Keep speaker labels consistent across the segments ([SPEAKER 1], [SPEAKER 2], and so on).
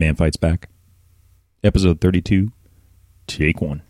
[SPEAKER 1] Man Fights Back, episode 32, take one.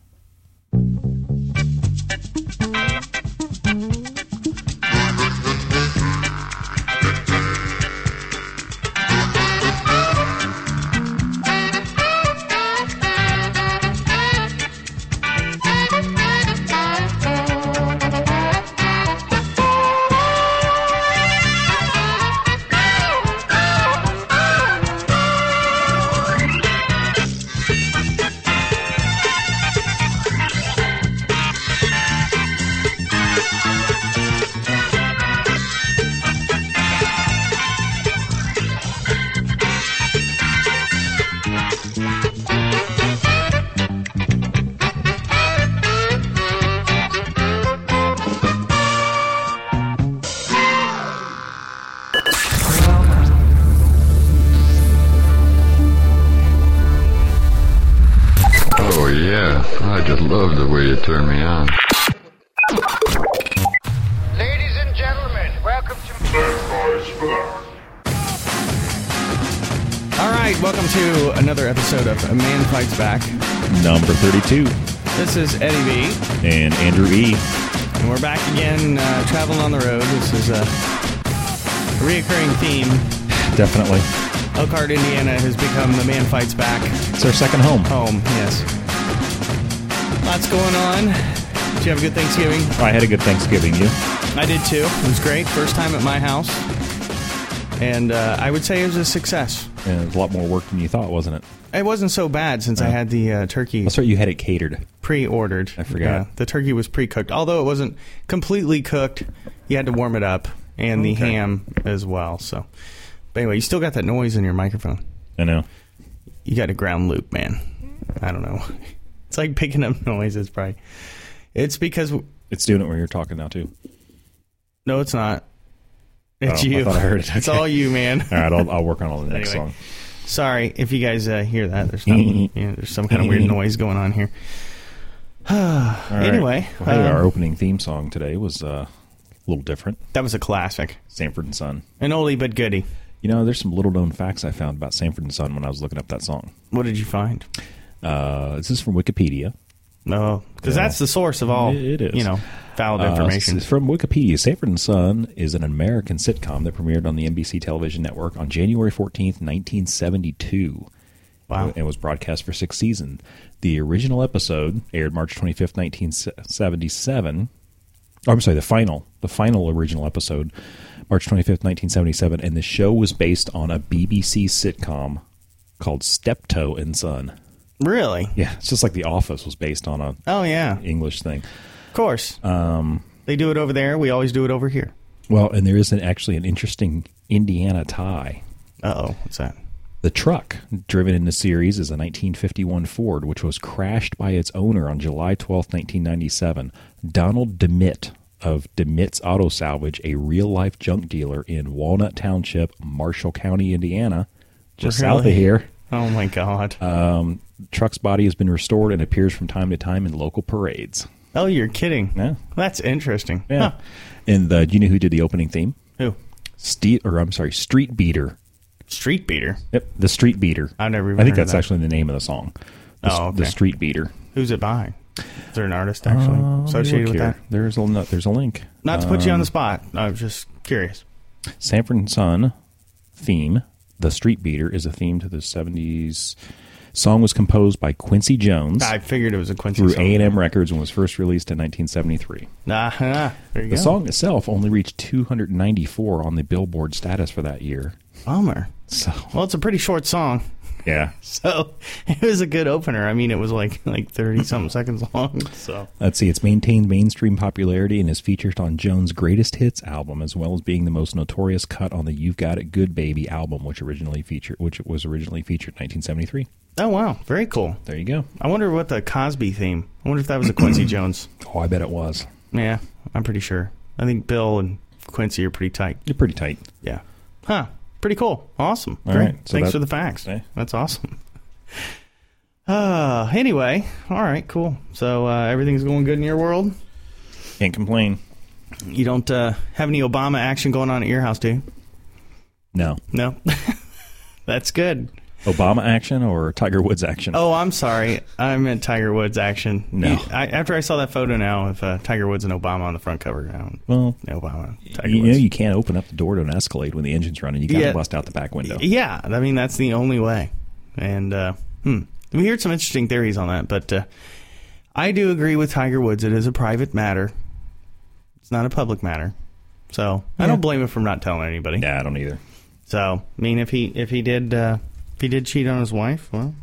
[SPEAKER 2] Oh, yeah. I just love the way you turn me on.
[SPEAKER 3] Ladies and gentlemen, welcome to.
[SPEAKER 4] All right, welcome to another episode of A Man Fights Back.
[SPEAKER 1] Number 32,
[SPEAKER 4] This is Eddie V,
[SPEAKER 1] and Andrew E.
[SPEAKER 4] and we're back again, uh, traveling on the road. This is a reoccurring theme.
[SPEAKER 1] Definitely.
[SPEAKER 4] Elkhart, Indiana has become the Man Fights Back
[SPEAKER 1] It's our second home.
[SPEAKER 4] home, yes. Lots going on. Did you have a good Thanksgiving?
[SPEAKER 1] I had a good Thanksgiving, you?
[SPEAKER 4] I did too. It was great. First time at my house. And uh, I would say it was a success.
[SPEAKER 1] And it was a lot more work than you thought, wasn't it?
[SPEAKER 4] It wasn't so bad since I had the uh, turkey
[SPEAKER 1] That's right, you had it catered.
[SPEAKER 4] pre-ordered.
[SPEAKER 1] I forgot.
[SPEAKER 4] the turkey was pre-cooked, although it wasn't completely cooked. You had to warm it up, and the
[SPEAKER 1] Okay.
[SPEAKER 4] ham as well. So, but anyway, you still got that noise in your microphone.
[SPEAKER 1] I know.
[SPEAKER 4] You got a ground loop, man. I don't know. It's like picking up noises, probably. It's because
[SPEAKER 1] It's doing it when you're talking now, too.
[SPEAKER 4] no, it's not. It's
[SPEAKER 1] Oh, I
[SPEAKER 4] you.
[SPEAKER 1] thought I heard it.
[SPEAKER 4] It's
[SPEAKER 1] Okay.
[SPEAKER 4] all you, man.
[SPEAKER 1] All right, I'll, I'll work on all the next
[SPEAKER 4] Anyway.
[SPEAKER 1] song.
[SPEAKER 4] Sorry if you guys uh, hear that. There's nothing, yeah, there's some kind of weird noise going on here.
[SPEAKER 1] All right.
[SPEAKER 4] Anyway,
[SPEAKER 1] Well, hey,
[SPEAKER 4] um,
[SPEAKER 1] our opening theme song today was uh, a little different
[SPEAKER 4] That was a classic,
[SPEAKER 1] Sanford and Son.
[SPEAKER 4] an oldie but goodie.
[SPEAKER 1] You know, there's some little known facts I found about Sanford and Son when I was looking up that song.
[SPEAKER 4] What did you find?
[SPEAKER 1] Uh, this is from Wikipedia.
[SPEAKER 4] No, because
[SPEAKER 1] Yeah.
[SPEAKER 4] that's the source of all
[SPEAKER 1] It is.
[SPEAKER 4] you know valid
[SPEAKER 1] Uh,
[SPEAKER 4] information.
[SPEAKER 1] this is from Wikipedia. Sanford and Son is an American sitcom that premiered on the NBC television network on January 14th, 1972.
[SPEAKER 4] Wow.
[SPEAKER 1] And was broadcast for six seasons. The original episode aired March 25th, 1977. Oh, I'm sorry, the final, the final original episode, March 25th, 1977. And the show was based on a BBC sitcom called Steptoe and Son.
[SPEAKER 4] really?
[SPEAKER 1] Yeah, it's just like The Office was based on a
[SPEAKER 4] Oh yeah,
[SPEAKER 1] English thing.
[SPEAKER 4] of course. Um, they do it over there. We always do it over here.
[SPEAKER 1] Well, and there is an, actually an interesting Indiana tie.
[SPEAKER 4] Uh oh, what's that?
[SPEAKER 1] The truck driven in the series is a 1951 Ford, which was crashed by its owner on July 12, 1997. Donald DeMitt of DeMitt's Auto Salvage, a real life junk dealer in Walnut Township, Marshall County, Indiana, just south of
[SPEAKER 4] Really?
[SPEAKER 1] here.
[SPEAKER 4] Oh my god.
[SPEAKER 1] Uh, Truck's body has been restored and appears from time to time in local parades.
[SPEAKER 4] oh, you're kidding.
[SPEAKER 1] Yeah.
[SPEAKER 4] That's interesting.
[SPEAKER 1] Yeah.
[SPEAKER 4] Huh.
[SPEAKER 1] And uh, do you know who did the opening theme?
[SPEAKER 4] Who?
[SPEAKER 1] Ste- or I'm sorry, Street Beater.
[SPEAKER 4] Street beater.
[SPEAKER 1] Yep, the Street Beater.
[SPEAKER 4] I've never even
[SPEAKER 1] I think
[SPEAKER 4] heard of
[SPEAKER 1] that's
[SPEAKER 4] that.
[SPEAKER 1] actually the name of the song. The,
[SPEAKER 4] Oh,
[SPEAKER 1] the
[SPEAKER 4] okay.
[SPEAKER 1] Street Beater.
[SPEAKER 4] Who's it by? Is there an artist actually associated
[SPEAKER 1] Um, Look
[SPEAKER 4] with
[SPEAKER 1] here. Um,
[SPEAKER 4] that?
[SPEAKER 1] There's a no, there's a link.
[SPEAKER 4] Not to put you on the spot. I was just curious.
[SPEAKER 1] Sanford and Son theme. The Street Beater is a theme to the '70s. Song was composed by Quincy Jones
[SPEAKER 4] I figured it was a Quincy
[SPEAKER 1] through
[SPEAKER 4] song.
[SPEAKER 1] A and M Records and was first released in 1973.
[SPEAKER 4] Uh-huh. There you
[SPEAKER 1] The
[SPEAKER 4] go.
[SPEAKER 1] song itself only reached 294 on the Billboard status for that year.
[SPEAKER 4] Bummer.
[SPEAKER 1] So
[SPEAKER 4] Well, it's a pretty short song.
[SPEAKER 1] yeah,
[SPEAKER 4] So it was a good opener. I mean, it was like like thirty something seconds long. So
[SPEAKER 1] Let's see, it's maintained mainstream popularity and is featured on Jones' greatest hits album, as well as being the most notorious cut on the "You've Got It Good Baby" album, which originally featured, which was originally featured in 1973.
[SPEAKER 4] oh wow, very cool.
[SPEAKER 1] There you go.
[SPEAKER 4] I wonder what the Cosby theme. I wonder if that was a Quincy Jones.
[SPEAKER 1] Oh, I bet it was.
[SPEAKER 4] Yeah, I'm pretty sure. I think Bill and Quincy are pretty tight.
[SPEAKER 1] You're pretty tight.
[SPEAKER 4] Yeah. Huh. Pretty cool. Awesome.
[SPEAKER 1] All
[SPEAKER 4] Great.
[SPEAKER 1] right, so
[SPEAKER 4] Thanks
[SPEAKER 1] that-
[SPEAKER 4] for the facts.
[SPEAKER 1] Yeah.
[SPEAKER 4] That's awesome. Uh anyway, all right, cool. So uh, everything's going good in your world.
[SPEAKER 1] Can't complain.
[SPEAKER 4] You don't uh, have any Obama action going on at your house, do you?
[SPEAKER 1] No,
[SPEAKER 4] No. That's good.
[SPEAKER 1] Obama action or Tiger Woods action?
[SPEAKER 4] Oh, I'm sorry. I meant Tiger Woods action.
[SPEAKER 1] No.
[SPEAKER 4] You- I, after I saw that photo now of uh, Tiger Woods and Obama on the front cover, I don't
[SPEAKER 1] Well,
[SPEAKER 4] know Obama. Tiger
[SPEAKER 1] you know
[SPEAKER 4] Woods.
[SPEAKER 1] you can't open up the door to an Escalade when the engine's running. You got to
[SPEAKER 4] Yeah.
[SPEAKER 1] bust out the back window.
[SPEAKER 4] Yeah, I mean that's the only way. And uh, hmm, we heard some interesting theories on that, but uh, I do agree with Tiger Woods. It is a private matter. It's not a public matter, so I
[SPEAKER 1] Yeah.
[SPEAKER 4] don't blame him for not telling anybody.
[SPEAKER 1] Nah, I don't either.
[SPEAKER 4] So, I mean, if he if he did uh, if he did cheat on his wife, well,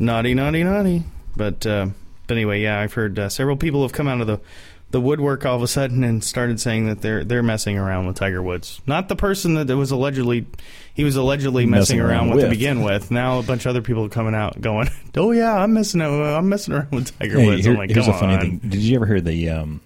[SPEAKER 4] naughty, naughty, naughty. But uh, but anyway, yeah, I've heard uh, several people have come out of the the woodwork all of a sudden and started saying that they're they're messing around with Tiger Woods, not the person that was allegedly he was allegedly messing,
[SPEAKER 1] Messing
[SPEAKER 4] around,
[SPEAKER 1] around
[SPEAKER 4] with to
[SPEAKER 1] with.
[SPEAKER 4] begin with. Now a bunch of other people are coming out going, oh yeah, I'm messing out, I'm messing around with Tiger
[SPEAKER 1] Hey,
[SPEAKER 4] Woods.
[SPEAKER 1] here-
[SPEAKER 4] I'm like,
[SPEAKER 1] here's
[SPEAKER 4] come
[SPEAKER 1] a funny
[SPEAKER 4] on.
[SPEAKER 1] thing. Did you ever hear the um,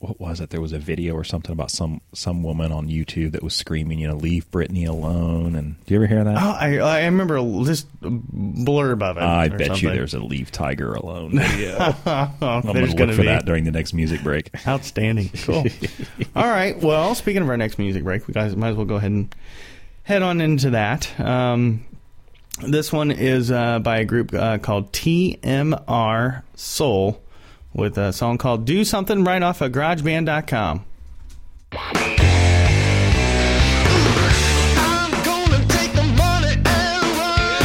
[SPEAKER 1] what was it? There was a video or something about some some woman on YouTube that was screaming, you know, leave Britney alone. And do you ever hear that?
[SPEAKER 4] Oh, I, I remember just a blurb of it.
[SPEAKER 1] I
[SPEAKER 4] or
[SPEAKER 1] bet you
[SPEAKER 4] something.
[SPEAKER 1] there's a leave Tiger alone video.
[SPEAKER 4] Oh,
[SPEAKER 1] I'm
[SPEAKER 4] there's
[SPEAKER 1] going to look
[SPEAKER 4] gonna
[SPEAKER 1] for
[SPEAKER 4] be.
[SPEAKER 1] that during the next music break.
[SPEAKER 4] Outstanding. Cool. All right. Well, speaking of our next music break, we guys might as well go ahead and head on into that. Um, this one is uh, by a group uh, called TMR Soul with a song called Do Something right off of GarageBand.com.
[SPEAKER 5] I'm gonna take the money and run.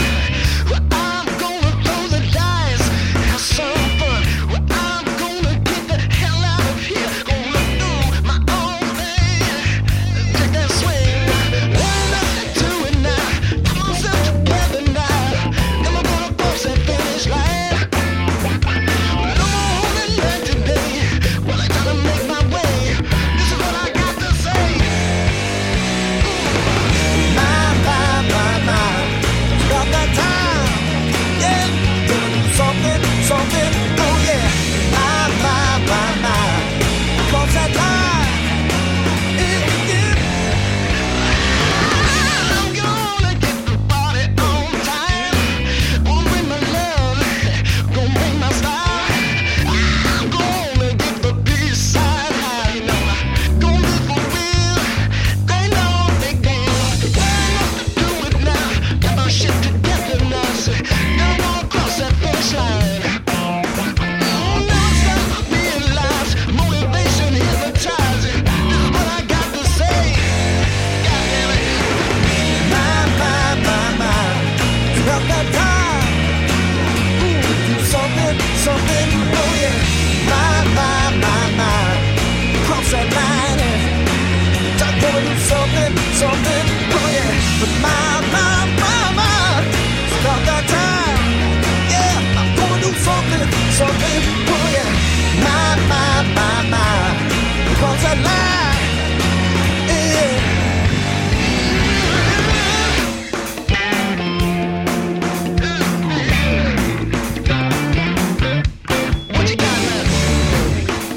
[SPEAKER 5] I'm gonna throw the dice, have some fun. I'm gonna get the hell out of here. Gonna do my own thing. Take that swing. Why not do it now? Put myself together now. Never gonna cross that finish line. No more holding back today. Well, I gotta make my way. This is what I got to say. Oh, Ah, Motivation hypnotizing. This is what I got to say. God damn it. Something, oh yeah, my, my, my, my, cross that line, yeah. What you got left?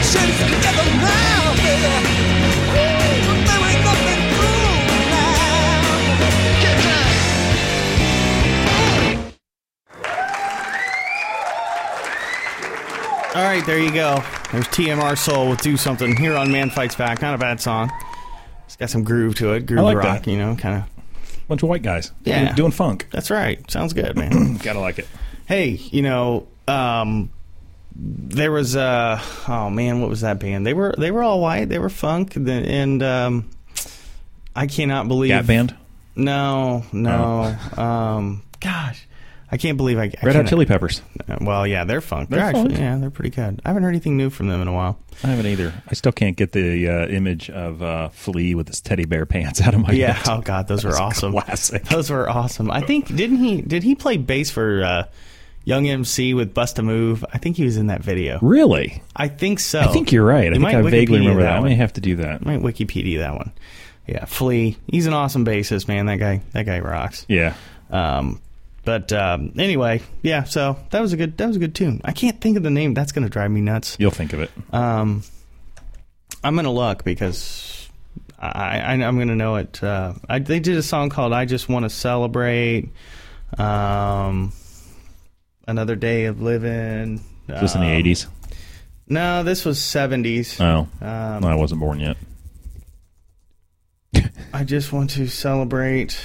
[SPEAKER 5] Shit together now, baby. Ooh, there ain't nothing through now. Get down.
[SPEAKER 4] All right, there you go. There's TMR Soul with Do Something here on Man Fights Back. Not a bad song. It's got some groove to it, groove
[SPEAKER 1] like
[SPEAKER 4] rock,
[SPEAKER 1] that.
[SPEAKER 4] you know, kind of.
[SPEAKER 1] Bunch of white guys.
[SPEAKER 4] Yeah.
[SPEAKER 1] Doing- Doing funk.
[SPEAKER 4] That's right. Sounds good, man.
[SPEAKER 1] Gotta like it.
[SPEAKER 4] hey, you know, um, there was uh oh man, what was that band? They were they were all white, they were funk, and, and um, I cannot believe
[SPEAKER 1] Gap band. Oh.
[SPEAKER 4] No, no, um, gosh, I can't believe I, I
[SPEAKER 1] Red Hot
[SPEAKER 4] cannot-
[SPEAKER 1] Chili Peppers.
[SPEAKER 4] Uh, Well, yeah, they're funk. They're,
[SPEAKER 1] They're
[SPEAKER 4] actually
[SPEAKER 1] funk.
[SPEAKER 4] yeah, they're pretty good. I haven't heard anything new from them in a while.
[SPEAKER 1] I haven't either. I still can't get the uh, image of uh, Flea with his teddy bear pants out of my
[SPEAKER 4] Yeah.
[SPEAKER 1] head.
[SPEAKER 4] Oh God, those were
[SPEAKER 1] That's
[SPEAKER 4] awesome.
[SPEAKER 1] classic.
[SPEAKER 4] Those were awesome. I think didn't he? Did he play bass for uh, Young MC with Bust a Move. I think he was in that video.
[SPEAKER 1] Really?
[SPEAKER 4] I think so.
[SPEAKER 1] I think you're right. I
[SPEAKER 4] Oh. You
[SPEAKER 1] think
[SPEAKER 4] might
[SPEAKER 1] I vaguely
[SPEAKER 4] Wikipedia
[SPEAKER 1] remember that. I
[SPEAKER 4] one.
[SPEAKER 1] may have to do that.
[SPEAKER 4] I might Wikipedia that one. Yeah, Flea. He's an awesome bassist, man. That guy. That guy rocks.
[SPEAKER 1] Yeah.
[SPEAKER 4] Um, but um, anyway, yeah. So that was a good. That was a good tune. I can't think of the name. That's gonna drive me nuts.
[SPEAKER 1] You'll think of it.
[SPEAKER 4] Um, I'm in a luck because I, I I'm gonna know it. Uh, I, they did a song called "I Just Want to Celebrate." Um, another day of living.
[SPEAKER 1] Is this in
[SPEAKER 4] Um,
[SPEAKER 1] the 80s?
[SPEAKER 4] No, this was 70s.
[SPEAKER 1] Oh.
[SPEAKER 4] um,
[SPEAKER 1] no, I wasn't born yet.
[SPEAKER 4] I just want to celebrate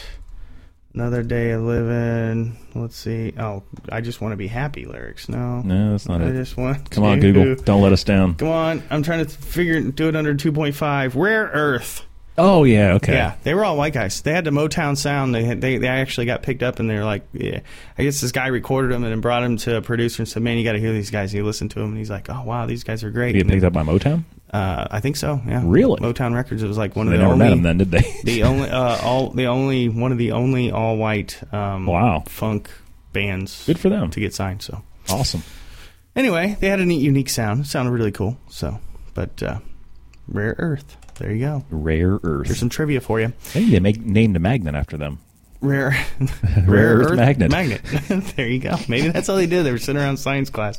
[SPEAKER 4] another day of living. Let's see. Oh, I just want to be happy lyrics. No.
[SPEAKER 1] No, that's not
[SPEAKER 4] I
[SPEAKER 1] it.
[SPEAKER 4] just want
[SPEAKER 1] Come on,
[SPEAKER 4] to-
[SPEAKER 1] Google. Don't let us down.
[SPEAKER 4] Come on. I'm trying to figure do it under 2.5. Rare Earth.
[SPEAKER 1] Oh, yeah. Okay.
[SPEAKER 4] Yeah, they were all white guys. They had the Motown sound. They had, they they actually got picked up, and they're like, yeah. I guess this guy recorded them and then brought them to a producer and said, "Man, you got to hear these guys." He listened to them, and he's like, "Oh wow, these guys are great."
[SPEAKER 1] You get
[SPEAKER 4] And
[SPEAKER 1] picked up by Motown?
[SPEAKER 4] Uh, I think so. Yeah,
[SPEAKER 1] Really?
[SPEAKER 4] Motown Records. It was like one
[SPEAKER 1] They
[SPEAKER 4] of the
[SPEAKER 1] never
[SPEAKER 4] only
[SPEAKER 1] met him then, did they?
[SPEAKER 4] the only uh, all the only one of the only all white um,
[SPEAKER 1] Wow.
[SPEAKER 4] funk bands.
[SPEAKER 1] Good for them.
[SPEAKER 4] to get signed. So
[SPEAKER 1] Awesome.
[SPEAKER 4] anyway, they had a neat, unique sound. It sounded really cool. So, but uh, Rare Earth. There you go.
[SPEAKER 1] Rare Earth.
[SPEAKER 4] Here's some trivia for you.
[SPEAKER 1] They need to make named a magnet after them.
[SPEAKER 4] Rare, rare,
[SPEAKER 1] earth magnet.
[SPEAKER 4] Magnet. there you go. Maybe that's all they did. They were sitting around science class.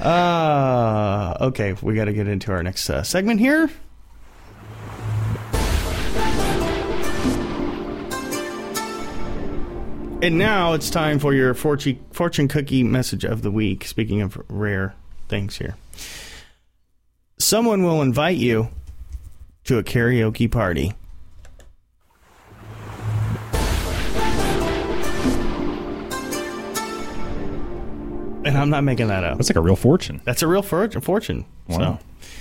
[SPEAKER 4] Uh, okay, we got to get into our next uh, segment here. And now it's time for your fortune, fortune cookie message of the week. Speaking of rare things here, someone will invite you to a karaoke party. And I'm not making that up.
[SPEAKER 1] That's like a real fortune.
[SPEAKER 4] That's a real for- fortune.
[SPEAKER 1] Wow.
[SPEAKER 4] So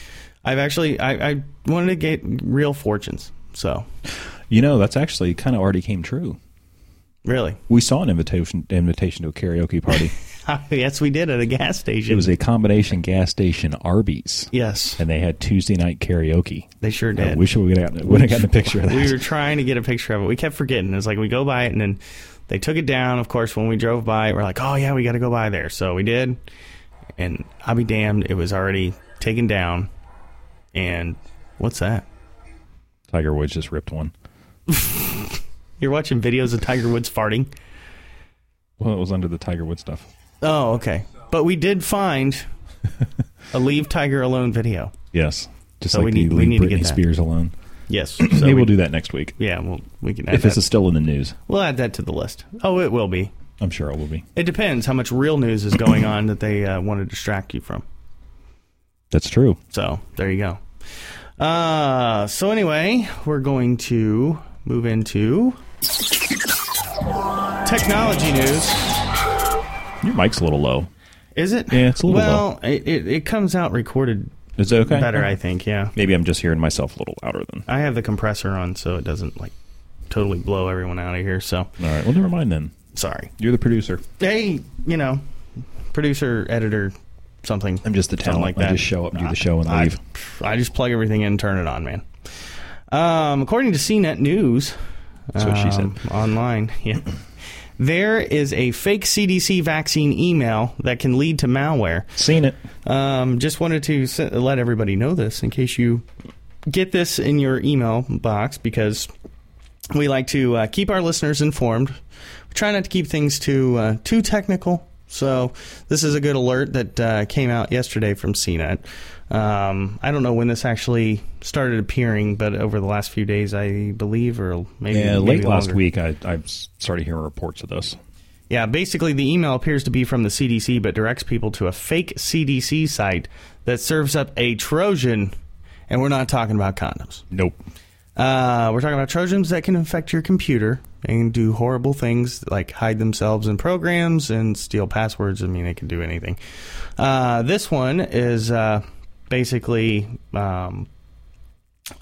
[SPEAKER 4] I've actually I, I wanted to get real fortunes. So
[SPEAKER 1] You know, that's actually kind of already came true.
[SPEAKER 4] really,
[SPEAKER 1] We saw an invitation invitation to a karaoke party.
[SPEAKER 4] yes, we did at a gas
[SPEAKER 1] it
[SPEAKER 4] station.
[SPEAKER 1] was a combination gas station Arby's,
[SPEAKER 4] yes,
[SPEAKER 1] and they had Tuesday night karaoke.
[SPEAKER 4] they sure
[SPEAKER 1] I
[SPEAKER 4] did.
[SPEAKER 1] wish we would have gotten, would have gotten a picture of that.
[SPEAKER 4] we were trying to get a picture of it. We kept forgetting. It's like we go by it, and then they took it down. Of course, when we drove by, it, we're like, "Oh yeah, we got to go by there." So we did, and I'll be damned, it was already taken down. And what's that?
[SPEAKER 1] Tiger Woods just ripped one.
[SPEAKER 4] You're watching videos of Tiger Woods farting.
[SPEAKER 1] Well, it was under the Tiger Woods stuff.
[SPEAKER 4] Oh, okay. But we did find a "Leave Tiger Alone" video.
[SPEAKER 1] Yes, just
[SPEAKER 4] So
[SPEAKER 1] like
[SPEAKER 4] we
[SPEAKER 1] the
[SPEAKER 4] need- we
[SPEAKER 1] leave
[SPEAKER 4] need to
[SPEAKER 1] Britney
[SPEAKER 4] get that.
[SPEAKER 1] Spears alone.
[SPEAKER 4] Yes. So
[SPEAKER 1] Maybe
[SPEAKER 4] we-
[SPEAKER 1] we'll do that next week
[SPEAKER 4] Yeah, well, we can add
[SPEAKER 1] if
[SPEAKER 4] that.
[SPEAKER 1] it's still in the news.
[SPEAKER 4] we'll add that to the list. Oh, it will be.
[SPEAKER 1] I'm sure it will be.
[SPEAKER 4] It depends how much real news is going on that they uh, want to distract you from.
[SPEAKER 1] That's true.
[SPEAKER 4] So there you go. Uh, so anyway, we're going to move into technology news.
[SPEAKER 1] Your mic's a little low.
[SPEAKER 4] Is it?
[SPEAKER 1] Yeah, it's a little
[SPEAKER 4] well. It, it it comes out recorded
[SPEAKER 1] Is it okay?
[SPEAKER 4] better, I think. Yeah.
[SPEAKER 1] Maybe I'm just hearing myself a little louder than.
[SPEAKER 4] I have the compressor on, so it doesn't like totally blow everyone out of here. So
[SPEAKER 1] All right. Well, never mind then.
[SPEAKER 4] sorry.
[SPEAKER 1] You're the producer.
[SPEAKER 4] Hey, you know, producer, editor, something.
[SPEAKER 1] I'm just the
[SPEAKER 4] Something
[SPEAKER 1] talent.
[SPEAKER 4] like
[SPEAKER 1] I
[SPEAKER 4] that.
[SPEAKER 1] just show up, do the show, and
[SPEAKER 4] I,
[SPEAKER 1] leave.
[SPEAKER 4] I just plug everything in, turn it on, man. Um, according to CNET News,
[SPEAKER 1] That's what she said.
[SPEAKER 4] um, online, yeah, there is a fake CDC vaccine email that can lead to malware.
[SPEAKER 1] Seen it.
[SPEAKER 4] Um, just wanted to s- let everybody know this in case you get this in your email box because we like to uh, keep our listeners informed. We try not to keep things too uh, too technical. So this is a good alert that uh, came out yesterday from CNET. Um, I don't know when this actually started appearing, but over the last few days, I believe, or maybe
[SPEAKER 1] Yeah,
[SPEAKER 4] maybe
[SPEAKER 1] late last
[SPEAKER 4] longer.
[SPEAKER 1] week, I, I s- started hearing reports of this.
[SPEAKER 4] Yeah, basically, the email appears to be from the CDC, but directs people to a fake CDC site that serves up a Trojan, and we're not talking about condoms.
[SPEAKER 1] Nope.
[SPEAKER 4] Uh, we're talking about Trojans that can infect your computer and do horrible things like hide themselves in programs and steal passwords. I mean, they can do anything. Uh, this one is uh, basically um,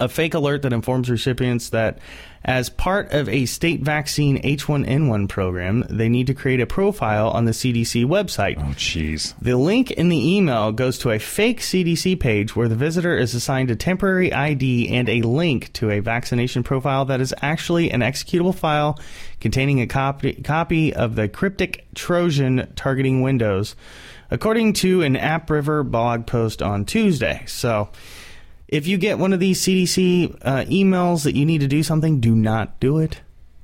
[SPEAKER 4] a fake alert that informs recipients that as part of a state vaccine H1N1 program, they need to create a profile on the CDC website.
[SPEAKER 1] Oh, jeez.
[SPEAKER 4] The link in the email goes to a fake CDC page where the visitor is assigned a temporary ID and a link to a vaccination profile that is actually an executable file containing a copy, copy of the cryptic Trojan targeting Windows, according to an AppRiver blog post on Tuesday. So, if you get one of these CDC uh, emails that you need to do something, do not do it.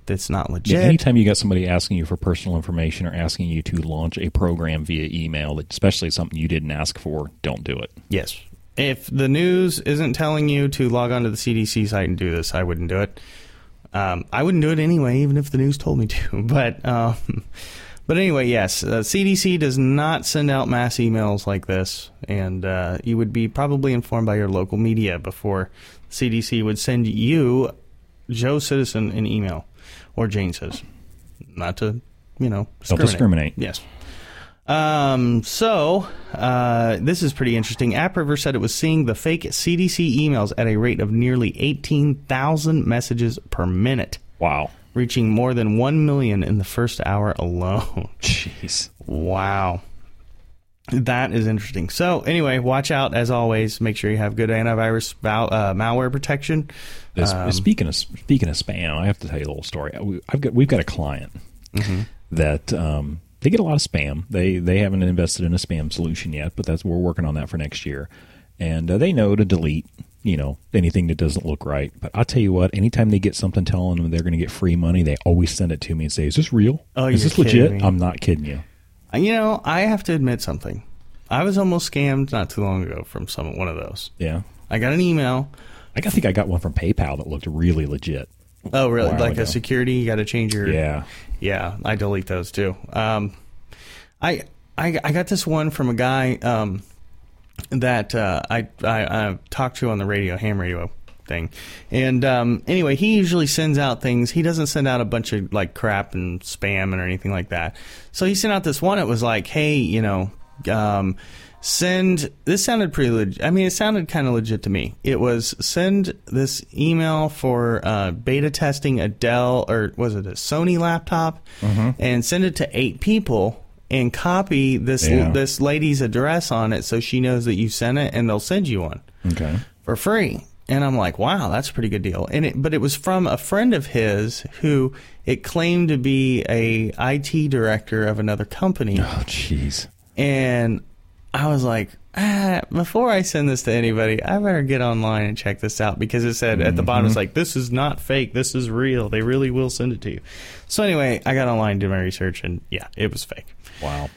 [SPEAKER 4] That's not legit.
[SPEAKER 1] Yeah, anytime you got somebody asking you for personal information or asking you to launch a program via email, especially something you didn't ask for, don't do it.
[SPEAKER 4] Yes. If the news isn't telling you to log onto the CDC site and do this, I wouldn't do it. Um, I wouldn't do it anyway, even if the news told me to. But um, but anyway, yes, uh, CDC does not send out mass emails like this, and uh, you would be probably informed by your local media before CDC would send you, Joe Citizen, an email or Jane says, not to you know
[SPEAKER 1] Don't discriminate.
[SPEAKER 4] Yes. Um, so, uh, this is pretty interesting. AppRiver said it was seeing the fake CDC emails at a rate of nearly 18,000 messages per minute,
[SPEAKER 1] Wow.
[SPEAKER 4] reaching more than 1 million in the first hour alone.
[SPEAKER 1] Jeez.
[SPEAKER 4] wow. That is interesting. So, anyway, watch out as always. Make sure you have good antivirus val- uh, malware protection.
[SPEAKER 1] This-
[SPEAKER 4] Um,
[SPEAKER 1] speaking of speaking of spam, I have to tell you a little story. We- I've got we've got a client
[SPEAKER 4] Mm-hmm.
[SPEAKER 1] that um, they get a lot of spam. They they haven't invested in a spam solution yet, but that's we're working on that for next year. And uh, they know to delete you know anything that doesn't look right. But I'll tell you what, anytime they get something telling them they're going to get free money, they always send it to me and say, "Is this real?
[SPEAKER 4] Oh,
[SPEAKER 1] Is
[SPEAKER 4] you're
[SPEAKER 1] this legit?
[SPEAKER 4] kidding me.
[SPEAKER 1] I'm not kidding you."
[SPEAKER 4] You know, I have to admit something. I was almost scammed not too long ago from some one of those.
[SPEAKER 1] Yeah,
[SPEAKER 4] I got an email.
[SPEAKER 1] I got- I think I got one from PayPal that looked really legit.
[SPEAKER 4] Oh, really?
[SPEAKER 1] while
[SPEAKER 4] Like
[SPEAKER 1] ago.
[SPEAKER 4] a security? You got to change your.
[SPEAKER 1] Yeah,
[SPEAKER 4] Yeah, I delete those too. Um, I, I I got this one from a guy um, that uh, I, I I talked to on the radio, ham radio thing, and um, anyway, he usually sends out things. He doesn't send out a bunch of like crap and spam and or anything like that. So he sent out this one. It was like, hey, you know. Um, send this sounded pretty legit i mean it sounded kind of legit to me it was send this email for uh, beta testing a dell or was it a sony laptop and send it to eight people and copy this
[SPEAKER 1] Yeah.
[SPEAKER 4] this lady's address on it so she knows that you sent it and they'll send you one
[SPEAKER 1] okay.
[SPEAKER 4] for free. And I'm like, wow, that's a pretty good deal. And it, but it was from a friend of his who it claimed to be a IT director of another company.
[SPEAKER 1] Oh, jeez.
[SPEAKER 4] And I was like, ah, before I send this to anybody, I better get online and check this out because it said at the bottom, it's like, this is not fake. This is real. They really will send it to you. So anyway, I got online, did my research, and yeah, it was fake.
[SPEAKER 1] Wow.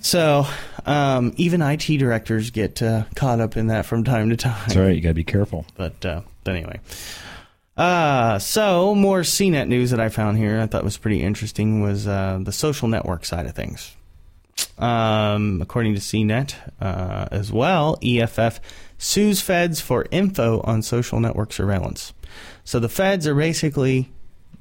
[SPEAKER 4] So um, even IT directors get uh, caught up in that from time to time.
[SPEAKER 1] That's all right. You got to be careful.
[SPEAKER 4] But uh, but anyway. Uh, so more CNET news that I found here I thought was pretty interesting was uh, the social network side of things. Um, according to CNET uh, as well, EFF sues feds for info on social network surveillance. So the feds are basically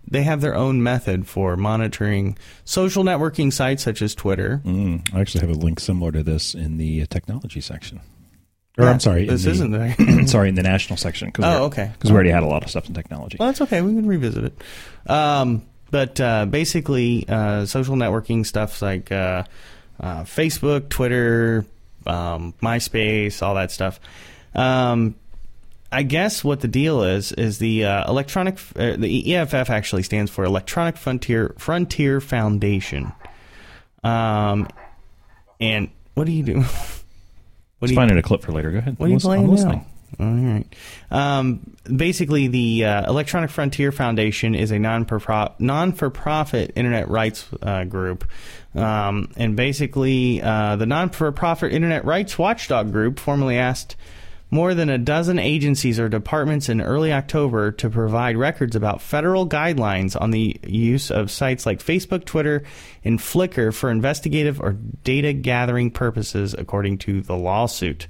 [SPEAKER 4] they have their own method for monitoring social networking sites such as Twitter.
[SPEAKER 1] Mm, I actually have a link similar to this in the technology section. Or
[SPEAKER 4] Yeah,
[SPEAKER 1] I'm sorry, in
[SPEAKER 4] this
[SPEAKER 1] the-
[SPEAKER 4] isn't there.
[SPEAKER 1] sorry, in the national section. Cause
[SPEAKER 4] Oh,
[SPEAKER 1] we're-
[SPEAKER 4] okay.
[SPEAKER 1] 'cause we already had a lot of stuff in technology.
[SPEAKER 4] Well, that's okay. We can revisit it. Um, but uh, basically, uh, social networking stuffs like uh, uh, Facebook, Twitter, um, MySpace, all that stuff. Um, I guess what the deal is is the uh, electronic uh, the EFF actually stands for Electronic Frontier Frontier Foundation. Um, and what do you do? what
[SPEAKER 1] Let's
[SPEAKER 4] do you
[SPEAKER 1] find it a clip for later. Go ahead.
[SPEAKER 4] what
[SPEAKER 1] I'm
[SPEAKER 4] are you
[SPEAKER 1] listen-
[SPEAKER 4] playing
[SPEAKER 1] I'm
[SPEAKER 4] now?
[SPEAKER 1] listening.
[SPEAKER 4] All right. Um, basically, the uh, Electronic Frontier Foundation is a non for profit internet rights uh, group. Um, and basically, uh, the non for profit internet rights watchdog group formally asked more than a dozen agencies or departments in early October to provide records about federal guidelines on the use of sites like Facebook, Twitter, and Flickr for investigative or data gathering purposes, according to the lawsuit.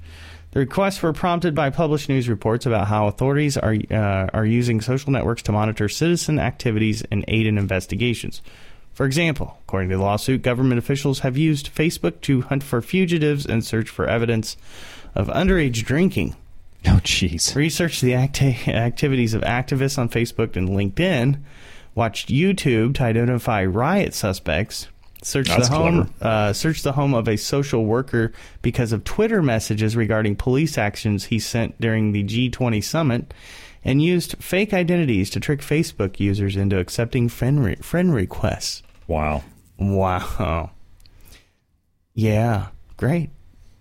[SPEAKER 4] The requests were prompted by published news reports about how authorities are uh, are using social networks to monitor citizen activities and aid in investigations. For example, according to the lawsuit, government officials have used Facebook to hunt for fugitives and search for evidence of underage drinking.
[SPEAKER 1] Oh, jeez.
[SPEAKER 4] Researched the acti- activities of activists on Facebook and LinkedIn. Watched YouTube to identify riot suspects. Searched
[SPEAKER 1] That's
[SPEAKER 4] the home. Uh, searched the home of a social worker because of Twitter messages regarding police actions he sent during the G20 summit, and used fake identities to trick Facebook users into accepting friend re- friend requests.
[SPEAKER 1] Wow.
[SPEAKER 4] Wow. Yeah. Great.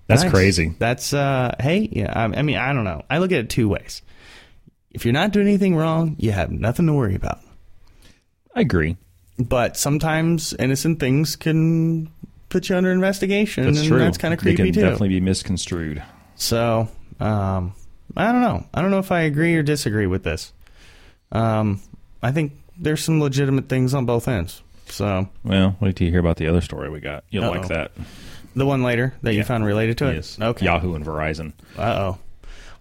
[SPEAKER 1] That's
[SPEAKER 4] Nice.
[SPEAKER 1] crazy.
[SPEAKER 4] That's uh, hey, yeah. I, I mean, I don't know. I look at it two ways. If you're not doing anything wrong, you have nothing to worry about.
[SPEAKER 1] I agree.
[SPEAKER 4] But sometimes innocent things can put you under investigation,
[SPEAKER 1] That's
[SPEAKER 4] and
[SPEAKER 1] true.
[SPEAKER 4] that's kind of creepy
[SPEAKER 1] It can
[SPEAKER 4] too.
[SPEAKER 1] definitely be misconstrued.
[SPEAKER 4] So, um, I don't know. I don't know if I agree or disagree with this. Um, I think there's some legitimate things on both ends. So,
[SPEAKER 1] Well, wait till you hear about the other story we got. You'll like
[SPEAKER 4] Uh-oh.
[SPEAKER 1] that.
[SPEAKER 4] the one later that you
[SPEAKER 1] Yeah.
[SPEAKER 4] found related to it.
[SPEAKER 1] Yes.
[SPEAKER 4] Okay.
[SPEAKER 1] Yahoo and Verizon.
[SPEAKER 4] Uh oh.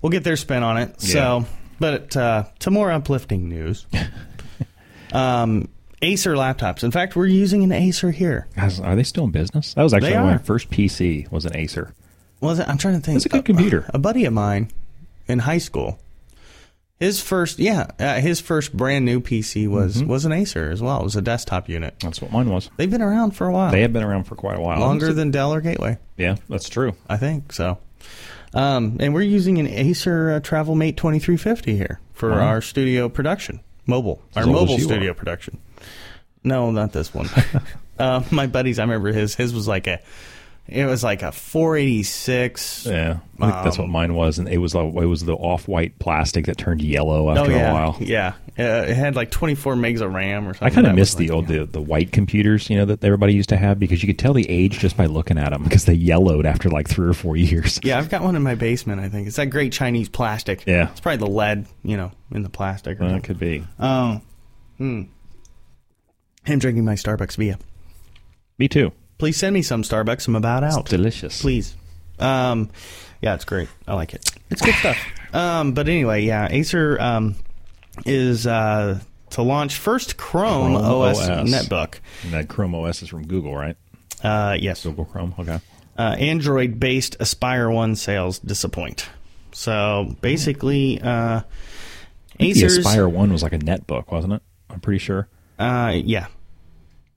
[SPEAKER 4] We'll get their spin on it. So, but uh, to more uplifting news um, Acer laptops. In fact, we're using an Acer here.
[SPEAKER 1] Guys, are they still in business? That was actually
[SPEAKER 4] They
[SPEAKER 1] my
[SPEAKER 4] are.
[SPEAKER 1] first PC was an Acer.
[SPEAKER 4] Was it? I'm trying to think.
[SPEAKER 1] That's a good computer.
[SPEAKER 4] A buddy of mine in high school, his first, yeah, uh, his first brand new PC was
[SPEAKER 1] Mm-hmm.
[SPEAKER 4] was an Acer as well. It was a desktop unit.
[SPEAKER 1] That's what mine was.
[SPEAKER 4] They've been around for a while,
[SPEAKER 1] They have been around for quite a while.
[SPEAKER 4] longer than Dell or Gateway.
[SPEAKER 1] yeah, that's true.
[SPEAKER 4] I think so. Um, and we're using an Acer uh, TravelMate 2350 here for
[SPEAKER 1] Wow.
[SPEAKER 4] our studio production, mobile, our
[SPEAKER 1] old as
[SPEAKER 4] mobile
[SPEAKER 1] you
[SPEAKER 4] studio
[SPEAKER 1] are.
[SPEAKER 4] production. No, not this one. uh, my buddies, I remember his. His was like a, it was like a 486.
[SPEAKER 1] Yeah, I think that's what
[SPEAKER 4] Um,
[SPEAKER 1] mine was, and it was like, it was the off-white plastic that turned yellow
[SPEAKER 4] Oh
[SPEAKER 1] after
[SPEAKER 4] yeah,
[SPEAKER 1] a while.
[SPEAKER 4] yeah. Uh, it had like 24 megs of RAM or something.
[SPEAKER 1] I kind of
[SPEAKER 4] That
[SPEAKER 1] miss
[SPEAKER 4] was
[SPEAKER 1] the
[SPEAKER 4] like-
[SPEAKER 1] old the, the white computers, you know, that everybody used to have because you could tell the age just by looking at them because they yellowed after like three or four years.
[SPEAKER 4] Yeah, I've got one in my basement. I think it's that great Chinese plastic.
[SPEAKER 1] Yeah.
[SPEAKER 4] it's probably the lead, you know, in the plastic. Or
[SPEAKER 1] Well,
[SPEAKER 4] something.
[SPEAKER 1] that could be.
[SPEAKER 4] Um, hmm. I'm drinking my Starbucks beer.
[SPEAKER 1] Me too.
[SPEAKER 4] Please send me some Starbucks. I'm about out.
[SPEAKER 1] delicious.
[SPEAKER 4] Please. Um, yeah, it's great. I like it. It's good stuff. Um, but anyway, yeah, Acer um, is uh, to launch first Chrome,
[SPEAKER 1] Chrome OS.
[SPEAKER 4] OS, netbook.
[SPEAKER 1] And that Chrome OS is from Google, right?
[SPEAKER 4] Uh, yes.
[SPEAKER 1] Google Chrome. Okay.
[SPEAKER 4] uh, Android based Aspire One sales disappoint. So basically, uh,
[SPEAKER 1] The
[SPEAKER 4] Acer's
[SPEAKER 1] Aspire One was like a netbook, wasn't it? I'm pretty sure.
[SPEAKER 4] Uh, yeah,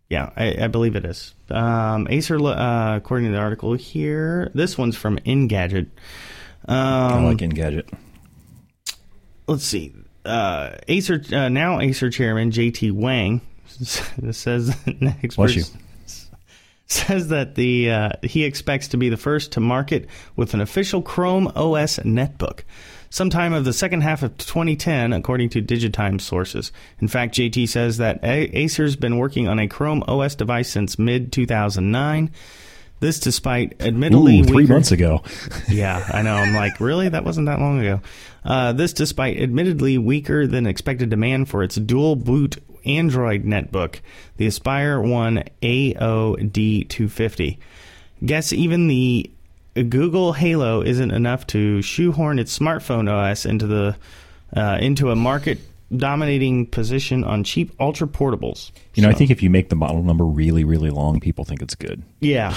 [SPEAKER 4] yeah, I, I believe it is. Um, Acer, lo- uh, according to the article here, this one's from Engadget. Um,
[SPEAKER 1] I like Engadget.
[SPEAKER 4] let's see. Uh, Acer uh, now Acer chairman JT Wang says experts
[SPEAKER 1] you.
[SPEAKER 4] says that the uh, he expects to be the first to market with an official Chrome OS netbook sometime of the second half of 2010 according to Digitime sources. In fact, JT says that A- Acer's been working on a Chrome OS device since mid 2009. This despite admittedly
[SPEAKER 1] Ooh, three
[SPEAKER 4] weaker-
[SPEAKER 1] months ago.
[SPEAKER 4] yeah, I know. I'm like, really? That wasn't that long ago. Uh, this, despite admittedly weaker than expected demand for its dual boot Android netbook, the Aspire One AOD250. Guess even the Google Halo isn't enough to shoehorn its smartphone OS into the uh, into a market dominating position on cheap ultra portables.
[SPEAKER 1] You know, I think if you make the model number really, really long, people think it's good.
[SPEAKER 4] Yeah.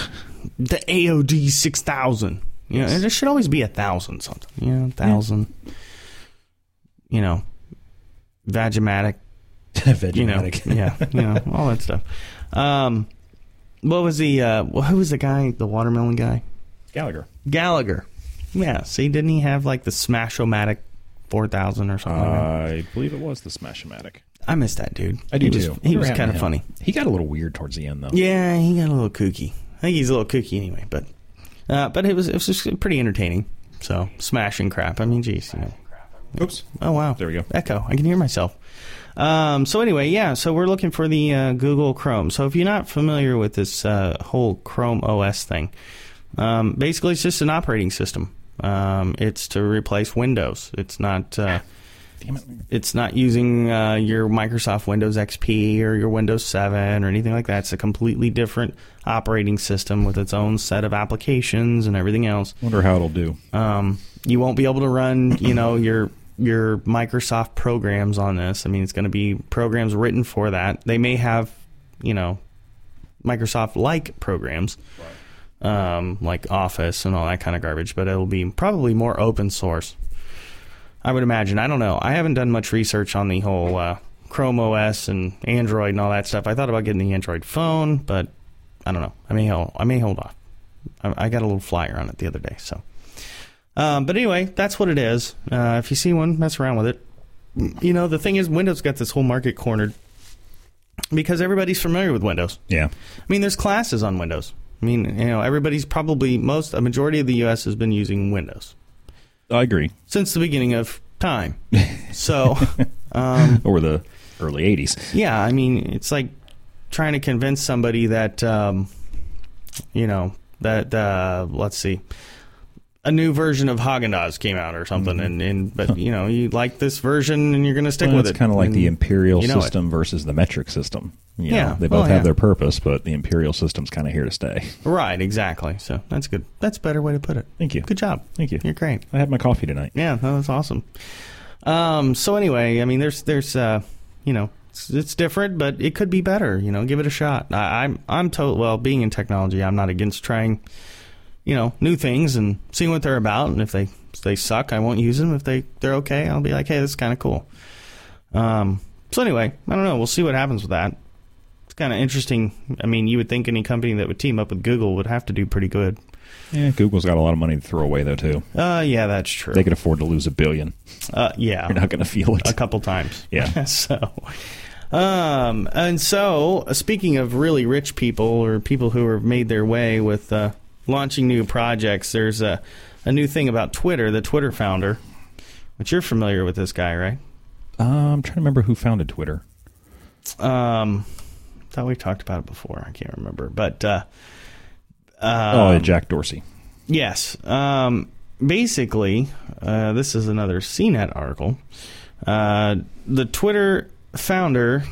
[SPEAKER 4] The AOD 6000. You know, and there should always be a thousand something. You know, thousand. You know, Vagimatic. You know,
[SPEAKER 1] Vegematic.
[SPEAKER 4] yeah, you know, all that stuff. Um, what was the, uh, wh- who was the guy, the watermelon guy?
[SPEAKER 1] Gallagher.
[SPEAKER 4] Gallagher. Yeah, see, didn't he have like the Smash-O-Matic 4000 or something like that?
[SPEAKER 1] I believe it was the Smash-O-Matic.
[SPEAKER 4] Uh, I miss that dude.
[SPEAKER 1] Uh, I do
[SPEAKER 4] he was,
[SPEAKER 1] too.
[SPEAKER 4] He was
[SPEAKER 1] Whatever
[SPEAKER 4] kind
[SPEAKER 1] happened
[SPEAKER 4] of
[SPEAKER 1] to
[SPEAKER 4] funny.
[SPEAKER 1] him? He got a little weird towards the end, though.
[SPEAKER 4] Yeah, he got a little kooky. I think he's a little kooky anyway, but uh, but it was it was just pretty entertaining. So smashing crap. I mean, jeez. You know.
[SPEAKER 1] Oops.
[SPEAKER 4] Oh wow.
[SPEAKER 1] There we go.
[SPEAKER 4] Echo. I can hear myself. Um, so anyway, yeah. So we're looking for the uh, Google Chrome. So if you're not familiar with this uh, whole Chrome OS thing, um, basically it's just an operating system. Um, it's to replace Windows. It's not. Uh,
[SPEAKER 1] Damn it.
[SPEAKER 4] it's not using uh, your Microsoft Windows XP or your Windows 7 or anything like that. It's a completely different operating system with its own set of applications and everything else.
[SPEAKER 1] Wonder how it'll do.
[SPEAKER 4] Um, you won't be able to run, you know, your your Microsoft programs on this. I mean, it's going to be programs written for that. They may have, you know, Microsoft like programs, um, like Office and all that kind of garbage, but it'll be probably more open source. I would imagine. I don't know. I haven't done much research on the whole uh, Chrome OS and Android and all that stuff. I thought about getting the Android phone, but I don't know. I may hold. I may hold off. I, I got a little flyer on it the other day. So, um, but anyway, that's what it is. Uh, if you see one, mess around with it. You know, the thing is, Windows got this whole market cornered because everybody's familiar with Windows.
[SPEAKER 1] Yeah.
[SPEAKER 4] I mean, there's classes on Windows. I mean, you know, everybody's probably most a majority of the U.S. has been using Windows
[SPEAKER 1] I agree.
[SPEAKER 4] since the beginning of time. So, um,
[SPEAKER 1] Or the early 80s.
[SPEAKER 4] yeah, I mean, it's like trying to convince somebody that, um, you know, that uh, let's see, a new version of Haagen Dazs came out or something, and, and but you know, you like this version and you're going to stick
[SPEAKER 1] Mm-hmm. Well,
[SPEAKER 4] with
[SPEAKER 1] it's
[SPEAKER 4] it.
[SPEAKER 1] kind of like the
[SPEAKER 4] And
[SPEAKER 1] imperial
[SPEAKER 4] you know it.
[SPEAKER 1] system versus the metric system. You know,
[SPEAKER 4] Yeah.
[SPEAKER 1] they both
[SPEAKER 4] Oh,
[SPEAKER 1] have
[SPEAKER 4] yeah.
[SPEAKER 1] their purpose, but the imperial system's kind of here to stay.
[SPEAKER 4] Right, exactly. So that's good. That's a better way to put it.
[SPEAKER 1] Thank you.
[SPEAKER 4] Good job.
[SPEAKER 1] Thank you.
[SPEAKER 4] You're great.
[SPEAKER 1] I had my coffee tonight.
[SPEAKER 4] Yeah, no, that's awesome. Um, so anyway, I mean, there's there's uh, you know, it's, it's different, but it could be better. You know, give it a shot. I, I'm I'm to- well, being in technology, I'm not against trying, you know, new things and seeing what they're about, and if they if they suck, I won't use them. If they they're okay, I'll be like, hey, this is kind of cool. Um, so anyway, I don't know. We'll see what happens with that. It's kind of interesting. I mean, you would think any company that would team up with Google would have to do pretty good.
[SPEAKER 1] Yeah, Google's got a lot of money to throw away though too.
[SPEAKER 4] Uh, yeah, that's true.
[SPEAKER 1] They could afford to lose a billion.
[SPEAKER 4] uh, yeah.
[SPEAKER 1] You're not going to feel it.
[SPEAKER 4] a couple times.
[SPEAKER 1] Yeah.
[SPEAKER 4] so, um, and so uh, speaking of really rich people or people who have made their way with uh, launching new projects, there's a a new thing about Twitter. The Twitter founder, which you're familiar with, this guy, right?
[SPEAKER 1] Uh, I'm trying to remember who founded Twitter.
[SPEAKER 4] Um, thought we talked about it before. I can't remember, but uh,
[SPEAKER 1] oh,
[SPEAKER 4] Um,
[SPEAKER 1] Jack Dorsey.
[SPEAKER 4] Yes. Um, basically, uh, this is another CNET article. Uh, the Twitter founder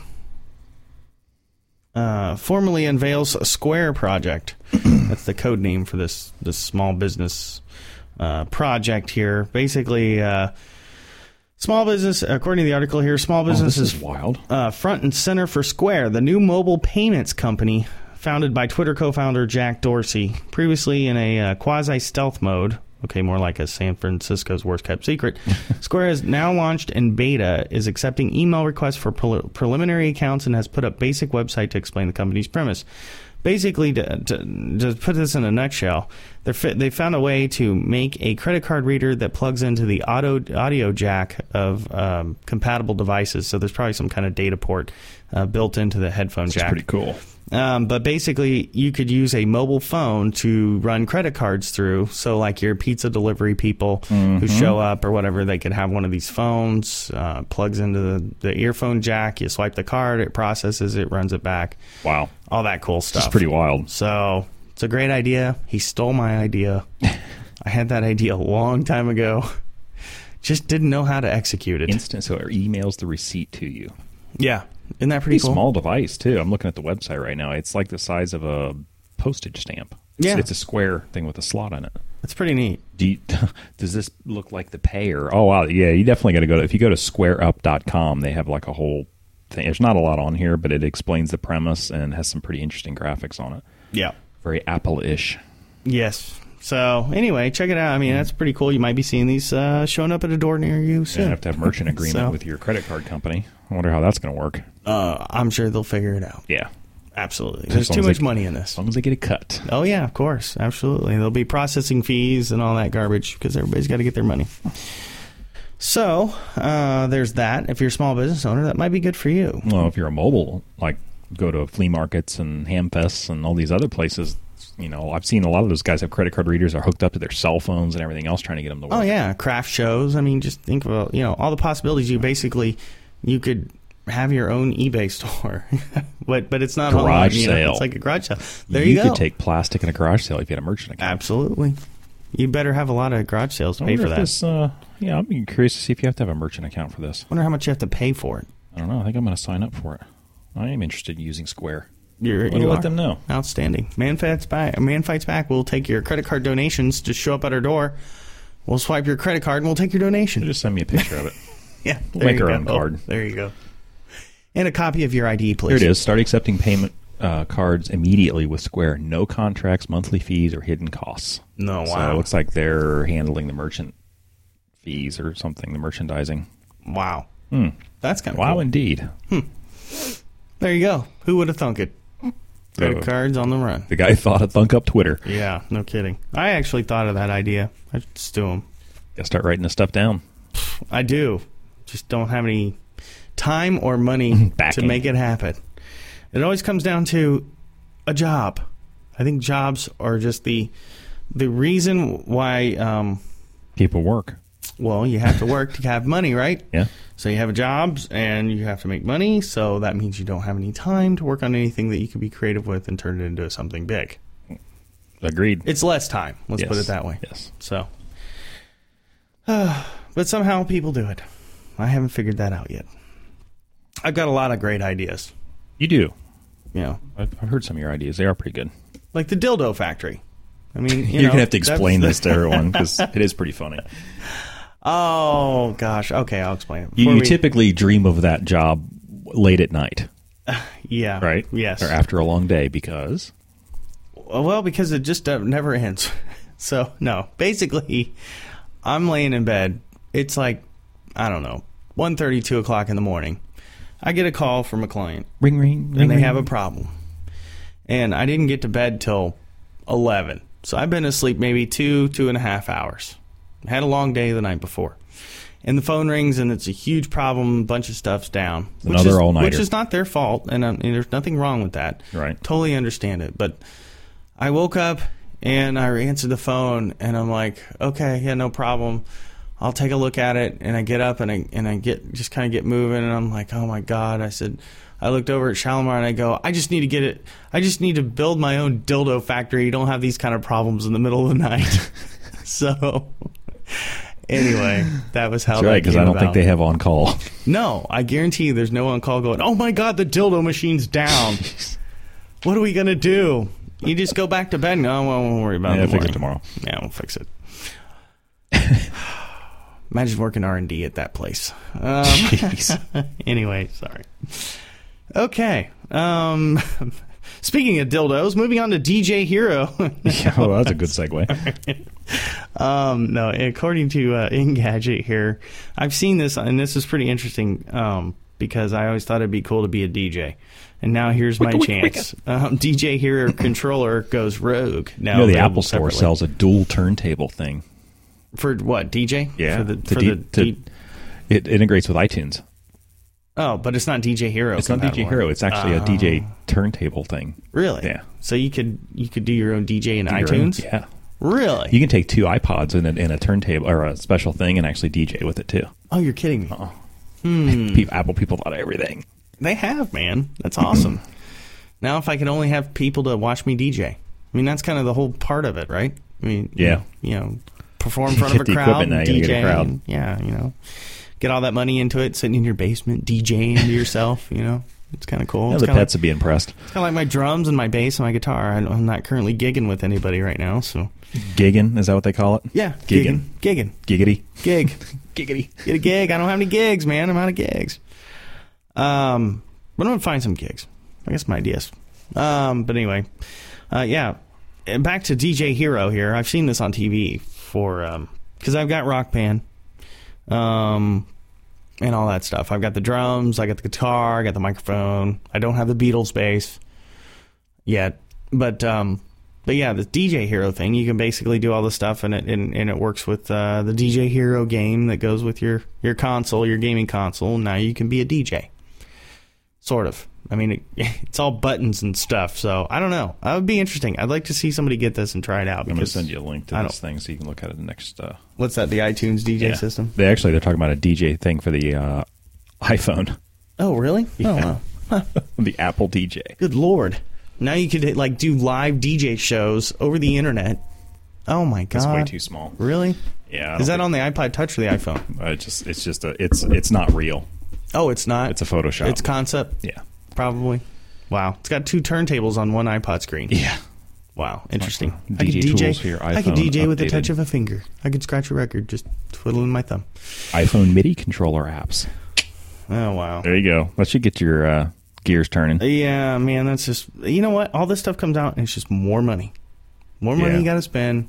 [SPEAKER 4] uh, formally unveils a Square project. That's the code name for this this small business uh, project here. Basically, uh, small business. According to the article here, small
[SPEAKER 1] Oh,
[SPEAKER 4] business
[SPEAKER 1] this is wild.
[SPEAKER 4] uh, front and center for Square, the new mobile payments company founded by Twitter co founder Jack Dorsey, previously in a uh, quasi stealth mode. Okay, more like a San Francisco's worst kept secret. Square is now launched in beta, is accepting email requests for prel- preliminary accounts, and has put up basic website to explain the company's premise. Basically, to, to, to put this in a nutshell, they're fi- they found a way to make a credit card reader that plugs into the auto, audio jack of um, compatible devices. So there's probably some kind of data port uh, built into the headphone
[SPEAKER 1] It's
[SPEAKER 4] jack.
[SPEAKER 1] pretty cool.
[SPEAKER 4] Um, but basically, you could use a mobile phone to run credit cards through. So, like your pizza delivery people
[SPEAKER 1] Mm-hmm.
[SPEAKER 4] who show up or whatever, they could have one of these phones, uh, plugs into the, the earphone jack, you swipe the card, it processes it, runs it back,
[SPEAKER 1] Wow,
[SPEAKER 4] all that cool stuff.
[SPEAKER 1] it's pretty wild.
[SPEAKER 4] So, it's a great idea. He stole my idea. I had that idea a long time ago. Just didn't know how to execute it.
[SPEAKER 1] Instant so it emails the receipt to you.
[SPEAKER 4] yeah. Isn't that pretty,
[SPEAKER 1] Pretty
[SPEAKER 4] cool?
[SPEAKER 1] small device too. I'm looking at the website right now. It's like the size of a postage stamp. It's-
[SPEAKER 4] Yeah.
[SPEAKER 1] it's a square thing with a slot on it.
[SPEAKER 4] It's pretty neat.
[SPEAKER 1] do you, does this look like the payer? Oh wow, yeah, you definitely got to go to if you go to squareup.com, they have like a whole thing. There's not a lot on here, but it explains the premise and has some pretty interesting graphics on it.
[SPEAKER 4] Yeah.
[SPEAKER 1] Very Apple-ish.
[SPEAKER 4] Yes. So anyway, check it out. I mean, that's pretty cool. You might be seeing these uh, showing up at a door near you
[SPEAKER 1] You
[SPEAKER 4] soon.
[SPEAKER 1] have to have merchant agreement
[SPEAKER 4] So-
[SPEAKER 1] with your credit card company. I wonder how that's going to work.
[SPEAKER 4] Uh, I'm sure they'll figure it out.
[SPEAKER 1] Yeah,
[SPEAKER 4] Absolutely.
[SPEAKER 1] As
[SPEAKER 4] There's
[SPEAKER 1] long
[SPEAKER 4] too
[SPEAKER 1] as
[SPEAKER 4] much
[SPEAKER 1] they-
[SPEAKER 4] money in this.
[SPEAKER 1] as long as they get a cut.
[SPEAKER 4] Oh yeah, of course, absolutely. There'll be processing fees and all that garbage because everybody's got to get their money. So uh, there's that. If you're a small business owner, that might be good for you.
[SPEAKER 1] Well, if you're a mobile, like go to flea markets and ham fests and all these other places. You know, I've seen a lot of those guys have credit card readers are hooked up to their cell phones and everything else, trying to get them to work.
[SPEAKER 4] Oh yeah, craft shows. I mean, just think about you know all the possibilities. You basically you could have your own eBay store, but but it's not online,
[SPEAKER 1] Garage
[SPEAKER 4] you know,
[SPEAKER 1] sale.
[SPEAKER 4] It's like a garage sale. There you,
[SPEAKER 1] you,
[SPEAKER 4] go.
[SPEAKER 1] could take plastic in a garage sale if you had a merchant account.
[SPEAKER 4] Absolutely. You better have a lot of garage sales to
[SPEAKER 1] I
[SPEAKER 4] Ah, pay
[SPEAKER 1] wonder
[SPEAKER 4] for
[SPEAKER 1] if
[SPEAKER 4] that.
[SPEAKER 1] This, uh, yeah, I'm curious to see if you have to have a merchant account for this.
[SPEAKER 4] wonder how much you have to pay for it.
[SPEAKER 1] I don't know. I think I'm going to sign up for it. I am interested in using Square.
[SPEAKER 4] You're,
[SPEAKER 1] I'm gonna
[SPEAKER 4] you
[SPEAKER 1] let
[SPEAKER 4] are.
[SPEAKER 1] them know.
[SPEAKER 4] Outstanding. Man fights back. Man fights back. We'll take your credit card donations. Just show up at our door. We'll swipe your credit card and we'll take your donation.
[SPEAKER 1] Just send me a picture of it.
[SPEAKER 4] yeah,
[SPEAKER 1] we'll
[SPEAKER 4] there
[SPEAKER 1] make
[SPEAKER 4] you
[SPEAKER 1] our
[SPEAKER 4] go.
[SPEAKER 1] own card.
[SPEAKER 4] There you go. And a copy of your ID, please.
[SPEAKER 1] Here it is. Start accepting payment uh, cards immediately with Square. No contracts, monthly fees, or hidden costs.
[SPEAKER 4] No,
[SPEAKER 1] So
[SPEAKER 4] wow.
[SPEAKER 1] it looks like they're handling the merchant fees or something, the merchandising.
[SPEAKER 4] Wow. That's kind of
[SPEAKER 1] Hmm. Wow,
[SPEAKER 4] cool.
[SPEAKER 1] indeed.
[SPEAKER 4] There you go. Who would have thunk it? Credit
[SPEAKER 1] Uh,
[SPEAKER 4] cards on the run.
[SPEAKER 1] The guy thought of Thunk Up Twitter.
[SPEAKER 4] Yeah, no kidding. I actually thought of that idea. I just do 'em.
[SPEAKER 1] Gotta start writing this stuff down.
[SPEAKER 4] I do. Just don't have any time or money to
[SPEAKER 1] Backing.
[SPEAKER 4] make it happen. It always comes down to a job. I think jobs are just the the reason why. Um,
[SPEAKER 1] People work.
[SPEAKER 4] well, you have to work to have money, right?
[SPEAKER 1] Yeah.
[SPEAKER 4] So you have jobs and you have to make money. So that means you don't have any time to work on anything that you could be creative with and turn it into something big.
[SPEAKER 1] Agreed.
[SPEAKER 4] It's less time. Let's put
[SPEAKER 1] Yes.
[SPEAKER 4] it that way.
[SPEAKER 1] Yes.
[SPEAKER 4] So, but somehow people do it. I haven't figured that out yet. I've got a lot of great ideas.
[SPEAKER 1] You do.
[SPEAKER 4] You know,
[SPEAKER 1] I've I've heard some of your ideas. They are pretty good.
[SPEAKER 4] like the dildo factory. I mean, you
[SPEAKER 1] You are
[SPEAKER 4] know,
[SPEAKER 1] gonna have to explain
[SPEAKER 4] that's-
[SPEAKER 1] this to everyone because it is pretty funny.
[SPEAKER 4] Oh gosh. Okay, I'll explain it.
[SPEAKER 1] You,
[SPEAKER 4] Before
[SPEAKER 1] you
[SPEAKER 4] we-
[SPEAKER 1] typically dream of that job late at night,
[SPEAKER 4] yeah,
[SPEAKER 1] right?
[SPEAKER 4] Yes.
[SPEAKER 1] Or after a long day because
[SPEAKER 4] Well, because it just uh, never ends. So, no. Basically, I'm laying in bed. It's like, I don't know, 1.30, 2 o'clock in the morning. I get a call from a client,
[SPEAKER 1] ring ring. ring
[SPEAKER 4] and they
[SPEAKER 1] ring.
[SPEAKER 4] have a problem. And I didn't get to bed till 11. So I've been asleep maybe two, two and a half hours. Had a long day the night before. And the phone rings, and it's a huge problem. A bunch of stuff's down. which
[SPEAKER 1] Another
[SPEAKER 4] is-
[SPEAKER 1] all-nighter.
[SPEAKER 4] Which is not their fault, and, um, and there's nothing wrong with that.
[SPEAKER 1] Right.
[SPEAKER 4] Totally understand it. But I woke up and I answered the phone and I'm like, okay, yeah, no problem. I'll take a look at it. And I get up and I and I get just kind of get moving and I'm like, oh my god. I said, I looked over at Shalimar and I go, I just need to get it. I just need to build my own dildo factory. You don't have these kind of problems in the middle of the night. so. Anyway, that was how.
[SPEAKER 1] That's
[SPEAKER 4] that
[SPEAKER 1] right because I
[SPEAKER 4] came
[SPEAKER 1] don't think
[SPEAKER 4] about.
[SPEAKER 1] they have on call.
[SPEAKER 4] No, I guarantee you there's no one call going, oh my god, the dildo machine's down. what are we going to do? You just go back to bed and, oh, well, we'll worry about
[SPEAKER 1] Yeah,
[SPEAKER 4] it in the
[SPEAKER 1] fix it
[SPEAKER 4] morning." Yeah, we'll fix it. Imagine working R&D at that place. Um,
[SPEAKER 1] Jeez.
[SPEAKER 4] anyway, sorry. Okay. Um, speaking of dildos, moving on to DJ Hero.
[SPEAKER 1] Yeah, well, that's a good segue.
[SPEAKER 4] Um, no, according to uh, Engadget here, I've seen this, and this is pretty interesting um, because I always thought it'd be cool to be a DJ. And now here's my
[SPEAKER 1] Wicka, wicka,
[SPEAKER 4] chance. Um, DJ Hero controller goes rogue. Now
[SPEAKER 1] You know, the
[SPEAKER 4] available
[SPEAKER 1] Apple Store
[SPEAKER 4] separately.
[SPEAKER 1] sells a dual turntable thing.
[SPEAKER 4] for what DJ? for the,
[SPEAKER 1] To
[SPEAKER 4] for
[SPEAKER 1] D-
[SPEAKER 4] the
[SPEAKER 1] to-
[SPEAKER 4] D-
[SPEAKER 1] it integrates with iTunes.
[SPEAKER 4] oh, but it's not DJ Hero.
[SPEAKER 1] It's not DJ
[SPEAKER 4] compatible.
[SPEAKER 1] Hero. It's actually
[SPEAKER 4] Oh.
[SPEAKER 1] a DJ turntable thing.
[SPEAKER 4] Really?
[SPEAKER 1] Yeah.
[SPEAKER 4] So you could you could do your own DJ in
[SPEAKER 1] Your own-
[SPEAKER 4] iTunes.
[SPEAKER 1] Yeah.
[SPEAKER 4] Really?
[SPEAKER 1] You can take two iPods and a, and a turntable or a special thing and actually DJ with it too.
[SPEAKER 4] oh, you're kidding me. Hmm.
[SPEAKER 1] People, Apple people thought of everything.
[SPEAKER 4] They have, man. That's awesome. now, if I could only have people to watch me DJ, I mean, that's kind of the whole part of it, right? I mean,
[SPEAKER 1] Yeah.
[SPEAKER 4] you know, perform in front
[SPEAKER 1] Get
[SPEAKER 4] of a
[SPEAKER 1] the
[SPEAKER 4] crowd,
[SPEAKER 1] equipment now, you
[SPEAKER 4] DJ,
[SPEAKER 1] gotta get a crowd.
[SPEAKER 4] and- yeah, you know, get all that money into it, sitting in your basement, DJing to yourself, you know. It's kind of cool.
[SPEAKER 1] Yeah,
[SPEAKER 4] it's
[SPEAKER 1] the
[SPEAKER 4] kind
[SPEAKER 1] pets would be impressed.
[SPEAKER 4] of like my drums and my bass and my guitar. I, I'm not currently gigging with anybody right now, so
[SPEAKER 1] Giggin, is that what they call it?
[SPEAKER 4] yeah,
[SPEAKER 1] Gigging.
[SPEAKER 4] gigging,
[SPEAKER 1] Giggity.
[SPEAKER 4] gigging, gig.
[SPEAKER 1] Giggity.
[SPEAKER 4] get a gig. I don't have any gigs, man. I'm out of gigs. Um, but I'm gonna find some gigs. I guess my ideas. Um, but anyway, uh, yeah. And back to DJ Hero here. I've seen this on TV for um because I've got Rock Band, um, and all that stuff. I've got the drums. I got the guitar. I got the microphone. I don't have the Beatles bass yet, but um. But yeah, the DJ Hero thing, you can basically do all the stuff, and it and, and it works with uh, the DJ Hero game that goes with your your console, your gaming console. Now you can be a DJ, sort of. I mean, it, it's all buttons and stuff. So I don't know. That would be interesting. I'd like to see somebody get this and try it out.
[SPEAKER 1] I'm going to
[SPEAKER 4] because-
[SPEAKER 1] send you a link to
[SPEAKER 4] I
[SPEAKER 1] this
[SPEAKER 4] don't-
[SPEAKER 1] thing so you can look at it next. Uh,
[SPEAKER 4] What's that? The iTunes DJ
[SPEAKER 1] yeah.
[SPEAKER 4] system?
[SPEAKER 1] They actually they're talking about a DJ thing for the uh, iPhone,
[SPEAKER 4] Oh, really? Oh,
[SPEAKER 1] Yeah.
[SPEAKER 4] wow.
[SPEAKER 1] the Apple DJ.
[SPEAKER 4] Good lord! Now you could like do live DJ shows over the internet. Oh my god!
[SPEAKER 1] It's way too small.
[SPEAKER 4] Really?
[SPEAKER 1] Yeah, I
[SPEAKER 4] Is
[SPEAKER 1] don't
[SPEAKER 4] that on the iPod Touch or the iPhone?
[SPEAKER 1] Uh, it's just it's just a it's it's not real.
[SPEAKER 4] Oh, it's not.
[SPEAKER 1] It's a Photoshop.
[SPEAKER 4] It's concept,
[SPEAKER 1] yeah.
[SPEAKER 4] probably. Wow, it's got two turntables on one iPod screen.
[SPEAKER 1] Yeah.
[SPEAKER 4] Wow, interesting.
[SPEAKER 1] Like
[SPEAKER 4] I could
[SPEAKER 1] DJ
[SPEAKER 4] DJ.
[SPEAKER 1] tools for your
[SPEAKER 4] I could
[SPEAKER 1] iPhone
[SPEAKER 4] DJ with the
[SPEAKER 1] updated.
[SPEAKER 4] touch of a finger. I could scratch a record just twiddling my thumb.
[SPEAKER 1] iPhone MIDI controller apps.
[SPEAKER 4] Oh wow.
[SPEAKER 1] There you go. That should get your uh, gears turning.
[SPEAKER 4] Yeah, man, that's just you know what? All this stuff comes out and it's just more money. More money
[SPEAKER 1] Yeah.
[SPEAKER 4] you got to spend.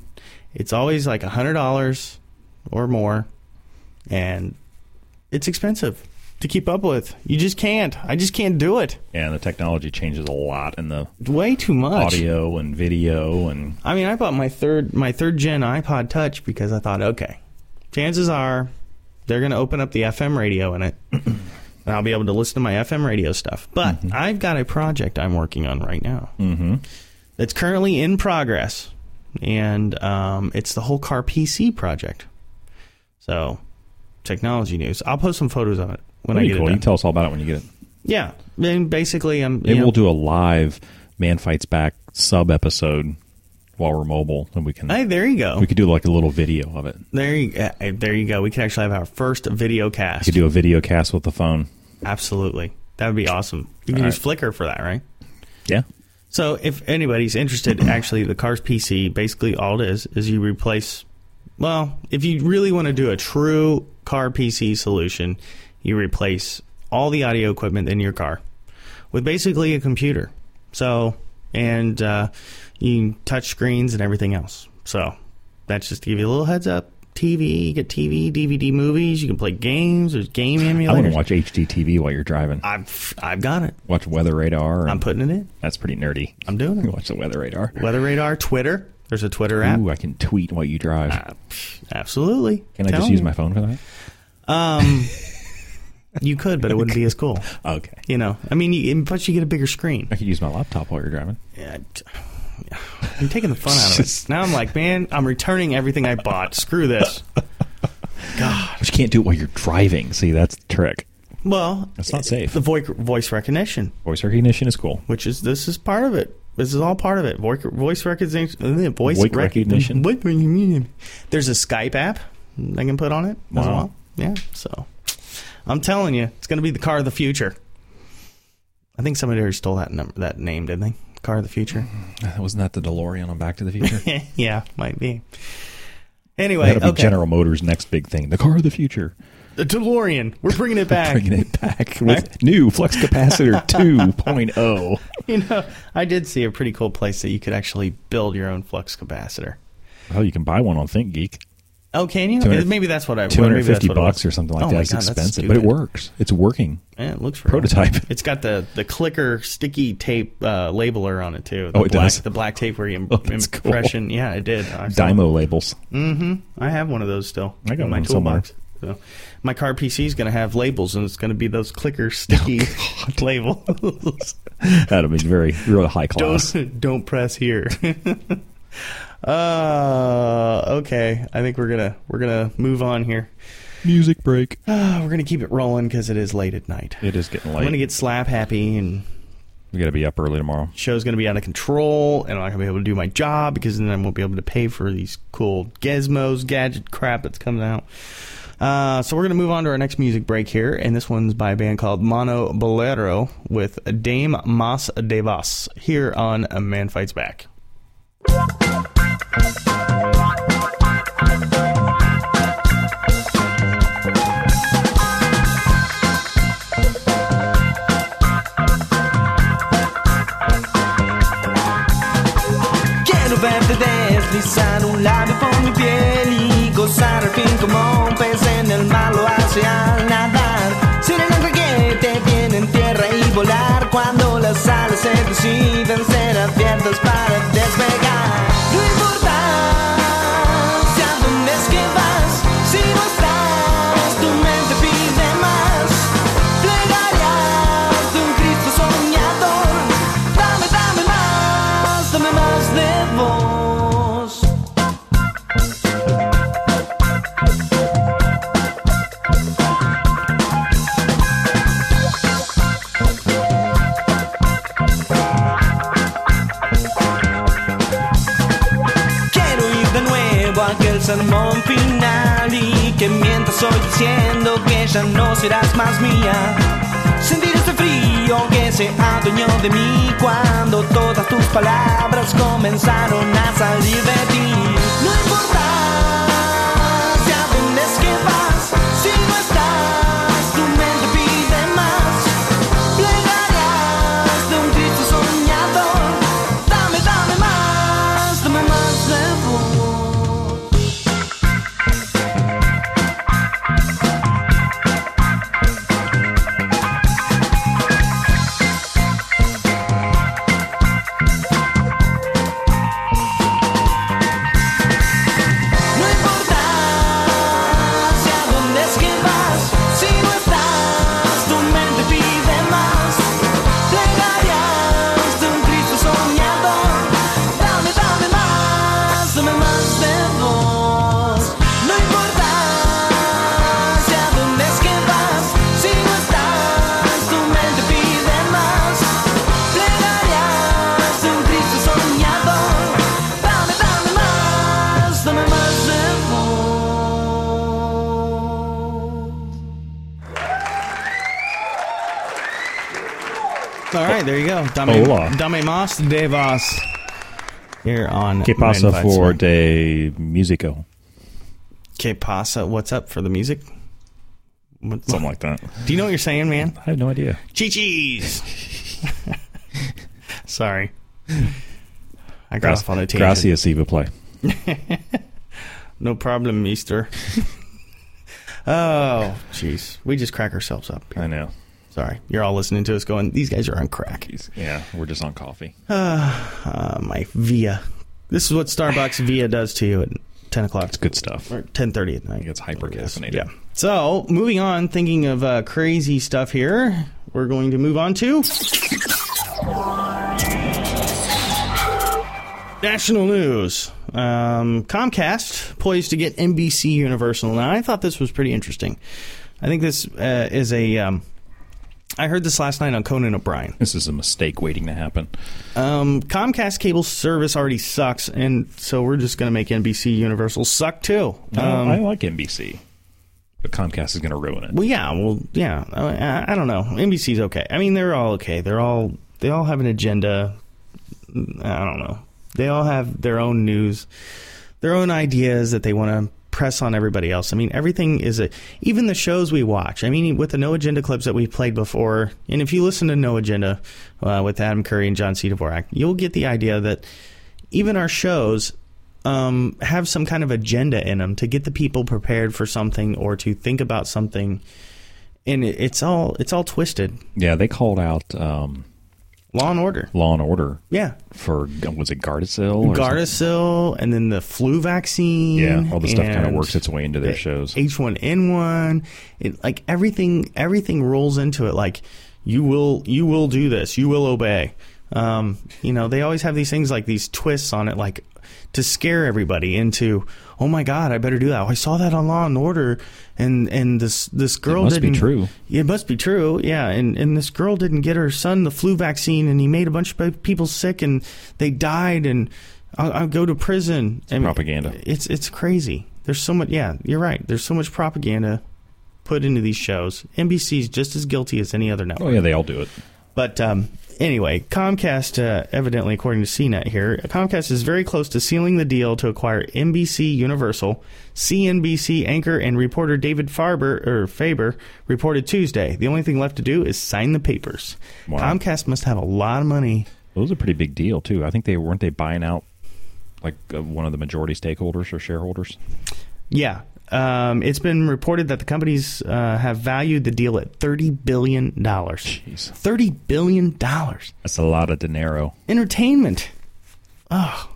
[SPEAKER 4] It's always like a hundred dollars or more. and it's expensive to keep up with. You just can't. I just can't do it.
[SPEAKER 1] And the technology changes a lot in the
[SPEAKER 4] Way too much.
[SPEAKER 1] audio and video and
[SPEAKER 4] I mean, I bought my third my third gen iPod Touch because I thought, okay, chances are they're going to open up the FM radio in it, and I'll be able to listen to my FM radio stuff. But
[SPEAKER 1] Mm-hmm.
[SPEAKER 4] I've got a project I'm working on right now that's currently in progress, and um, it's the whole car PC project. So, technology news. I'll post some photos of it when I
[SPEAKER 1] That'd
[SPEAKER 4] get
[SPEAKER 1] be cool.
[SPEAKER 4] it
[SPEAKER 1] You
[SPEAKER 4] done.
[SPEAKER 1] can tell us all about it when you get it.
[SPEAKER 4] yeah, and basically, I'm.
[SPEAKER 1] Maybe
[SPEAKER 4] you know,
[SPEAKER 1] we'll do a live Man Fights Back sub episode while we're mobile, and we can
[SPEAKER 4] Hey, there you go.
[SPEAKER 1] we could do like a little video of it. We
[SPEAKER 4] There you, uh, there you go. We could actually have our first video cast.
[SPEAKER 1] could do a video cast with the phone.
[SPEAKER 4] Absolutely. That would be awesome. You can
[SPEAKER 1] All
[SPEAKER 4] use Flickr for that, right?
[SPEAKER 1] Yeah,
[SPEAKER 4] So if anybody's interested, actually, the car's PC, basically all it is, is you replace, well, if you really want to do a true car PC solution, you replace all the audio equipment in your car with basically a computer. So, and uh, you touch screens and everything else. So that's just to give you a little heads up. TV, you get TV, DVD movies, you can play games, there's game emulators.
[SPEAKER 1] I want to watch HDTV while you're driving.
[SPEAKER 4] I've, I've got it.
[SPEAKER 1] watch Weather Radar.
[SPEAKER 4] I'm
[SPEAKER 1] and-
[SPEAKER 4] putting it in.
[SPEAKER 1] that's pretty nerdy.
[SPEAKER 4] I'm doing it.
[SPEAKER 1] watch the Weather Radar.
[SPEAKER 4] Weather radar, Twitter. There's a Twitter app.
[SPEAKER 1] Ooh, I can tweet while you drive.
[SPEAKER 4] Uh, pff, Absolutely.
[SPEAKER 1] can I just
[SPEAKER 4] Tell
[SPEAKER 1] use
[SPEAKER 4] me.
[SPEAKER 1] my phone for that?
[SPEAKER 4] Um, you could, but it wouldn't be as cool.
[SPEAKER 1] Okay,
[SPEAKER 4] You know, I mean, you, but you get a bigger screen.
[SPEAKER 1] I could use my laptop while you're driving.
[SPEAKER 4] Yeah, I- I'm taking the fun out of it.
[SPEAKER 1] Just-
[SPEAKER 4] Now I'm like, man, I'm returning everything I bought. Screw this.
[SPEAKER 1] But you can't do it while you're driving. See, that's the trick.
[SPEAKER 4] Well,
[SPEAKER 1] That's not safe.
[SPEAKER 4] The voic voice recognition,
[SPEAKER 1] Voice recognition is cool.
[SPEAKER 4] which is this is part of it. This is all part of it. Voic voice recognition. uh, Voice
[SPEAKER 1] Voic
[SPEAKER 4] rec-
[SPEAKER 1] recognition.
[SPEAKER 4] Voic recognition. There's a Skype app I can put on it as
[SPEAKER 1] Wow.
[SPEAKER 4] well. Yeah. So I'm telling you, it's going to be the car of the future. I think somebody already stole that number, that name, didn't they? Car of the future.
[SPEAKER 1] Uh, Wasn't that the DeLorean on Back to the Future?
[SPEAKER 4] yeah, might be. Anyway,
[SPEAKER 1] That'll Mm-hmm. be
[SPEAKER 4] okay.
[SPEAKER 1] General Motors' next big thing, the car of the future.
[SPEAKER 4] The DeLorean. We're bringing it back.
[SPEAKER 1] bringing it back with new flux capacitor oh. 2.0.
[SPEAKER 4] You know, I did see a pretty cool place that you could actually build your own flux capacitor.
[SPEAKER 1] Well, you can buy one on ThinkGeek.
[SPEAKER 4] Oh, can you?
[SPEAKER 1] 200
[SPEAKER 4] maybe that's what I.
[SPEAKER 1] Two hundred
[SPEAKER 4] maybe that's
[SPEAKER 1] fifty
[SPEAKER 4] what it
[SPEAKER 1] bucks
[SPEAKER 4] was.
[SPEAKER 1] or something like
[SPEAKER 4] Oh
[SPEAKER 1] that.
[SPEAKER 4] my
[SPEAKER 1] It's
[SPEAKER 4] God, that's
[SPEAKER 1] expensive, but it
[SPEAKER 4] stupid.
[SPEAKER 1] works. It's working.
[SPEAKER 4] Yeah, it looks real.
[SPEAKER 1] Prototype.
[SPEAKER 4] It's got the the clicker sticky tape uh, labeler on it too. The
[SPEAKER 1] Oh, it
[SPEAKER 4] black,
[SPEAKER 1] does?
[SPEAKER 4] The black tape where you im-
[SPEAKER 1] Oh, that's cool.
[SPEAKER 4] impression. Yeah, it did. I saw
[SPEAKER 1] Dymo labels.
[SPEAKER 4] I have one of those still.
[SPEAKER 1] I got
[SPEAKER 4] in my
[SPEAKER 1] one
[SPEAKER 4] toolbox. So my car PC is going to have labels, and it's going to be those clicker sticky
[SPEAKER 1] Oh,
[SPEAKER 4] labels.
[SPEAKER 1] That'll be very real high class.
[SPEAKER 4] don't don't press here. uh, okay. I think we're gonna we're gonna move on here.
[SPEAKER 1] Music break.
[SPEAKER 4] Uh, we're gonna keep it rolling because it is late at night.
[SPEAKER 1] It is getting
[SPEAKER 4] I'm
[SPEAKER 1] late.
[SPEAKER 4] gonna get slap happy and
[SPEAKER 1] we got to be up early tomorrow.
[SPEAKER 4] show's going to be out of control, and I'm not going to be able to do my job because then I won't be able to pay for these cool gizmos, gadget crap that's coming out. Uh, so we're going to move on to our next music break here, and this one's by a band called Mono Bolero with Dame Mas de Vas here on A Man Fights Back.
[SPEAKER 5] Quiero verte deslizar un labio por mi piel y gozar al fin como un pez en el mar lo hace al nadar. Sirenas que te tienen tierra y volar cuando las alas se deciden ser abiertas para despegar. No importa hacia dónde es que vas, si no estás, tu mente pide más. Plegarias de un Cristo soñador, dame, dame más, dame más de vos. Quiero ir de nuevo a aquel sermón final y que mientras soy diciendo que ya no serás más mía. Sentir este frío que se adueñó de mí cuando todas tus palabras comenzaron a salir de ti. No importa hacia dónde es que vas, si no estás, tu mente pide más. Plegarias de un Cristo soñador, dame, dame más, dame más de vos.
[SPEAKER 4] All right, there you go. Dame,
[SPEAKER 1] Hola.
[SPEAKER 4] Dame Mas de Vos. Here on
[SPEAKER 1] Que pasa
[SPEAKER 4] 957.
[SPEAKER 1] for de musico?
[SPEAKER 4] Que pasa? What's up for the music? What-
[SPEAKER 1] Something like that.
[SPEAKER 4] Do you know what you're saying, man?
[SPEAKER 1] I have no idea.
[SPEAKER 4] Chi-chis. Sorry. I got
[SPEAKER 1] Gracias,
[SPEAKER 4] off on a tangent.
[SPEAKER 1] gracias, Eva Play.
[SPEAKER 4] No problem, Easter. oh, jeez. We just crack ourselves up.
[SPEAKER 1] I know.
[SPEAKER 4] Sorry. You're all listening to us going, these guys are on crack.
[SPEAKER 1] Yeah, we're just on coffee.
[SPEAKER 4] Uh, my Via. This is what Starbucks Via does to you at 10 o'clock.
[SPEAKER 1] Good stuff.
[SPEAKER 4] Or 10.30 at night.
[SPEAKER 1] It's hyper caffeinated.
[SPEAKER 4] Yeah. So, moving on, thinking of uh, crazy stuff here, we're going to move on to. National news. Um, Comcast poised to get NBC Universal. Now, I thought this was pretty interesting. I think this uh, is a. Um, I heard this last night on Conan O'Brien.
[SPEAKER 1] This is a mistake waiting to happen.
[SPEAKER 4] Um, Comcast cable service already sucks, and so we're just going to make NBC Universal suck too. Um,
[SPEAKER 1] Oh, I like NBC, but Comcast is going to ruin it.
[SPEAKER 4] Well, yeah, well, yeah. I, I- I don't know. NBC's okay. I mean, they're all okay. They're all they all have an agenda. I don't know. They all have their own news, their own ideas that they want to press on everybody else. I mean, everything is a even the shows we watch. I mean, with the No Agenda clips that we've played before, and if you listen to No Agenda uh, with Adam Curry and John C. Dvorak, you'll get the idea that even our shows um, have some kind of agenda in them to get the people prepared for something or to think about something, and it, it's all it's all twisted.
[SPEAKER 1] Yeah, they called out um,
[SPEAKER 4] Law and Order,
[SPEAKER 1] Law and Order
[SPEAKER 4] yeah,
[SPEAKER 1] for was it Gardasil? or
[SPEAKER 4] Gardasil, and then the flu vaccine.
[SPEAKER 1] something? Yeah, all the stuff kind of
[SPEAKER 4] and
[SPEAKER 1] works its way into their shows.
[SPEAKER 4] H one N one, it like everything everything rolls into it. Like you will you will do this, you will obey. Um, you know they always have these things like these twists on it, like to scare everybody into. Oh my God, I better do that. Oh, I saw that on Law and Order, and and this this girl
[SPEAKER 1] must be
[SPEAKER 4] didn't-
[SPEAKER 1] true.
[SPEAKER 4] It must be true. Yeah, and and this girl didn't get her son the flu vaccine, and he made a bunch of people sick, and they died, and. I'll, I'll go to prison. I mean,
[SPEAKER 1] propaganda.
[SPEAKER 4] it's it's crazy. There's so much. Yeah, you're right. There's so much propaganda put into these shows. NBC's just as guilty as any other network.
[SPEAKER 1] Oh yeah, they all do it.
[SPEAKER 4] But um, anyway, Comcast, uh, evidently according to CNET here, Comcast is very close to sealing the deal to acquire NBC Universal. CNBC anchor and reporter David Farber or Faber reported Tuesday. The only thing left to do is sign the papers.
[SPEAKER 1] Wow.
[SPEAKER 4] Comcast must have a lot of money.
[SPEAKER 1] It was a pretty big deal too. I think they weren't they buying out like uh, one of the majority stakeholders or shareholders.
[SPEAKER 4] Yeah. Um, it's been reported that the companies uh, have valued the deal at thirty billion dollars.
[SPEAKER 1] Jeez.
[SPEAKER 4] Thirty billion dollars.
[SPEAKER 1] That's a lot of dinero.
[SPEAKER 4] Entertainment. Oh,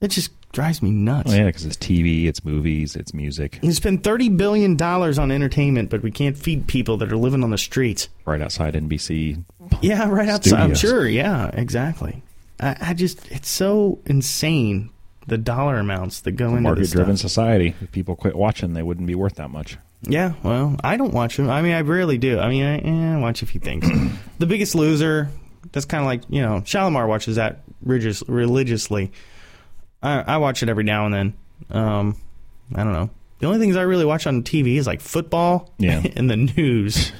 [SPEAKER 4] it just drives me nuts.
[SPEAKER 1] Oh yeah, because it's TV, it's movies, it's music.
[SPEAKER 4] We spend thirty billion dollars on entertainment, but we can't feed people that are living on the streets.
[SPEAKER 1] Right outside NBC.
[SPEAKER 4] Yeah, right outside. I'm
[SPEAKER 1] Studios.
[SPEAKER 4] sure. Yeah, exactly. I, I just, it's so insane the dollar amounts that go into this
[SPEAKER 1] Market driven
[SPEAKER 4] stuff.
[SPEAKER 1] society. If people quit watching, they wouldn't be worth that much.
[SPEAKER 4] Yeah, well, I don't watch them. I mean, I rarely do. I mean, I, eh, I watch a few things. the Biggest Loser. That's kind of like you know, Shalimar watches that religious, religiously. I, I watch it every now and then. Um, I don't know. The only things I really watch on TV is like football
[SPEAKER 1] Yeah.
[SPEAKER 4] and the news,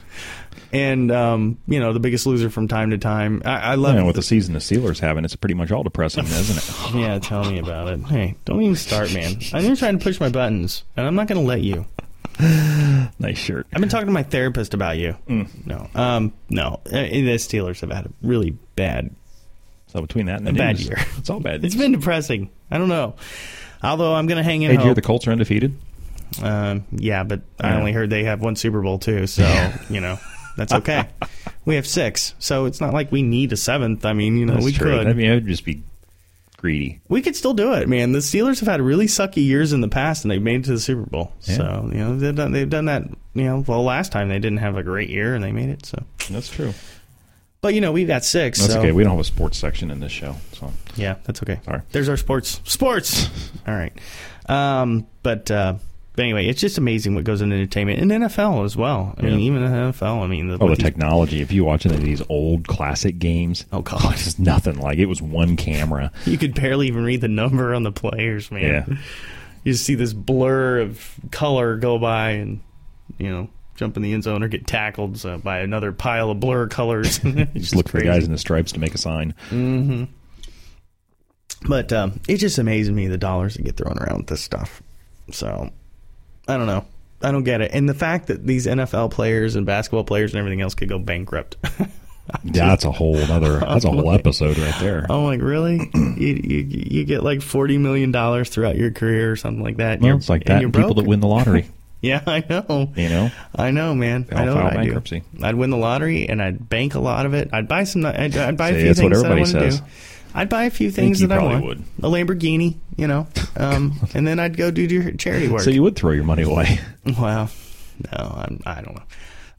[SPEAKER 4] and um, you know, The Biggest Loser from time to time. I, I love
[SPEAKER 1] And with the season the Steelers having, it's pretty much all depressing, isn't it?
[SPEAKER 4] yeah, tell me about it. Hey, don't even start, man. I'm just trying to push my buttons, and I'm not going to let you.
[SPEAKER 1] nice shirt.
[SPEAKER 4] I've been talking to my therapist about you.
[SPEAKER 1] Mm.
[SPEAKER 4] No, um, no. Uh, The Steelers have had a really bad.
[SPEAKER 1] So between that and the
[SPEAKER 4] Bad
[SPEAKER 1] news,
[SPEAKER 4] year.
[SPEAKER 1] it's all bad.
[SPEAKER 4] It's been depressing. I don't know. Although I'm going to hang in.
[SPEAKER 1] Hey, did you hear
[SPEAKER 4] hope.
[SPEAKER 1] the Colts are undefeated?
[SPEAKER 4] Um, yeah, but I
[SPEAKER 1] Yeah.
[SPEAKER 4] only heard they have one Super Bowl too, so you know that's okay. we have six, so it's not like we need a seventh. I mean, you know, we could.
[SPEAKER 1] I mean, it would just be greedy.
[SPEAKER 4] we could still do it, man. The Steelers have had really sucky years in the past, and they've made it to the Super Bowl.
[SPEAKER 1] Yeah.
[SPEAKER 4] So you know they've done, they've done that. You know, well, last time they didn't have a great year, and they made it. So,
[SPEAKER 1] That's true.
[SPEAKER 4] but you know we've got six.
[SPEAKER 1] That's
[SPEAKER 4] so.
[SPEAKER 1] okay. We don't have a sports section in this show, so
[SPEAKER 4] Yeah, that's okay.
[SPEAKER 1] Sorry.
[SPEAKER 4] There's our sports. Sports. All right. Um, but uh, but anyway, it's just amazing what goes into entertainment and NFL as well. I mean,
[SPEAKER 1] Yeah.
[SPEAKER 4] even the NFL. I mean, the,
[SPEAKER 1] Oh, the
[SPEAKER 4] with these-
[SPEAKER 1] technology. If you watch any of these old classic games,
[SPEAKER 4] Oh God,
[SPEAKER 1] it's nothing like it was one camera.
[SPEAKER 4] you could barely even read the number on the players, man.
[SPEAKER 1] Yeah.
[SPEAKER 4] You just see this blur of color go by, and you know jump in the end zone or get tackled uh, by another pile of blur colors.
[SPEAKER 1] You just look for the guys in the stripes to make a sign.
[SPEAKER 4] But um, it just amazes me the dollars that get thrown around with this stuff. So I don't know. I don't get it. And the fact that these NFL players and basketball players and everything else could go bankrupt.
[SPEAKER 1] Yeah, that's a whole other. That's a whole episode right there.
[SPEAKER 4] I'm like, really? you, you you get like forty million dollars throughout your career or something like that. and
[SPEAKER 1] Well,
[SPEAKER 4] you're-
[SPEAKER 1] it's like
[SPEAKER 4] and
[SPEAKER 1] that.
[SPEAKER 4] you're
[SPEAKER 1] And people
[SPEAKER 4] broke?
[SPEAKER 1] that win the lottery,
[SPEAKER 4] Yeah, I know.
[SPEAKER 1] you know,
[SPEAKER 4] I know, man.
[SPEAKER 1] all
[SPEAKER 4] I know
[SPEAKER 1] file
[SPEAKER 4] what I'd do.
[SPEAKER 1] bankruptcy.
[SPEAKER 4] I'd win the lottery and I'd bank a lot of it. I'd buy some. I'd, I'd buy
[SPEAKER 1] See,
[SPEAKER 4] a few
[SPEAKER 1] that's what
[SPEAKER 4] things that I
[SPEAKER 1] everybody
[SPEAKER 4] wanna
[SPEAKER 1] says.
[SPEAKER 4] do. I'd buy a few things
[SPEAKER 1] you
[SPEAKER 4] that I
[SPEAKER 1] probably
[SPEAKER 4] want.
[SPEAKER 1] would.
[SPEAKER 4] A Lamborghini, you know, um, and then I'd go do your charity work.
[SPEAKER 1] so you would throw your money away.
[SPEAKER 4] well, no, I'm, I don't know.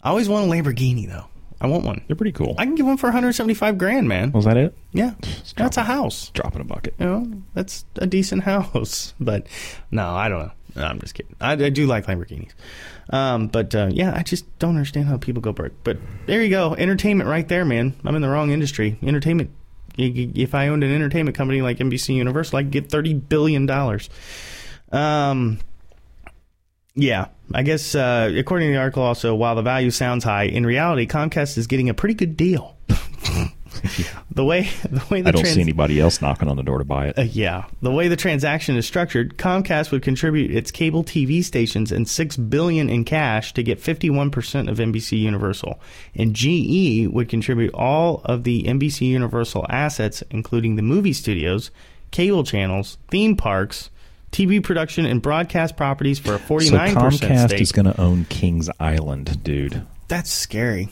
[SPEAKER 4] I always want a Lamborghini though. I want one.
[SPEAKER 1] They're pretty cool.
[SPEAKER 4] I can get one for 175 grand, man.
[SPEAKER 1] Was that it?
[SPEAKER 4] Yeah, that's Uh, a house.
[SPEAKER 1] Dropping a bucket.
[SPEAKER 4] You know, that's a decent house. But no, I don't know. No, I'm just kidding. I, I do like Lamborghinis. Um, but uh, yeah, I just don't understand how people go broke. But there you go. Entertainment right there, man. I'm in the wrong industry. Entertainment. Y- y- If I owned an entertainment company like NBC Universal, I could get $30 billion. Um, yeah, I guess uh, according to the article, also, while the value sounds high, in reality, Comcast is getting a pretty good deal. the way the way the
[SPEAKER 1] I don't
[SPEAKER 4] trans-
[SPEAKER 1] see anybody else knocking on the door to buy it.
[SPEAKER 4] uh, yeah. The way the transaction is structured, Comcast would contribute its cable TV stations and 6 billion in cash to get 51% of NBC Universal, and GE would contribute all of the NBC Universal assets including the movie studios, cable channels, theme parks, TV production and broadcast properties for a 49%
[SPEAKER 1] So Comcast
[SPEAKER 4] stake.
[SPEAKER 1] is going to own Kings Island, dude.
[SPEAKER 4] That's scary.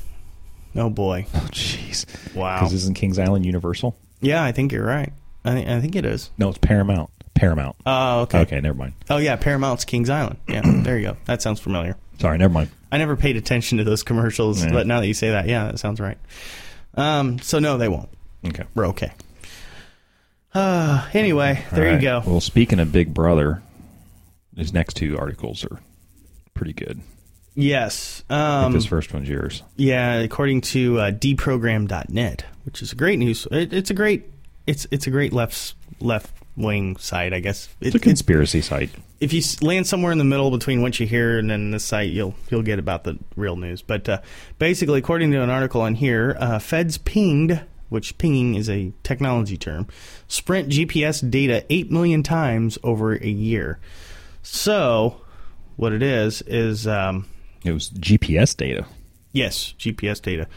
[SPEAKER 4] Oh boy.
[SPEAKER 1] Oh, jeez.
[SPEAKER 4] Wow.
[SPEAKER 1] Because isn't Kings Island Universal?
[SPEAKER 4] Yeah, I think you're right. I, think I think it is.
[SPEAKER 1] No, it's Paramount. Paramount.
[SPEAKER 4] Oh, okay.
[SPEAKER 1] okay, never mind.
[SPEAKER 4] Oh, yeah. Paramount's Kings Island. Yeah, there you go. That sounds familiar.
[SPEAKER 1] Sorry, never mind.
[SPEAKER 4] I never paid attention to those commercials,
[SPEAKER 1] Yeah.
[SPEAKER 4] but now that you say that, yeah, that sounds right. Um, so no, they won't.
[SPEAKER 1] Okay.
[SPEAKER 4] We're okay. Uh, anyway, there
[SPEAKER 1] All
[SPEAKER 4] you
[SPEAKER 1] right.
[SPEAKER 4] go.
[SPEAKER 1] Well, speaking of Big Brother, these next two articles are pretty good.
[SPEAKER 4] yes.
[SPEAKER 1] I think
[SPEAKER 4] Um,
[SPEAKER 1] this first one's yours.
[SPEAKER 4] yeah, according to uh, deprogram.net, which is a great news. It, it's a great it's it's a great left left wing site, I guess. It,
[SPEAKER 1] It's a conspiracy site.
[SPEAKER 4] if you s- land somewhere in the middle between what you hear and then this site, you'll you'll get about the real news. But uh, basically, according to an article on here, uh, Feds pinged, which pinging is a technology term, Sprint GPS data eight million times over a year. So, what it is is um,
[SPEAKER 1] It was GPS data.
[SPEAKER 4] Yes, GPS data.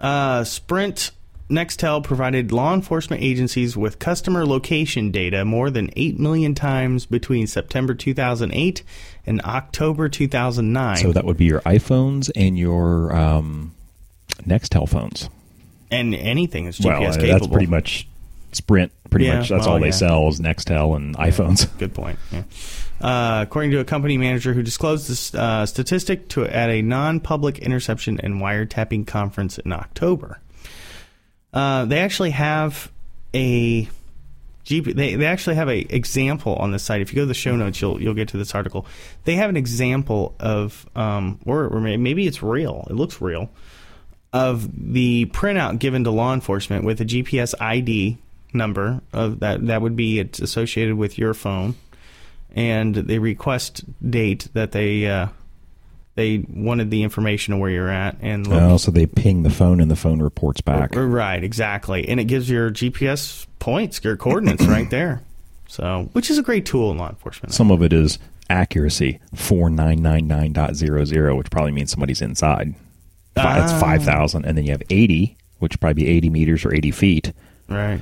[SPEAKER 4] Uh, Sprint Nextel provided law enforcement agencies with customer location data more than 8 million times between September 2008 and October 2009.
[SPEAKER 1] So that would be your iPhones and your um, Nextel phones.
[SPEAKER 4] and anything is GPS
[SPEAKER 1] well, uh,
[SPEAKER 4] capable.
[SPEAKER 1] that's pretty much Sprint. Pretty
[SPEAKER 4] Yeah,
[SPEAKER 1] much that's
[SPEAKER 4] well,
[SPEAKER 1] all they
[SPEAKER 4] yeah.
[SPEAKER 1] sell is Nextel and iPhones.
[SPEAKER 4] Good point. Yeah. Uh, according to a company manager who disclosed this uh, statistic to at a non-public interception and wiretapping conference in October, uh, they actually have a GP, they, they actually have a example on this site. If you go to the show notes, you'll you'll get to this article. They have an example of, um, or, or may- maybe it's real. It looks real of the printout given to law enforcement with a GPS ID number of that that would be it's associated with your phone and the request date that they uh, they wanted the information of where you're at and loc-
[SPEAKER 1] Oh, so they ping the phone and the phone reports back.
[SPEAKER 4] Right, exactly. And it gives your GPS points, your coordinates right there. So, which is a great tool in law enforcement.
[SPEAKER 1] Some of it is accuracy 4999.00, which probably means somebody's inside. Fi-
[SPEAKER 4] Ah.
[SPEAKER 1] That's 5,000. And then you have 80, which would probably be 80 meters or 80 feet.
[SPEAKER 4] right.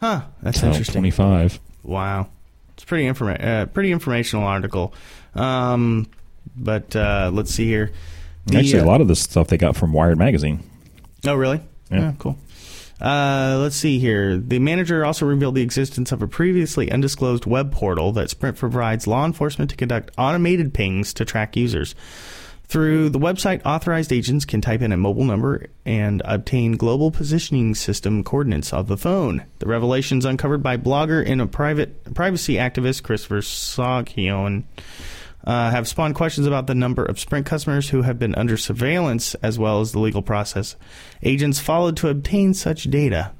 [SPEAKER 4] Huh, that's
[SPEAKER 1] So
[SPEAKER 4] interesting.
[SPEAKER 1] 25.
[SPEAKER 4] Wow, it's pretty informa- uh, pretty informational article. Um, but uh, let's see here. The,
[SPEAKER 1] Actually,
[SPEAKER 4] uh,
[SPEAKER 1] a lot of this stuff they got from Wired Magazine.
[SPEAKER 4] Oh, really?
[SPEAKER 1] Yeah.
[SPEAKER 4] Oh, cool. Uh, let's see here. The manager also revealed the existence of a previously undisclosed web portal that Sprint provides law enforcement to conduct automated pings to track users. Through the website, authorized agents can type in a mobile number and obtain global positioning system coordinates of the phone. The revelations uncovered by blogger and a private privacy activist Christopher Soghion uh, have spawned questions about the number of Sprint customers who have been under surveillance, as well as the legal process agents followed to obtain such data.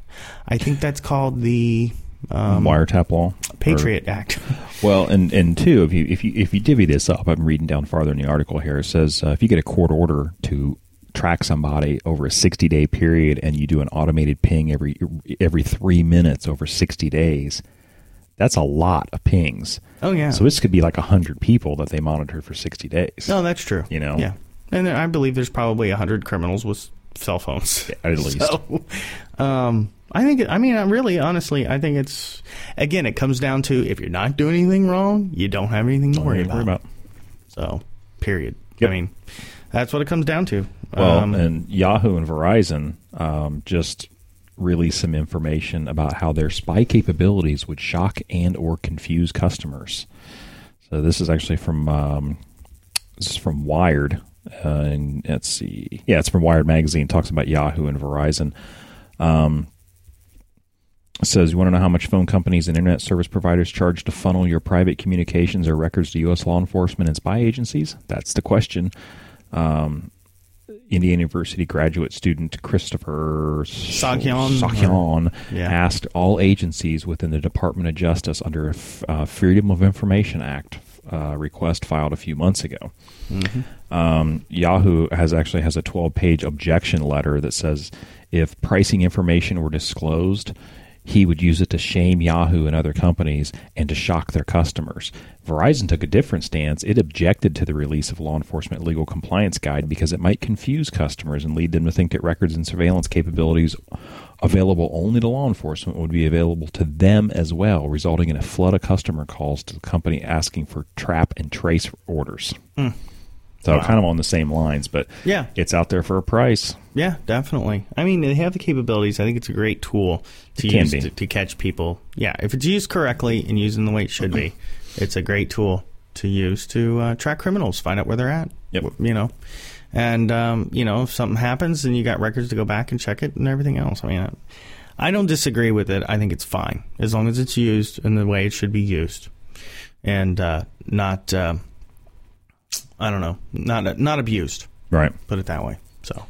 [SPEAKER 4] I think that's called the Um,
[SPEAKER 1] wiretap law,
[SPEAKER 4] Patriot Act.
[SPEAKER 1] Well, and and two, if you if you if you divvy this up, I'm reading down farther in the article here. It says uh, if you get a court order to track somebody over a 60 day period, and you do an automated ping every every three minutes over 60 days, that's a lot of pings.
[SPEAKER 4] Oh, yeah.
[SPEAKER 1] So this could be like hundred people that they monitored for 60 days.
[SPEAKER 4] No, that's true.
[SPEAKER 1] You know?
[SPEAKER 4] Yeah. And there, I believe there's probably 100 criminals with cell phones.
[SPEAKER 1] at least.
[SPEAKER 4] So, um, I think, I mean, I really, honestly, I think it's, again, it comes down to if you're not doing anything wrong, you don't have anything to
[SPEAKER 1] Don't
[SPEAKER 4] worry
[SPEAKER 1] even
[SPEAKER 4] about. So, period.
[SPEAKER 1] Yep.
[SPEAKER 4] I mean, that's what it comes down to.
[SPEAKER 1] Well,
[SPEAKER 4] Um,
[SPEAKER 1] and Yahoo and Verizon um, just released some information about how their spy capabilities would shock and or confuse customers. So this is actually from um, this is from Wired, uh, and let's see, yeah, it's from Wired magazine. Talks about Yahoo and Verizon. Um, it says you want to know how much phone companies and internet service providers charge to funnel your private communications or records to U.S. law enforcement and spy agencies? That's the question. Um, Indiana University graduate student Christopher
[SPEAKER 4] Sakyan.
[SPEAKER 1] Sakyan
[SPEAKER 4] Yeah.
[SPEAKER 1] asked all agencies within the Department of Justice under a f- uh, Freedom of Information Act uh, request filed a few months ago. Um, Yahoo has actually has a 12 page objection letter that says if pricing information were disclosed, he would use it to shame Yahoo and other companies and to shock their customers. Verizon took a different stance. It objected to the release of Law Enforcement Legal Compliance Guide because it might confuse customers and lead them to think that records and surveillance capabilities available only to law enforcement would be available to them as well, resulting in a flood of customer calls to the company asking for trap and trace orders. So kind of on the same lines, but
[SPEAKER 4] Yeah.
[SPEAKER 1] it's out there for a price.
[SPEAKER 4] yeah, definitely. I mean, they have the capabilities. I think it's a great tool to
[SPEAKER 1] It can
[SPEAKER 4] use
[SPEAKER 1] be.
[SPEAKER 4] to, to catch people. Yeah, if it's used correctly and used in the way it should be, it's a great tool to use to uh, track criminals, find out where they're at.
[SPEAKER 1] Yep.
[SPEAKER 4] You know, and um, you know, if something happens, then you got records to go back and check it and everything else. I mean, I, I don't disagree with it. I think it's fine as long as it's used in the way it should be used, and uh, not. Uh, I don't know, not not abused.
[SPEAKER 1] Right.
[SPEAKER 4] Put it that way. So.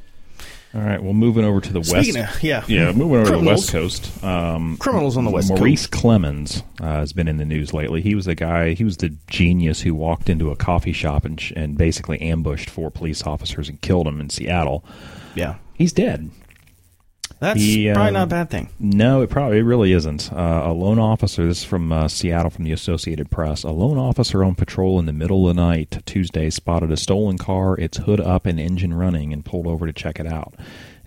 [SPEAKER 1] All right. Well, moving over to the
[SPEAKER 4] Speaking
[SPEAKER 1] west.
[SPEAKER 4] of- yeah.
[SPEAKER 1] Yeah, moving over to the west
[SPEAKER 4] Criminals.
[SPEAKER 1] coast. Um,
[SPEAKER 4] Criminals on the West
[SPEAKER 1] Maurice
[SPEAKER 4] Coast.
[SPEAKER 1] Clemens uh, has been in the news lately. He was the guy. He was the genius who walked into a coffee shop and sh- and basically ambushed four police officers and killed them in Seattle.
[SPEAKER 4] Yeah.
[SPEAKER 1] He's dead.
[SPEAKER 4] That's
[SPEAKER 1] The,
[SPEAKER 4] probably
[SPEAKER 1] um,
[SPEAKER 4] not a bad thing.
[SPEAKER 1] No, it probably it really isn't. Uh, a lone officer, this is from uh, Seattle from the Associated Press. A lone officer on patrol in the middle of the night Tuesday spotted a stolen car, its hood up and engine running, and pulled over to check it out.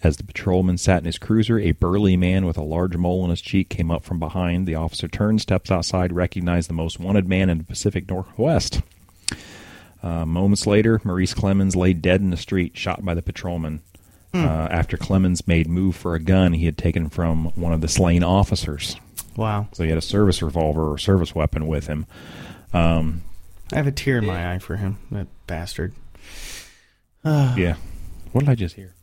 [SPEAKER 1] As the patrolman sat in his cruiser, a burly man with a large mole on his cheek came up from behind. The officer turned, steps outside, recognized the most wanted man in the Pacific Northwest. Uh, moments later, Maurice Clemens lay dead in the street, shot by the patrolman. Uh, after Clemens made move for a gun he had taken from one of the slain officers,
[SPEAKER 4] Wow.
[SPEAKER 1] so he had a service revolver or service weapon with him.
[SPEAKER 4] I have a tear in my eye for him. That bastard.
[SPEAKER 1] yeah. What did I just hear?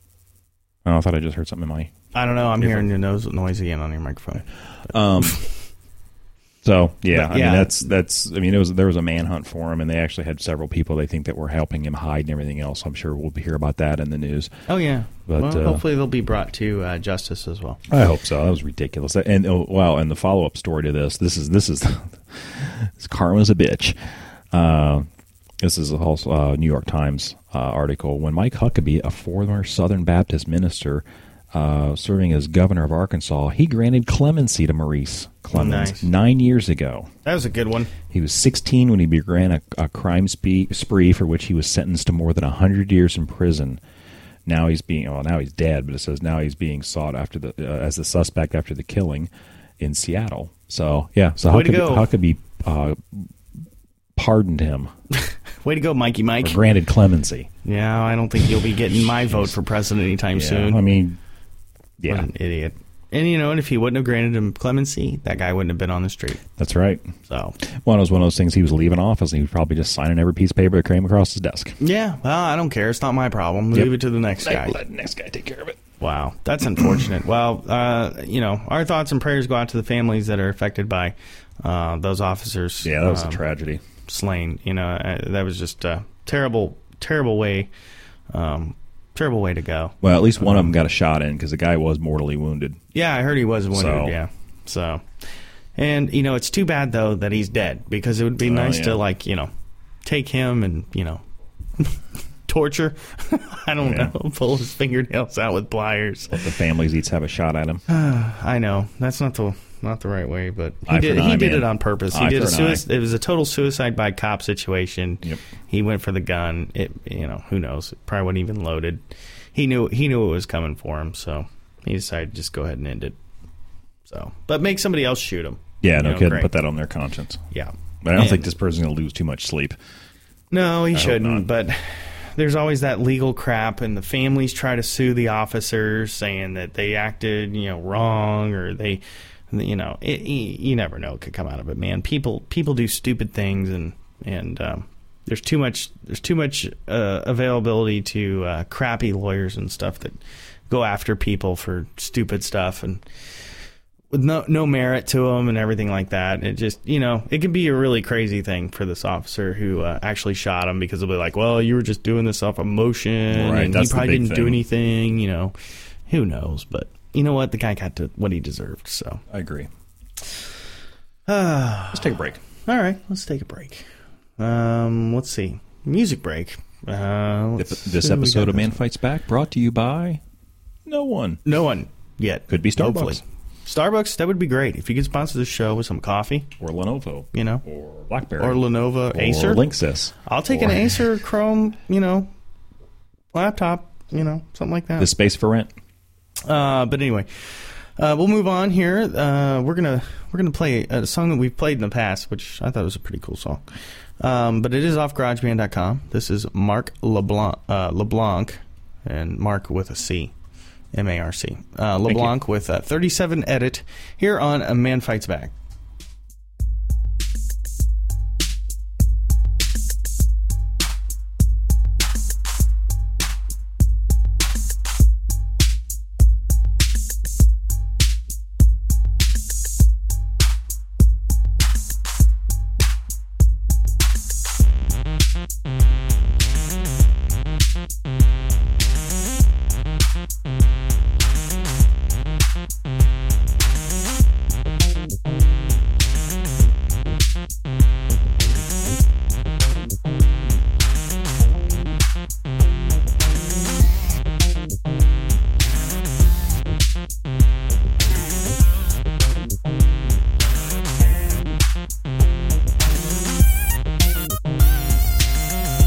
[SPEAKER 1] Oh, I thought I just heard something in my.
[SPEAKER 4] I don't know. I'm
[SPEAKER 1] Different.
[SPEAKER 4] hearing the nose noise again on your microphone.
[SPEAKER 1] So yeah, I mean
[SPEAKER 4] yeah.
[SPEAKER 1] that's that's. I mean it was there was a manhunt for him, and they actually had several people they think that were helping him hide and everything else. I'm sure we'll hear about that in the news.
[SPEAKER 4] Oh yeah.
[SPEAKER 1] But,
[SPEAKER 4] well,
[SPEAKER 1] uh,
[SPEAKER 4] hopefully they'll be brought to uh, justice as well.
[SPEAKER 1] I hope so. That was ridiculous. And oh, wow, and the follow up story to this. This is this is this karma's a bitch. Uh, this is also uh, New York Times uh, article. When Mike Huckabee, a former Southern Baptist minister uh, serving as governor of Arkansas, he granted clemency to Maurice Clemens
[SPEAKER 4] Nice.
[SPEAKER 1] nine years ago.
[SPEAKER 4] That was a good one.
[SPEAKER 1] He was 16 when he began a, a crime spe- spree for which he was sentenced to more than 100 years in prison. Now he's being well, now he's dead, but it says now he's being sought after the uh, as the suspect after the killing in Seattle. So yeah, so
[SPEAKER 4] Way to
[SPEAKER 1] Huckabee,
[SPEAKER 4] go.
[SPEAKER 1] Huckabee uh, pardoned him,
[SPEAKER 4] Way to go, Mikey Mike.
[SPEAKER 1] or granted clemency.
[SPEAKER 4] Yeah, I don't think you'll be getting my vote for president anytime soon.
[SPEAKER 1] I mean, yeah,
[SPEAKER 4] What an idiot. And you know, and if he wouldn't have granted him clemency, that guy wouldn't have been on the street.
[SPEAKER 1] that's right.
[SPEAKER 4] So
[SPEAKER 1] Well, it was one of those things. He was leaving office, and he was probably just signing every piece of paper that came across his desk.
[SPEAKER 4] yeah, well, I don't care. It's not my problem.
[SPEAKER 1] Yep.
[SPEAKER 4] Leave it to the next guy.
[SPEAKER 1] Let the next guy take care of it.
[SPEAKER 4] Wow, that's unfortunate. well, uh, you know, our thoughts and prayers go out to the families that are affected by uh, those officers.
[SPEAKER 1] Yeah, that was
[SPEAKER 4] um,
[SPEAKER 1] a tragedy.
[SPEAKER 4] Slain. You know, uh, that was just a terrible, terrible way, um, terrible way to go.
[SPEAKER 1] Well, at least one of them got a shot in because the guy was mortally wounded.
[SPEAKER 4] Yeah, I heard he was wounded.
[SPEAKER 1] So-
[SPEAKER 4] Yeah, so And you know, it's too bad though that he's dead because it would be nice
[SPEAKER 1] Oh, yeah.
[SPEAKER 4] to like you know take him and you know torture. I don't
[SPEAKER 1] Yeah.
[SPEAKER 4] know, pull his fingernails out with pliers.
[SPEAKER 1] Let the families each have a shot at him.
[SPEAKER 4] I know that's not the not the right way, but he
[SPEAKER 1] Eye for
[SPEAKER 4] did
[SPEAKER 1] an
[SPEAKER 4] he
[SPEAKER 1] eye,
[SPEAKER 4] did
[SPEAKER 1] man.
[SPEAKER 4] it on purpose. He
[SPEAKER 1] Eye
[SPEAKER 4] did a
[SPEAKER 1] for an eye.
[SPEAKER 4] suicide. It was a total suicide by cop situation.
[SPEAKER 1] Yep.
[SPEAKER 4] He went for the gun. It you know who knows? It probably wasn't even loaded. He knew he knew it was coming for him, so he decided to just go ahead and end it. So, but make somebody else shoot him.
[SPEAKER 1] Yeah, no
[SPEAKER 4] You know,
[SPEAKER 1] kidding.
[SPEAKER 4] great.
[SPEAKER 1] Put that on their conscience.
[SPEAKER 4] Yeah,
[SPEAKER 1] But I don't
[SPEAKER 4] And-
[SPEAKER 1] think this person's going to lose too much sleep.
[SPEAKER 4] No, he
[SPEAKER 1] not.
[SPEAKER 4] shouldn't. But there's always that legal crap, and the families try to sue the officers, saying that they acted, you know, wrong, or they, you know, it, y- you never know what could come out of it, man. People people do stupid things, and and um, there's too much there's too much uh, availability to uh, crappy lawyers and stuff that go after people for stupid stuff, and with no no merit to them and everything like that. It just you know it can be a really crazy thing for this officer who uh, actually shot him because they'll be like, well, you were just doing this off emotion,
[SPEAKER 1] Right,
[SPEAKER 4] and
[SPEAKER 1] that's
[SPEAKER 4] you
[SPEAKER 1] the
[SPEAKER 4] probably
[SPEAKER 1] big
[SPEAKER 4] didn't do
[SPEAKER 1] thing.
[SPEAKER 4] anything. You know, who knows? But you know what, the guy got to what he deserved. So
[SPEAKER 1] I agree. Let's take a break.
[SPEAKER 4] all right, let's take a break. Um, let's see, music break. Uh,
[SPEAKER 1] If
[SPEAKER 4] let's
[SPEAKER 1] this
[SPEAKER 4] see what we
[SPEAKER 1] episode
[SPEAKER 4] got
[SPEAKER 1] of Man
[SPEAKER 4] this-
[SPEAKER 1] Fights Back brought to you by no one.
[SPEAKER 4] No one yet
[SPEAKER 1] Could be Starbucks.
[SPEAKER 4] hopefully. Starbucks, that would be great if you could sponsor the show with some coffee,
[SPEAKER 1] Or Lenovo.
[SPEAKER 4] you know,
[SPEAKER 1] Or Blackberry.
[SPEAKER 4] or Lenovo, Acer, Uh,
[SPEAKER 1] Or Linksys.
[SPEAKER 4] I'll take an
[SPEAKER 1] Or-
[SPEAKER 4] Acer Chrome, you know, laptop, you know, something like that.
[SPEAKER 1] The space for rent.
[SPEAKER 4] Uh, but anyway, uh, we'll move on here. Uh, we're gonna we're gonna play a song that we've played in the past, which I thought was a pretty cool song. Um, but it is off GarageBand.com. This is Mark LeBlanc, uh, LeBlanc, and Mark with a C, M A R C. Uh, LeBlanc with uh, 37 edit here on A Man Fights Back.
[SPEAKER 6] Thank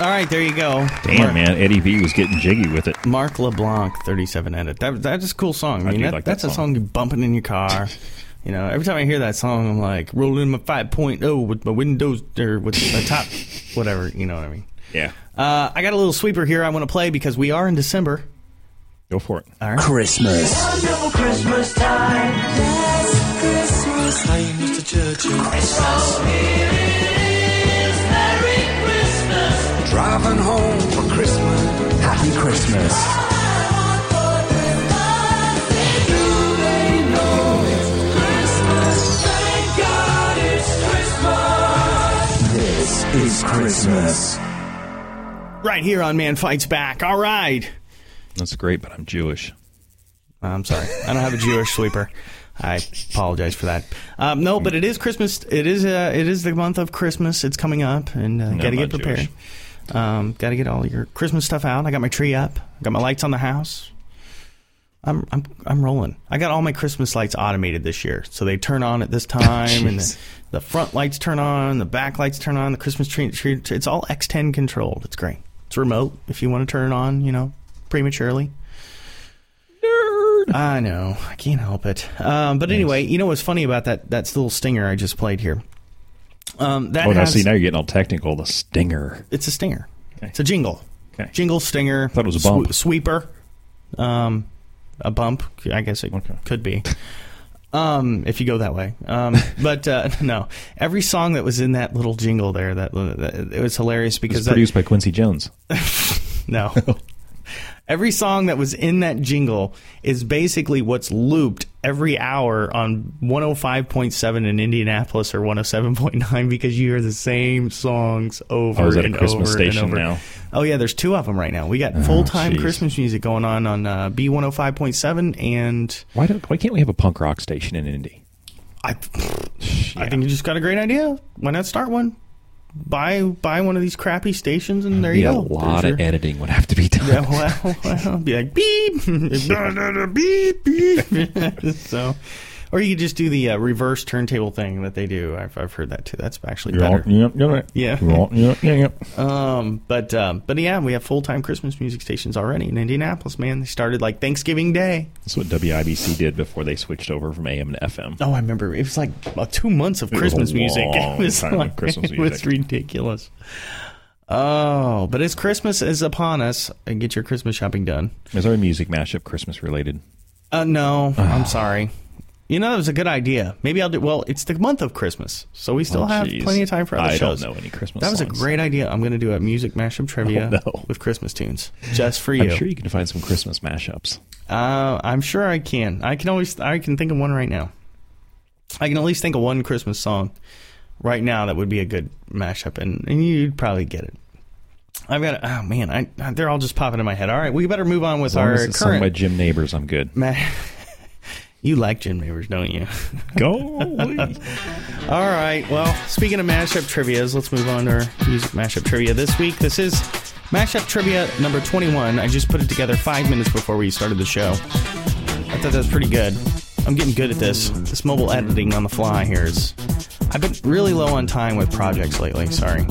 [SPEAKER 4] All right, there you go.
[SPEAKER 1] Damn,
[SPEAKER 4] Mark,
[SPEAKER 1] man. Eddie V was getting jiggy with it.
[SPEAKER 4] Mark LeBlanc, 37 edit. That that is a cool song.
[SPEAKER 1] I
[SPEAKER 4] I mean,
[SPEAKER 1] do
[SPEAKER 4] that,
[SPEAKER 1] like that
[SPEAKER 4] that's a
[SPEAKER 1] song.
[SPEAKER 4] song you bumping in your car. you know, every time I hear that song, I'm like rolling my 5.0 with my windows or with my top, whatever. You know what I mean?
[SPEAKER 1] Yeah.
[SPEAKER 4] Uh, I got a little sweeper here I want to play because we are in December.
[SPEAKER 1] Go for it.
[SPEAKER 4] uh,
[SPEAKER 6] Christmas.
[SPEAKER 7] Driving home for Christmas.
[SPEAKER 6] Happy Christmas. This is Christmas.
[SPEAKER 4] Right here on Man Fights Back. All right.
[SPEAKER 1] That's great, but I'm Jewish.
[SPEAKER 4] Uh, I'm sorry. I don't have a Jewish sweeper. I apologize for that. Um, no, but it is Christmas. It is uh, it is the month of Christmas. It's coming up, and uh, gotta
[SPEAKER 1] not
[SPEAKER 4] get prepared. Um, gotta get all your Christmas stuff out. I got my tree up. I got my lights on the house. I'm I'm I'm rolling. I got all my Christmas lights automated this year, so they turn on at this time, and the,
[SPEAKER 1] Jeez.
[SPEAKER 4] the front lights turn on, the back lights turn on, the Christmas tree, tree it's all X10 controlled. It's great. It's remote if you want to turn it on, you know, prematurely.
[SPEAKER 1] Oh,
[SPEAKER 4] I know. I can't help it. Um, but anyway, you know what's funny about that that little stinger I just played here? Um, that
[SPEAKER 1] Oh, now
[SPEAKER 4] has,
[SPEAKER 1] see, now you're getting all technical. The stinger.
[SPEAKER 4] it's a stinger. It's a jingle.
[SPEAKER 1] Okay.
[SPEAKER 4] Jingle stinger.
[SPEAKER 1] Thought it was a bump.
[SPEAKER 4] sweeper. Um, a bump. I guess it
[SPEAKER 1] Okay.
[SPEAKER 4] could be. Um, if you go that way. Um, but uh, no, every song that was in that little jingle there, that, that- it was hilarious
[SPEAKER 1] It
[SPEAKER 4] because
[SPEAKER 1] was
[SPEAKER 4] that,
[SPEAKER 1] produced by Quincy Jones.
[SPEAKER 4] no. Every song that was in that jingle is basically what's looped every hour on 105.7 in Indianapolis or 107.9 because you hear the same songs over
[SPEAKER 1] Oh, is that a
[SPEAKER 4] and
[SPEAKER 1] Christmas
[SPEAKER 4] over and
[SPEAKER 1] station
[SPEAKER 4] over.
[SPEAKER 1] now? Oh,
[SPEAKER 4] Oh yeah, there's two of them right now. We got full-time
[SPEAKER 1] geez.
[SPEAKER 4] Christmas music going on on uh, B105.7 and
[SPEAKER 1] Why, don't, why can't we have a punk rock station in Indy?
[SPEAKER 4] I I think you just got a great idea. Why not start one? Buy buy one of these crappy stations and there you
[SPEAKER 1] Yeah,
[SPEAKER 4] go.
[SPEAKER 1] a lot
[SPEAKER 4] There's
[SPEAKER 1] of
[SPEAKER 4] your-
[SPEAKER 1] editing would have to be done.
[SPEAKER 4] Yeah, well, well, be like beep, da, da, da, beep, beep. so, or you could just do the uh, reverse turntable thing that they do. I've, I've heard that too. That's actually better. Yeah. Um, but um, but yeah, we have full time Christmas music stations already in Indianapolis. Man, they started like Thanksgiving Day.
[SPEAKER 1] That's what WIBC did before they switched over from AM to FM.
[SPEAKER 4] Oh, I remember. It was like uh, two months of
[SPEAKER 1] was a
[SPEAKER 4] Christmas music.
[SPEAKER 1] long
[SPEAKER 4] It was,
[SPEAKER 1] time of
[SPEAKER 4] like-
[SPEAKER 1] Christmas
[SPEAKER 4] it was
[SPEAKER 1] music.
[SPEAKER 4] ridiculous. Oh, but as Christmas is upon us, and get your Christmas shopping done.
[SPEAKER 1] Is our music mashup Christmas related?
[SPEAKER 4] Uh, no, I'm sorry. You know, that was a good idea. Maybe I'll do. Well, it's the month of Christmas, so we still
[SPEAKER 1] Oh,
[SPEAKER 4] have
[SPEAKER 1] jeez.
[SPEAKER 4] plenty of time for other
[SPEAKER 1] I don't
[SPEAKER 4] shows.
[SPEAKER 1] know any Christmas
[SPEAKER 4] That was a
[SPEAKER 1] songs.
[SPEAKER 4] great idea. I'm going to do a music mashup trivia
[SPEAKER 1] Oh, no.
[SPEAKER 4] with Christmas tunes just for
[SPEAKER 1] I'm
[SPEAKER 4] you.
[SPEAKER 1] sure you can find some Christmas mashups.
[SPEAKER 4] uh, I'm sure I can. I can always. I can think of one right now. I can at least think of one Christmas song right now that would be a good mashup, and, and you'd probably get it. I've got. Oh man, I, I- they're all just popping in my head. All right, we better move on with
[SPEAKER 1] As long
[SPEAKER 4] our
[SPEAKER 1] as it's sung
[SPEAKER 4] current.
[SPEAKER 1] by Jim Neighbors, I'm good.
[SPEAKER 4] Ma- you like Jim Neighbors, don't you?
[SPEAKER 1] Go.
[SPEAKER 4] All right. Well, speaking of mashup trivia's, let's move on to our music mashup trivia this week. This is mashup trivia number 21. I just put it together five minutes before we started the show. I thought that was pretty good. I'm getting good at this. This mobile editing on the fly here is. I've been really low on time with projects lately. Sorry,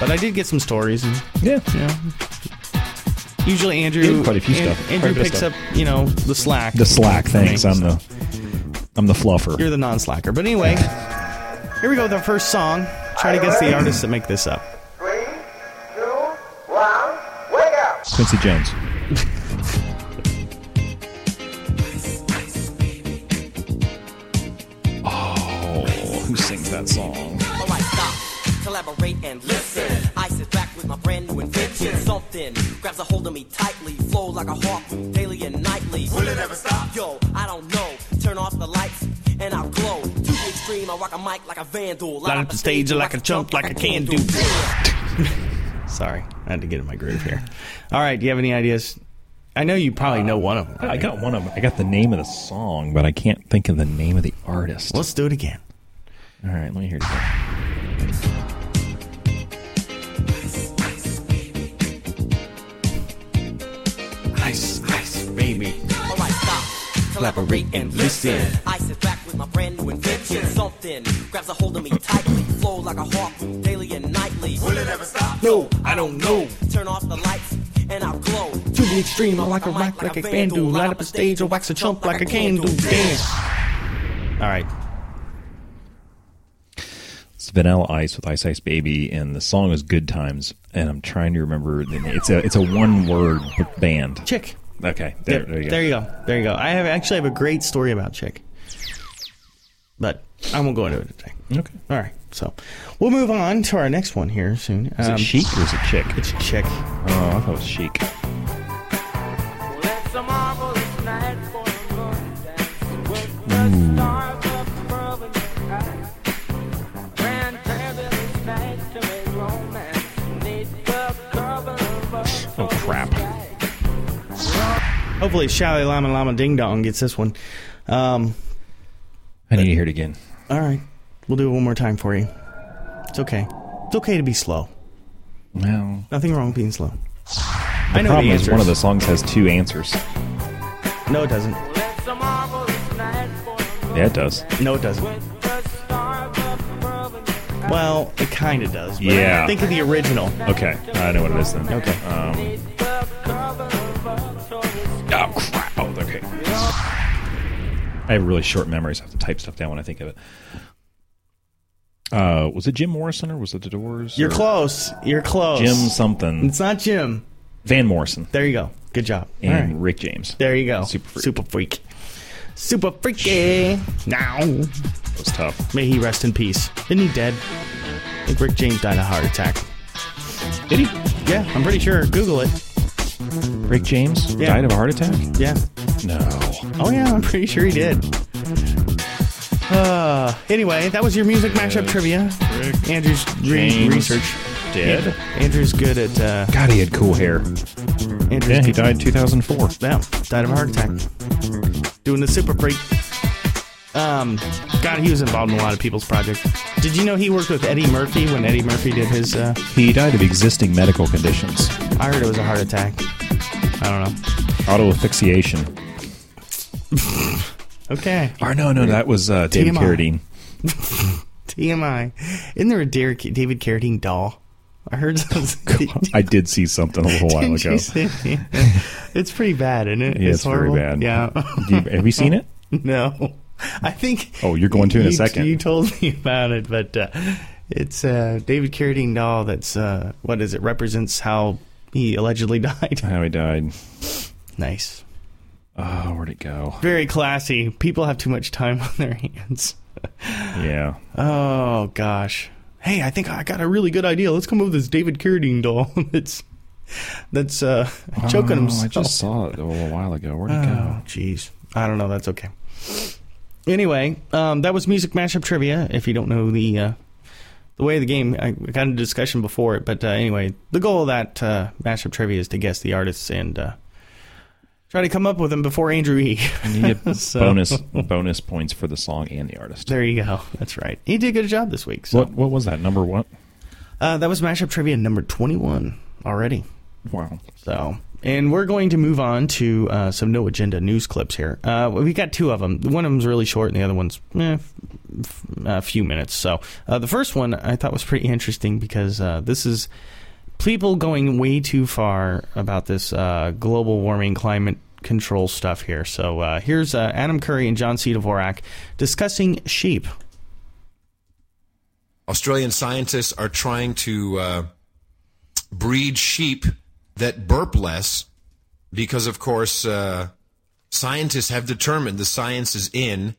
[SPEAKER 4] but I did get some stories and
[SPEAKER 1] yeah.
[SPEAKER 4] you know. Usually, Andrew
[SPEAKER 1] Yeah, quite a few
[SPEAKER 4] An-
[SPEAKER 1] stuff.
[SPEAKER 4] Andrew
[SPEAKER 1] Quite a bit of
[SPEAKER 4] picks
[SPEAKER 1] stuff.
[SPEAKER 4] up you know the slack.
[SPEAKER 1] The slack, thanks.
[SPEAKER 4] Thanks.
[SPEAKER 1] I'm the I'm the fluffer.
[SPEAKER 4] You're the non slacker. But anyway, here we go with our first song. Try to guess the artists that make this up.
[SPEAKER 3] Three, two, one, wake up!
[SPEAKER 1] Quincy Jones. oh, who sings that song?
[SPEAKER 8] Alright, stop, collaborate and listen. I sit back with my brand new invention. Something grabs a hold of me tightly, flow like a harpoon daily and nightly. Will it ever stop? Yo, I don't know. Turn off the lights and I'll glow. To the extreme, I rock a mic like a vandal.
[SPEAKER 4] Light up the stage like a chump, like a can do. Sorry, I had to get in my groove here. All right, do you have any ideas? I know you probably know one of them.
[SPEAKER 1] I got one of them. I got the name of the song, but I can't think of the name of the artist.
[SPEAKER 4] Let's do it again.
[SPEAKER 1] All right, let me hear it. again.
[SPEAKER 4] Ice, ice, baby.
[SPEAKER 8] Alright, stop, collaborate and listen. I sit back with with my brand new invention. Something grabs a hold of me tightly, flow like a harpoon daily and nightly. Will it ever stop? No, I don't know. Turn off the lights and I'll glow.
[SPEAKER 9] To the extreme, I like a
[SPEAKER 8] Mic
[SPEAKER 9] rock like a fan do. Light up a stage or wax a chump like a can do. Damn.
[SPEAKER 4] All right.
[SPEAKER 1] It's Vanilla Ice with Ice Ice Baby, and the song is Good Times. And I'm trying to remember. The name. It's a it's a one word band.
[SPEAKER 4] Chick.
[SPEAKER 1] Okay, there, there you go.
[SPEAKER 4] go. There you go. I have actually have a great story about Chick, but I won't go into it today.
[SPEAKER 1] Okay,
[SPEAKER 4] All right, so we'll move on to our next one here soon.
[SPEAKER 1] is
[SPEAKER 4] Um,
[SPEAKER 1] it chic or is it chick?
[SPEAKER 4] It's Chick.
[SPEAKER 1] Oh, I thought it was chic. Oh crap!
[SPEAKER 4] Hopefully, Shally Lama Lama Ding Dong gets this one. Um,
[SPEAKER 1] I need to hear it again.
[SPEAKER 4] all right, we'll do it one more time for you. It's okay. It's okay to be slow.
[SPEAKER 1] Well,
[SPEAKER 4] Nothing wrong with being slow. I know
[SPEAKER 1] problem
[SPEAKER 4] the
[SPEAKER 1] is
[SPEAKER 4] answers.
[SPEAKER 1] one of the songs has two answers.
[SPEAKER 4] No, it doesn't.
[SPEAKER 1] Yeah, it does.
[SPEAKER 4] No, it doesn't. Well, it kind of does. But
[SPEAKER 1] Yeah.
[SPEAKER 4] Think of the original.
[SPEAKER 1] Okay, I know what it is then.
[SPEAKER 4] Okay.
[SPEAKER 1] Um, oh crap! Oh, okay. I have really short memories. I have to type stuff down when I think of it. Uh, was it Jim Morrison or was it The Doors?
[SPEAKER 4] You're
[SPEAKER 1] or
[SPEAKER 4] close. You're close.
[SPEAKER 1] Jim something.
[SPEAKER 4] It's not Jim.
[SPEAKER 1] Van Morrison
[SPEAKER 4] There you go. Good job. All
[SPEAKER 1] and
[SPEAKER 4] right.
[SPEAKER 1] Rick James.
[SPEAKER 4] There you go.
[SPEAKER 1] Super freak.
[SPEAKER 4] Super freak. Super freaky. Now.
[SPEAKER 1] That was tough.
[SPEAKER 4] May he rest in peace. Isn't he dead? I think Rick James died of a heart attack.
[SPEAKER 1] Did he?
[SPEAKER 4] Yeah, I'm pretty sure. Google it.
[SPEAKER 1] Rick James
[SPEAKER 4] Yeah.
[SPEAKER 1] died of a heart attack?
[SPEAKER 4] Yeah.
[SPEAKER 1] No.
[SPEAKER 4] Oh, yeah, I'm pretty sure he did. Uh, anyway, that was your music mashup trivia.
[SPEAKER 1] Rick
[SPEAKER 4] Andrew's re-
[SPEAKER 1] James.
[SPEAKER 4] research.
[SPEAKER 1] Dead?
[SPEAKER 4] Andrew's good at. Uh,
[SPEAKER 1] God, he had cool hair.
[SPEAKER 4] Andrew's
[SPEAKER 1] Yeah, he
[SPEAKER 4] good-
[SPEAKER 1] died 2004.
[SPEAKER 4] Yeah, died of a heart attack. Doing the super freak. Um, God, he was involved in a lot of people's projects. Did you know he worked with Eddie Murphy when Eddie Murphy did his? Uh,
[SPEAKER 1] He died of existing medical conditions.
[SPEAKER 4] I heard it was a heart attack. I don't know.
[SPEAKER 1] Auto asphyxiation.
[SPEAKER 4] Okay,
[SPEAKER 1] Or Oh, no, no, that was uh, David
[SPEAKER 4] TMI.
[SPEAKER 1] Carradine.
[SPEAKER 4] TMI. Isn't there a Dar- David Carradine doll? I heard something.
[SPEAKER 1] I did see something a little while
[SPEAKER 4] Didn't you
[SPEAKER 1] ago.
[SPEAKER 4] see it? it's pretty bad, isn't it?
[SPEAKER 1] Yeah, it's very
[SPEAKER 4] horrible.
[SPEAKER 1] bad.
[SPEAKER 4] Yeah.
[SPEAKER 1] Do you- have you seen it?
[SPEAKER 4] No, I think.
[SPEAKER 1] Oh, you're going to in a
[SPEAKER 4] you-
[SPEAKER 1] second.
[SPEAKER 4] You told me about it, but uh, it's uh, David Carradine doll. That's uh, what is it? Represents how he allegedly died.
[SPEAKER 1] How he died.
[SPEAKER 4] nice,
[SPEAKER 1] Oh, where'd it go?
[SPEAKER 4] very classy. People have too much time on their hands.
[SPEAKER 1] Yeah.
[SPEAKER 4] Oh gosh. Hey, I think I got a really good idea. Let's come up with this David Carradine doll. that's that's uh, choking
[SPEAKER 1] oh,
[SPEAKER 4] himself.
[SPEAKER 1] I just saw it a little while ago. Where'd it
[SPEAKER 4] Oh,
[SPEAKER 1] go?
[SPEAKER 4] jeez. I don't know. That's okay. Anyway, um, that was music mashup trivia. If you don't know the uh, the way of the game, I we got into discussion before it, but uh, anyway, the goal of that uh, mashup trivia is to guess the artists and uh, try to come up with them before Andrew E.
[SPEAKER 1] You get
[SPEAKER 4] So-
[SPEAKER 1] bonus bonus points for the song and the artist.
[SPEAKER 4] there you go. That's right. He did a good job this week. So
[SPEAKER 1] What what was that number? What?
[SPEAKER 4] uh, that was mashup trivia number twenty one already.
[SPEAKER 1] Wow.
[SPEAKER 4] So, and we're going to move on to uh, some no agenda news clips here. Uh, we got two of them. One of them's really short, and the other one's eh, f- f- a few minutes. So, uh, the first one I thought was pretty interesting because uh, this is people going way too far about this uh, global warming climate control stuff here. So, uh, here's uh, Adam Curry and John C. Dvorak discussing sheep.
[SPEAKER 10] Australian scientists are trying to uh, breed sheep that burp less because, of course, uh, scientists have determined the science is in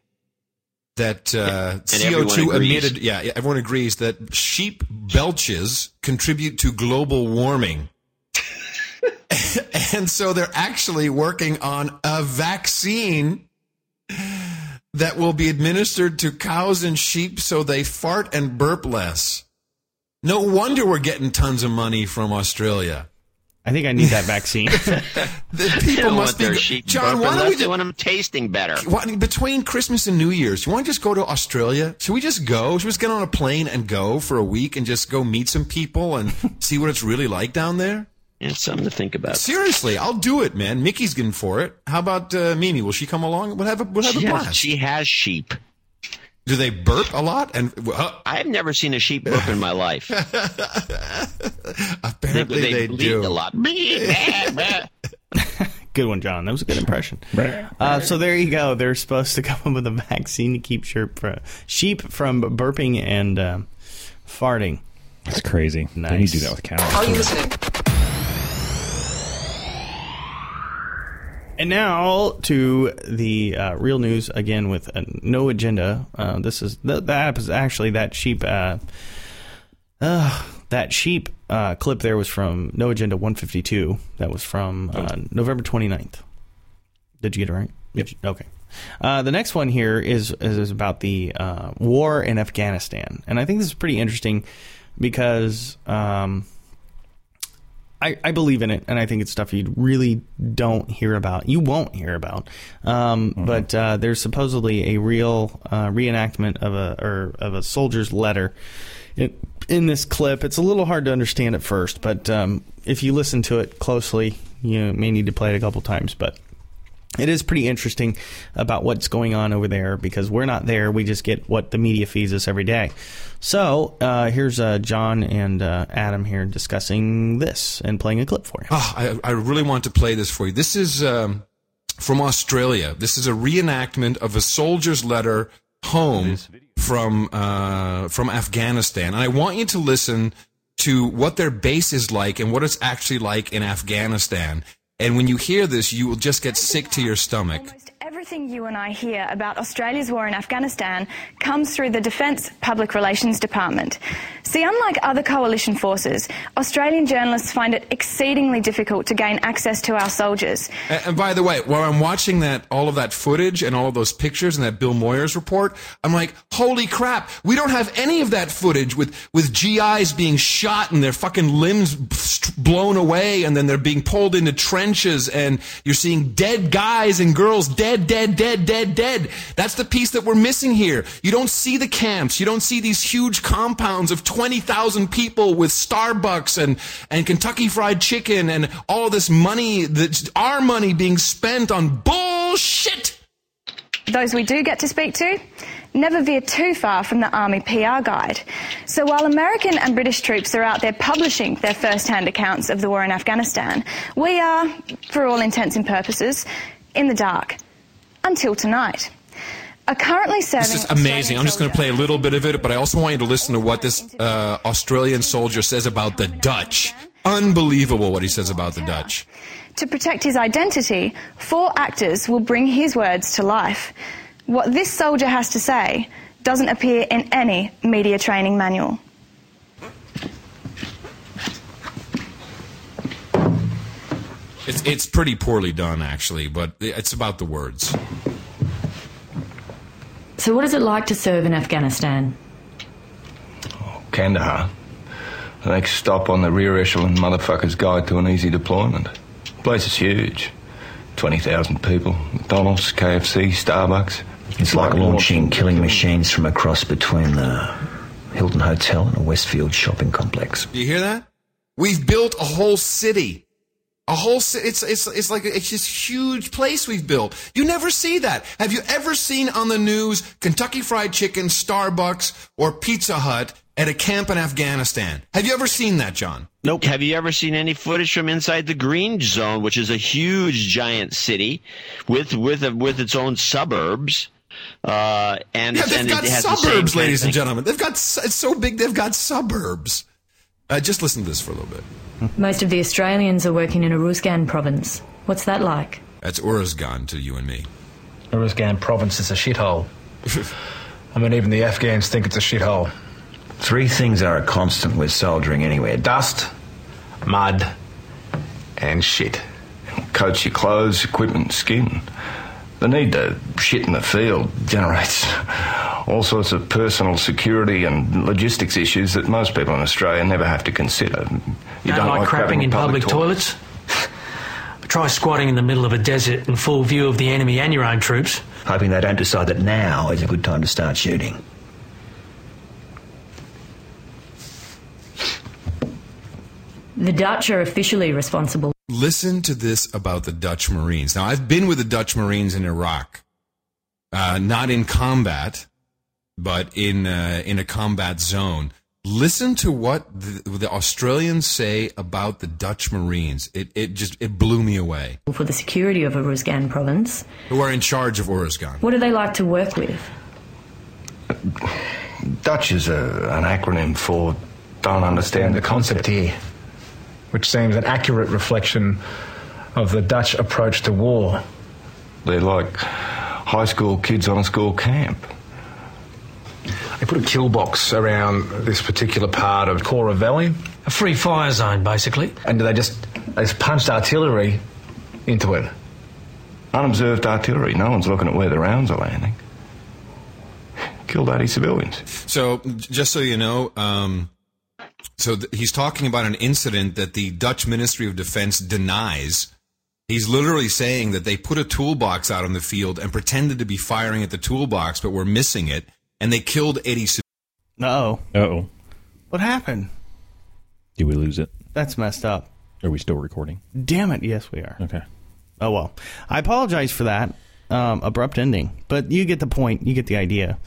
[SPEAKER 10] that uh, CO2 emitted. Yeah, yeah, everyone agrees that sheep belches contribute to global warming. and so they're actually working on a vaccine that will be administered to cows and sheep so they fart and burp less. No wonder we're getting tons of money from Australia.
[SPEAKER 4] I think I need that vaccine.
[SPEAKER 10] The people must
[SPEAKER 11] want their
[SPEAKER 10] be
[SPEAKER 11] sheep
[SPEAKER 10] John.
[SPEAKER 11] burping
[SPEAKER 10] Why don't
[SPEAKER 11] less.
[SPEAKER 10] we
[SPEAKER 11] They
[SPEAKER 10] do,
[SPEAKER 11] want them tasting better.
[SPEAKER 10] why, between Christmas and New Year's? You want to just go to Australia? Should we just go? Should we just get on a plane and go for a week and just go meet some people and see what it's really like down there?
[SPEAKER 11] It's something to think about.
[SPEAKER 10] Seriously, I'll do it, man. Mickey's getting for it. How about uh, Mimi? Will she come along? We'll have a we'll have
[SPEAKER 11] She
[SPEAKER 10] a
[SPEAKER 11] has,
[SPEAKER 10] blast.
[SPEAKER 11] she has sheep.
[SPEAKER 10] Do they burp a lot? And
[SPEAKER 11] I've never seen a sheep burp in my life.
[SPEAKER 10] Apparently,
[SPEAKER 11] they,
[SPEAKER 10] they
[SPEAKER 11] bleed
[SPEAKER 10] do.
[SPEAKER 11] a lot.
[SPEAKER 4] Good one, John. That was a good impression. Uh, so there you go. They're supposed to come up with a vaccine to keep sheep from, sheep from burping and um, farting.
[SPEAKER 1] That's crazy. They need to do that with cows.
[SPEAKER 12] Are you listening?
[SPEAKER 4] And now to the uh, real news again with uh, no agenda. Uh, this is th- that is actually that sheep. Uh, uh, that sheep uh, clip there was from No Agenda 152. That was from uh, November 29th. Did you get it right? Did you- okay. Uh, the next one here is is, is about the uh, war in Afghanistan, and I think this is pretty interesting because. Um, I, I believe in it, and I think it's stuff you really don't hear about. You won't hear about. Um, But uh, there's supposedly a real uh, reenactment of a or of a soldier's letter in, in this clip. It's a little hard to understand at first, but um, if you listen to it closely, you may need to play it a couple times. But it is pretty interesting about what's going on over there because we're not there. We just get what the media feeds us every day. So uh, here's uh, John and uh, Adam here discussing this and playing a clip for you.
[SPEAKER 10] Oh, I, I really want to play this for you. This is um, from Australia. This is a reenactment of a soldier's letter home from uh, from Afghanistan, and I want you to listen to what their base is like and what it's actually like in Afghanistan. And when you hear this, you will just get sick to your stomach.
[SPEAKER 13] Everything you and I hear about Australia's war in Afghanistan comes through the Defence Public Relations Department. See, unlike other coalition forces, Australian journalists find it exceedingly difficult to gain access to our soldiers.
[SPEAKER 10] And, and by the way, while I'm watching that, all of that footage and all of those pictures and that Bill Moyers report, I'm like, holy crap! We don't have any of that footage with with GIs being shot and their fucking limbs st- blown away, and then they're being pulled into trenches, and you're seeing dead guys and girls, dead, dead, dead, dead, dead. That's the piece that we're missing here. You don't see the camps. You don't see these huge compounds of 20,000 people with Starbucks and, and Kentucky Fried Chicken and all this money, that's our money being spent on bullshit.
[SPEAKER 13] Those we do get to speak to never veer too far from the Army PR guide. So while American and British troops are out there publishing their first hand accounts of the war in Afghanistan, we are, for all intents and purposes, in the dark. Until tonight. A currently serving.
[SPEAKER 10] This is amazing. I'm just going to play a little bit of it, but I also want you to listen to what this uh, Australian soldier says about the Dutch. Unbelievable what he says about the Dutch.
[SPEAKER 13] To protect his identity, four actors will bring his words to life. What this soldier has to say doesn't appear in any media training manual.
[SPEAKER 10] It's, it's pretty poorly done, actually, but it's about the words.
[SPEAKER 14] So, what is it like to serve in Afghanistan?
[SPEAKER 15] Kandahar. The next stop on the rear echelon motherfucker's guide to an easy deployment. place is huge. 20,000 people. McDonald's, KFC, Starbucks.
[SPEAKER 16] It's like launching killing machines from a cross between the Hilton Hotel and a Westfield shopping complex.
[SPEAKER 10] Do you hear that? We've built a whole city. A whole city. It's, it's, it's like, it's this huge place we've built. You never see that. Have you ever seen on the news Kentucky Fried Chicken, Starbucks, or Pizza Hut at a camp in Afghanistan? Have you ever seen that, John?
[SPEAKER 4] Nope.
[SPEAKER 11] Have you ever seen any footage from inside the Green Zone, which is a huge, giant city with with a, with its own suburbs? Uh, and
[SPEAKER 10] Yeah, they've
[SPEAKER 11] and
[SPEAKER 10] got
[SPEAKER 11] it has the same kind
[SPEAKER 10] suburbs,
[SPEAKER 11] of
[SPEAKER 10] ladies and
[SPEAKER 11] thing.
[SPEAKER 10] gentlemen. They've got, su- it's so big, they've got suburbs. Uh, just listen to this for a little bit.
[SPEAKER 14] Most of the Australians are working in Uruzgan province. What's that like?
[SPEAKER 10] That's Uruzgan to you and me.
[SPEAKER 17] Uruzgan province is a shithole. I mean, even the Afghans think it's a shithole.
[SPEAKER 16] Three things are a constant with soldiering anywhere dust,
[SPEAKER 15] Mud and shit. Coats your clothes, equipment, skin. The need to shit in the field generates all sorts of personal security and logistics issues that most people in Australia never have to consider. You
[SPEAKER 18] don't, like, crapping in public, toilets? Try squatting in the middle of a desert in full view of the enemy and your own troops.
[SPEAKER 16] hoping they don't decide that now is a good time to start shooting.
[SPEAKER 14] The Dutch are officially responsible
[SPEAKER 10] Listen to this about the Dutch Marines. Now, I've been with the Dutch Marines in Iraq, uh, not in combat, but in uh, in a combat zone. Listen to what the, the Australians say about the Dutch Marines. It it just it blew me away.
[SPEAKER 14] For the security of Uruzgan province,
[SPEAKER 10] Who are in charge of Oruzgan?
[SPEAKER 14] what do they like to work with?
[SPEAKER 15] Dutch is a, an acronym for don't understand the concept here.
[SPEAKER 17] which seems an accurate reflection of the Dutch approach to war.
[SPEAKER 15] They're like high school kids on a school camp.
[SPEAKER 17] They put a kill box around this particular part of Cora Valley.
[SPEAKER 18] A free fire zone, basically.
[SPEAKER 17] And they just they just punched artillery into it.
[SPEAKER 15] Unobserved artillery. No one's looking at where the rounds are landing. Killed 80 civilians.
[SPEAKER 10] So, j- just so you know, um, so th- he's talking about an incident that the Dutch Ministry of Defense denies. He's literally saying that they put a toolbox out on the field and pretended to be firing at the toolbox, but were missing it, and they killed 80 civilians.
[SPEAKER 4] Oh,
[SPEAKER 1] oh,
[SPEAKER 4] what happened?
[SPEAKER 1] did we lose it?
[SPEAKER 4] That's messed up.
[SPEAKER 1] Are we still recording?
[SPEAKER 4] Damn it! Yes, we are.
[SPEAKER 1] Okay.
[SPEAKER 4] Oh well, I apologize for that um, abrupt ending, but you get the point. You get the idea.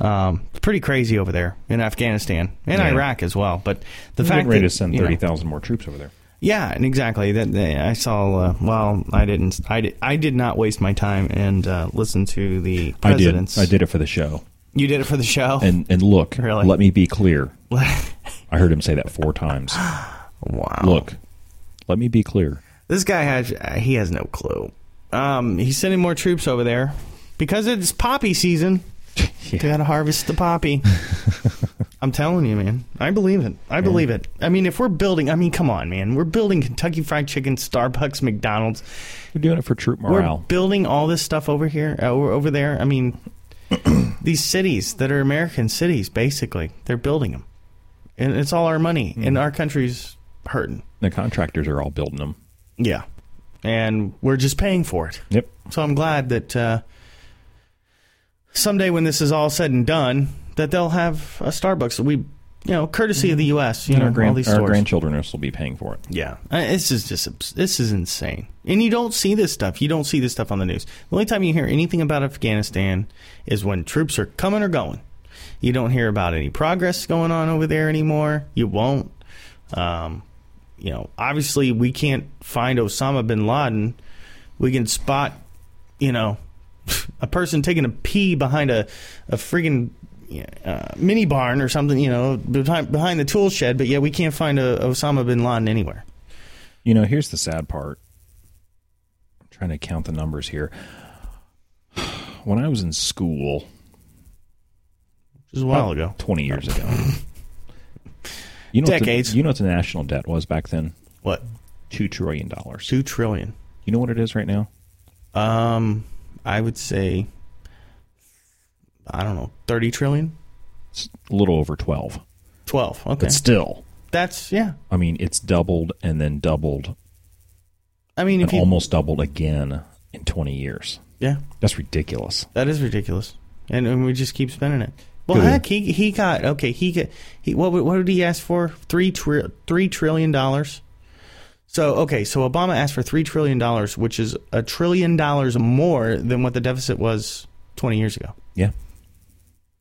[SPEAKER 4] Um, it's pretty crazy over there in Afghanistan and
[SPEAKER 1] Yeah.
[SPEAKER 4] Iraq as well. But the
[SPEAKER 1] We're
[SPEAKER 4] fact
[SPEAKER 1] getting ready
[SPEAKER 4] that
[SPEAKER 1] to send
[SPEAKER 4] you know-
[SPEAKER 1] thirty thousand more troops over there.
[SPEAKER 4] Yeah, and exactly. That that- I saw. Uh, well, I didn't. I did, I did not waste my time and uh, listen to the
[SPEAKER 1] I did.
[SPEAKER 4] presidents.
[SPEAKER 1] I did it for the show.
[SPEAKER 4] You did it for the show.
[SPEAKER 1] And and look,
[SPEAKER 4] Really?
[SPEAKER 1] let me be clear. I heard him say that four times.
[SPEAKER 4] Wow.
[SPEAKER 1] Look, let me be clear.
[SPEAKER 4] This guy has uh, he has no clue. Um, he's sending more troops over there because it's poppy season. They gotta harvest the poppy. I'm telling you, man. I believe it. I believe it. I mean, if we're building, I mean, come on, man. We're building Kentucky Fried Chicken, Starbucks, McDonald's.
[SPEAKER 1] We're doing it for troop morale.
[SPEAKER 4] We're building all this stuff over here, uh, over over there. I mean, these cities that are American cities, basically, they're building them, and it's all our money, and our country's hurting.
[SPEAKER 1] The contractors are all building them.
[SPEAKER 4] Yeah. And we're just paying for it.
[SPEAKER 1] Yep.
[SPEAKER 4] So I'm glad that uh, someday when this is all said and done, that they'll have a Starbucks. We, you know, courtesy of the U.S. You
[SPEAKER 1] And
[SPEAKER 4] know,
[SPEAKER 1] our,
[SPEAKER 4] all
[SPEAKER 1] grand,
[SPEAKER 4] these
[SPEAKER 1] our
[SPEAKER 4] stores.
[SPEAKER 1] grandchildren will still be paying for it.
[SPEAKER 4] Yeah. Uh, This is just abs- this is insane, and you don't see this stuff. You don't see this stuff on the news. The only time you hear anything about Afghanistan is when troops are coming or going. You don't hear about any progress going on over there anymore. You won't. Um, you know, obviously we can't find Osama bin Laden. We can spot, you know, a person taking a pee behind a a friggin' uh, mini barn or something, you know, behind, behind the tool shed. But yeah, we can't find a Osama bin Laden anywhere.
[SPEAKER 1] You know, here's the sad part. I'm trying to count the numbers here. When I was in school,
[SPEAKER 4] which is a while
[SPEAKER 1] about
[SPEAKER 4] ago,
[SPEAKER 1] twenty years ago, you know, what the-
[SPEAKER 4] Decades.
[SPEAKER 1] you know what the national debt was back then?
[SPEAKER 4] What?
[SPEAKER 1] Two trillion dollars.
[SPEAKER 4] Two trillion.
[SPEAKER 1] You know what it is right now?
[SPEAKER 4] Um, I would say, I don't know, thirty trillion.
[SPEAKER 1] It's a little over twelve.
[SPEAKER 4] Twelve. Okay.
[SPEAKER 1] But still,
[SPEAKER 4] That's yeah.
[SPEAKER 1] I mean, it's doubled and then doubled
[SPEAKER 4] I mean,
[SPEAKER 1] and
[SPEAKER 4] if you,
[SPEAKER 1] almost doubled again in 20 years.
[SPEAKER 4] Yeah.
[SPEAKER 1] That's ridiculous.
[SPEAKER 4] that is ridiculous, and, and we just keep spending it. Well,
[SPEAKER 1] Good.
[SPEAKER 4] heck, he he got okay. He got he what what did he ask for? Three tri- three trillion dollars. So okay, so Obama asked for three trillion dollars, which is a trillion dollars more than what the deficit was twenty years ago,
[SPEAKER 1] Yeah.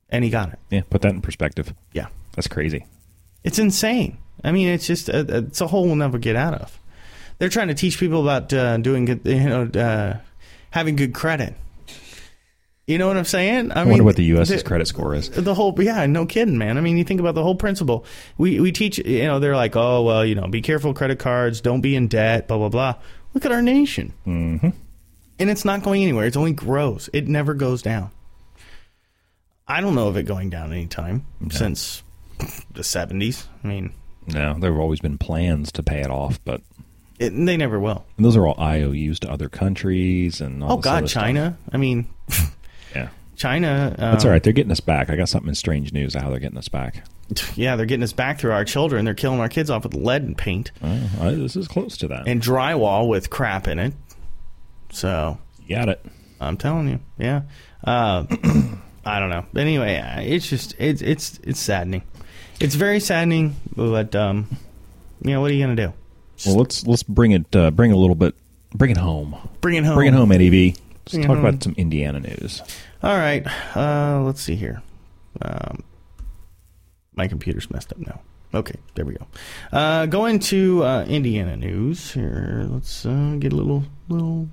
[SPEAKER 4] and he got it.
[SPEAKER 1] Yeah. Put that in perspective.
[SPEAKER 4] Yeah.
[SPEAKER 1] That's crazy.
[SPEAKER 4] It's insane. I mean, it's just a, a- it's a hole we'll never get out of. They're trying to teach people about uh, doing good, you know, uh, having good credit. You know what I'm saying?
[SPEAKER 1] I, wonder what the U.S.'s credit score is.
[SPEAKER 4] the whole yeah no kidding man i mean you think about the whole principle we we teach you know they're like oh well you know be careful of credit cards don't be in debt blah blah blah look at our nation
[SPEAKER 1] Mm-hmm.
[SPEAKER 4] and it's not going anywhere it's only grows it never goes down i don't know of it going down anytime since the 70s i mean
[SPEAKER 1] No, there have always been plans to pay it off, but
[SPEAKER 4] it, they never will
[SPEAKER 1] and those are all IOUs to other countries and all
[SPEAKER 4] oh
[SPEAKER 1] this
[SPEAKER 4] god
[SPEAKER 1] other stuff.
[SPEAKER 4] china Oh. i mean
[SPEAKER 1] Yeah.
[SPEAKER 4] china um,
[SPEAKER 1] That's all right. They're getting us back. I got something in strange news how they're getting us back.
[SPEAKER 4] yeah they're getting us back through our children they're killing our kids off with lead and paint
[SPEAKER 1] Oh, I- this is close to that.
[SPEAKER 4] and drywall with crap in it. So
[SPEAKER 1] got it.
[SPEAKER 4] I'm telling you, yeah. Uh, I don't know. Anyway, I- it's just it's it's it's saddening. It's very saddening, but um, you know what are you gonna do?
[SPEAKER 1] Well, let's let's bring it uh, bring a little bit bring it home.
[SPEAKER 4] Bring it home.
[SPEAKER 1] Bring it home, Eddie B. Let's
[SPEAKER 4] Oh. Bring it
[SPEAKER 1] talk
[SPEAKER 4] home.
[SPEAKER 1] about some Indiana news.
[SPEAKER 4] All right, uh, let's see here. Um, my computer's messed up now. Okay, there we go. Uh, going to uh, Indiana news here. Let's uh, get a little little.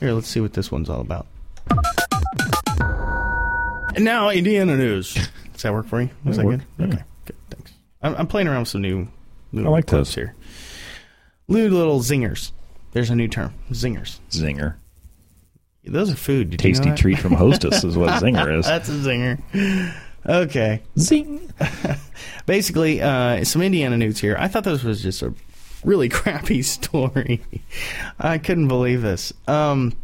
[SPEAKER 4] Here, let's see what this one's all about. And now Indiana news. Does that work for you? Was
[SPEAKER 1] That
[SPEAKER 4] that
[SPEAKER 1] worked,
[SPEAKER 4] good? Okay, good. Thanks. I'm, I'm playing around with some new. new
[SPEAKER 1] I like
[SPEAKER 4] clips
[SPEAKER 1] those.
[SPEAKER 4] here. New little zingers. There's a new term. Zingers.
[SPEAKER 1] Zinger.
[SPEAKER 4] Those are food. Did you know
[SPEAKER 1] Tasty
[SPEAKER 4] that?
[SPEAKER 1] treat from Hostess is what a zinger is.
[SPEAKER 4] That's a zinger. Okay. Zing. Basically, uh, some Indiana news here. I thought this was just a really crappy story. I couldn't believe this. Um,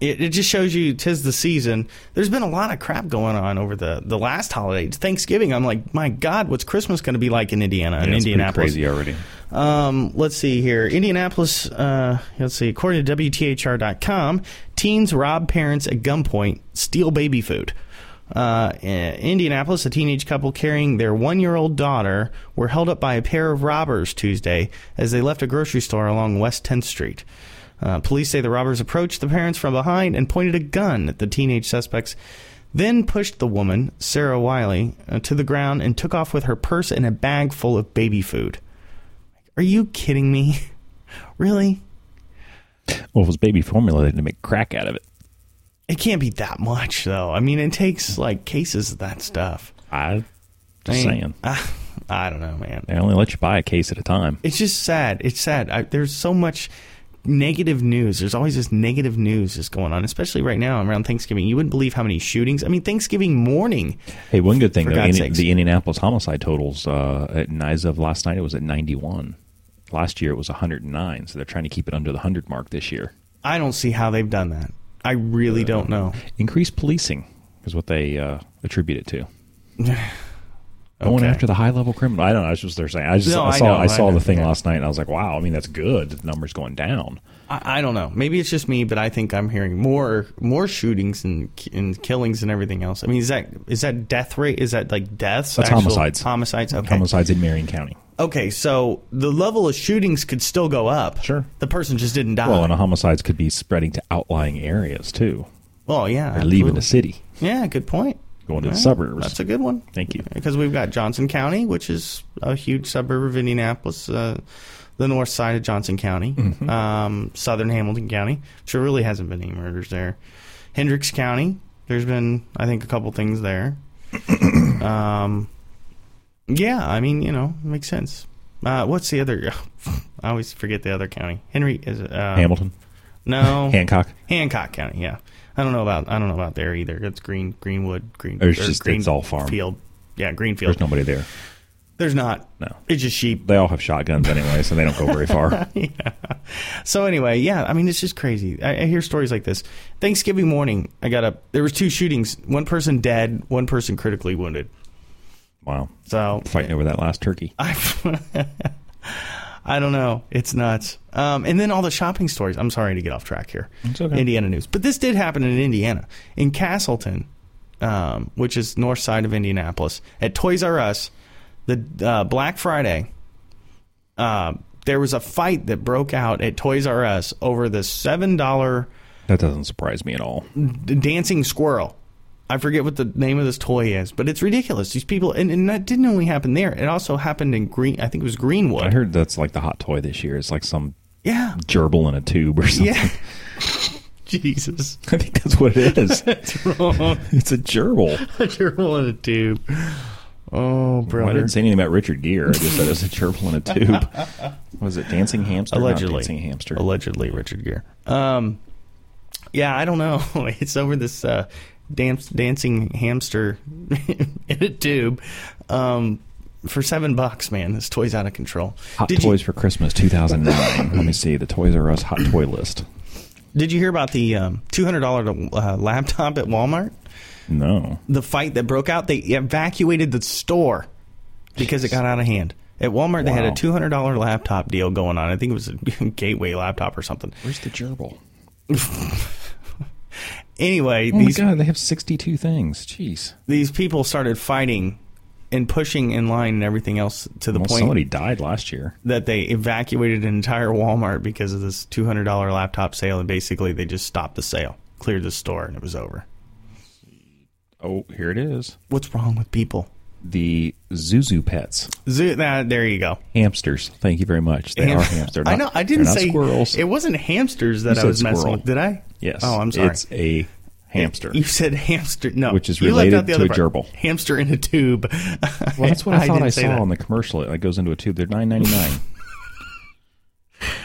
[SPEAKER 4] it, it just shows you tis the season. There's been a lot of crap going on over the, the last holiday, Thanksgiving. I'm like, my God, what's Christmas going to be like in Indiana and
[SPEAKER 1] Yeah, it's pretty
[SPEAKER 4] Indianapolis?
[SPEAKER 1] crazy already.
[SPEAKER 4] Um, let's see here. Indianapolis, uh, let's see, according to WTHR.com, teens rob parents at gunpoint, steal baby food. Uh, in Indianapolis, a teenage couple carrying their one year old daughter were held up by a pair of robbers Tuesday as they left a grocery store along West 10th Street. Uh, police say the robbers approached the parents from behind and pointed a gun at the teenage suspects, then pushed the woman, Sarah Wiley, uh, to the ground and took off with her purse and a bag full of baby food. Are you kidding me? Really?
[SPEAKER 1] Well, it was baby formula. They had to make crack out of it.
[SPEAKER 4] It can't be that much, though. I mean, it takes like cases of that stuff.
[SPEAKER 1] I just saying.
[SPEAKER 4] I, I don't know, man.
[SPEAKER 1] They only let you buy a case at a time.
[SPEAKER 4] It's just sad. It's sad. I, there's so much negative news. There's always this negative news that's going on, especially right now around Thanksgiving. You wouldn't believe how many shootings. I mean, Thanksgiving morning.
[SPEAKER 1] Hey, one good thing
[SPEAKER 4] For
[SPEAKER 1] though, Indi-
[SPEAKER 4] God's sakes.
[SPEAKER 1] the Indianapolis homicide totals uh, at n- as of last night it was at 91. Last year it was 109, so they're trying to keep it under the 100 mark this year.
[SPEAKER 4] I don't see how they've done that. I really don't know.
[SPEAKER 1] Increased policing is what they uh, attribute it to. Going
[SPEAKER 4] Okay.
[SPEAKER 1] after the high level criminal. I don't know. That's just what they're saying. I just
[SPEAKER 4] No,
[SPEAKER 1] I
[SPEAKER 4] I
[SPEAKER 1] saw I,
[SPEAKER 4] know, I
[SPEAKER 1] saw
[SPEAKER 4] know,
[SPEAKER 1] the thing
[SPEAKER 4] yeah.
[SPEAKER 1] last night and I was like, wow. I mean, that's good. The numbers going down.
[SPEAKER 4] I, I don't know. Maybe it's just me, but I think I'm hearing more more shootings and ki- and killings and everything else. I mean, is that is that death rate? Is that like deaths?
[SPEAKER 1] That's
[SPEAKER 4] Actual
[SPEAKER 1] homicides.
[SPEAKER 4] Homicides. Okay.
[SPEAKER 1] Homicides in Marion County.
[SPEAKER 4] Okay, so the level of shootings could still go up. Sure. The person just didn't die.
[SPEAKER 1] Well, and homicides could be spreading to outlying areas too.
[SPEAKER 4] Well, yeah.
[SPEAKER 1] They're leaving the city,
[SPEAKER 4] absolutely. Yeah, good point.
[SPEAKER 1] going to the
[SPEAKER 4] Yeah,
[SPEAKER 1] suburbs.
[SPEAKER 4] That's a good one.
[SPEAKER 1] Thank you.
[SPEAKER 4] Because we've got Johnson County, which is a huge suburb of Indianapolis, uh, the north side of Johnson County,
[SPEAKER 1] Mm-hmm.
[SPEAKER 4] um, southern Hamilton County, which there really hasn't been any murders there. Hendricks County, there's been, I think, a couple things there. um, yeah, I mean, you know, makes sense. Uh, what's the other? I always forget the other county. Henry is it, uh,
[SPEAKER 1] Hamilton?
[SPEAKER 4] No,
[SPEAKER 1] Hancock?
[SPEAKER 4] Hancock County. Yeah, I don't know about I don't know about there either. It's Green Greenwood Green.
[SPEAKER 1] Or it's
[SPEAKER 4] or
[SPEAKER 1] just-
[SPEAKER 4] Green
[SPEAKER 1] it's all farm.
[SPEAKER 4] field. Yeah, Greenfield.
[SPEAKER 1] There's nobody there.
[SPEAKER 4] There's not.
[SPEAKER 1] No,
[SPEAKER 4] it's just sheep.
[SPEAKER 1] They all have shotguns anyway, so they don't go very far.
[SPEAKER 4] yeah. So anyway, yeah, I mean, it's just crazy. I, I hear stories like this. Thanksgiving morning, I got up. There was two shootings. One person dead. One person critically wounded.
[SPEAKER 1] Wow.
[SPEAKER 4] So
[SPEAKER 1] Fighting over that last turkey.
[SPEAKER 4] I don't know. It's nuts. Um, and then all the shopping stories. I'm sorry to get off track here.
[SPEAKER 1] It's okay.
[SPEAKER 4] Indiana news, but this did happen in Indiana, in Castleton, um, which is north side of Indianapolis, at Toys R Us. The uh, Black Friday, uh, there was a fight that broke out at Toys R Us over the seven dollar
[SPEAKER 1] That doesn't surprise me at all.
[SPEAKER 4] d- dancing squirrel. I forget what the name of this toy is, but it's ridiculous. These people, and, and that didn't only happen there; it also happened in Green. I think it was Greenwood.
[SPEAKER 1] I heard that's like the hot toy this year. It's like some
[SPEAKER 4] Yeah.
[SPEAKER 1] gerbil in a tube or something.
[SPEAKER 4] Yeah. Jesus.
[SPEAKER 1] I think that's what it is.
[SPEAKER 4] That's wrong.
[SPEAKER 1] It's a gerbil.
[SPEAKER 4] A gerbil in a tube. Oh, brother.
[SPEAKER 1] I didn't say anything about Richard Gere. I just said it's a gerbil in a tube. Was it dancing hamster? Not
[SPEAKER 4] Allegedly.
[SPEAKER 1] dancing hamster.
[SPEAKER 4] Allegedly, Richard Gere. Um, yeah, I don't know. It's over this uh, dance, dancing hamster in a tube um, for seven bucks, man. This toy's out of control.
[SPEAKER 1] Hot toys for Christmas 2009. Let me see the Toys R Us hot toy list.
[SPEAKER 4] Did you hear about the um, $200 uh, laptop at Walmart?
[SPEAKER 1] No.
[SPEAKER 4] The fight that broke out, they evacuated the store because it got out of hand. At Walmart, they had a
[SPEAKER 1] Wow.
[SPEAKER 4] $200 laptop deal going on. I think it was a Gateway laptop or something.
[SPEAKER 1] Where's the gerbil?
[SPEAKER 4] Anyway,
[SPEAKER 1] Oh my
[SPEAKER 4] these
[SPEAKER 1] god, they have 62 things. Jeez.
[SPEAKER 4] these people started fighting and pushing in line and everything else to the
[SPEAKER 1] Well,
[SPEAKER 4] point
[SPEAKER 1] somebody died last year.
[SPEAKER 4] that they evacuated an entire Walmart because of this $200 laptop sale and basically they just stopped the sale, cleared the store and it was over.
[SPEAKER 1] Oh, here it is.
[SPEAKER 4] What's wrong with people?
[SPEAKER 1] The Zuzu pets.
[SPEAKER 4] Zoo, nah, there you go.
[SPEAKER 1] Hamsters. Thank you very much. They are hamsters. They're
[SPEAKER 4] I
[SPEAKER 1] not-
[SPEAKER 4] know. I didn't
[SPEAKER 1] they're not
[SPEAKER 4] say
[SPEAKER 1] squirrels.
[SPEAKER 4] It wasn't
[SPEAKER 1] You
[SPEAKER 4] hamsters that I
[SPEAKER 1] said
[SPEAKER 4] was messing
[SPEAKER 1] squirrel.
[SPEAKER 4] with. Did I?
[SPEAKER 1] Yes.
[SPEAKER 4] Oh, I'm sorry.
[SPEAKER 1] It's a hamster.
[SPEAKER 4] You said hamster. No,
[SPEAKER 1] Which is
[SPEAKER 4] you left
[SPEAKER 1] related
[SPEAKER 4] out the
[SPEAKER 1] to
[SPEAKER 4] other
[SPEAKER 1] a
[SPEAKER 4] part.
[SPEAKER 1] gerbil.
[SPEAKER 4] Hamster in a tube.
[SPEAKER 1] Well, that's what I, thought
[SPEAKER 4] didn't
[SPEAKER 1] I
[SPEAKER 4] say
[SPEAKER 1] saw
[SPEAKER 4] that.
[SPEAKER 1] on the commercial. It like, goes into a tube. They're nine ninety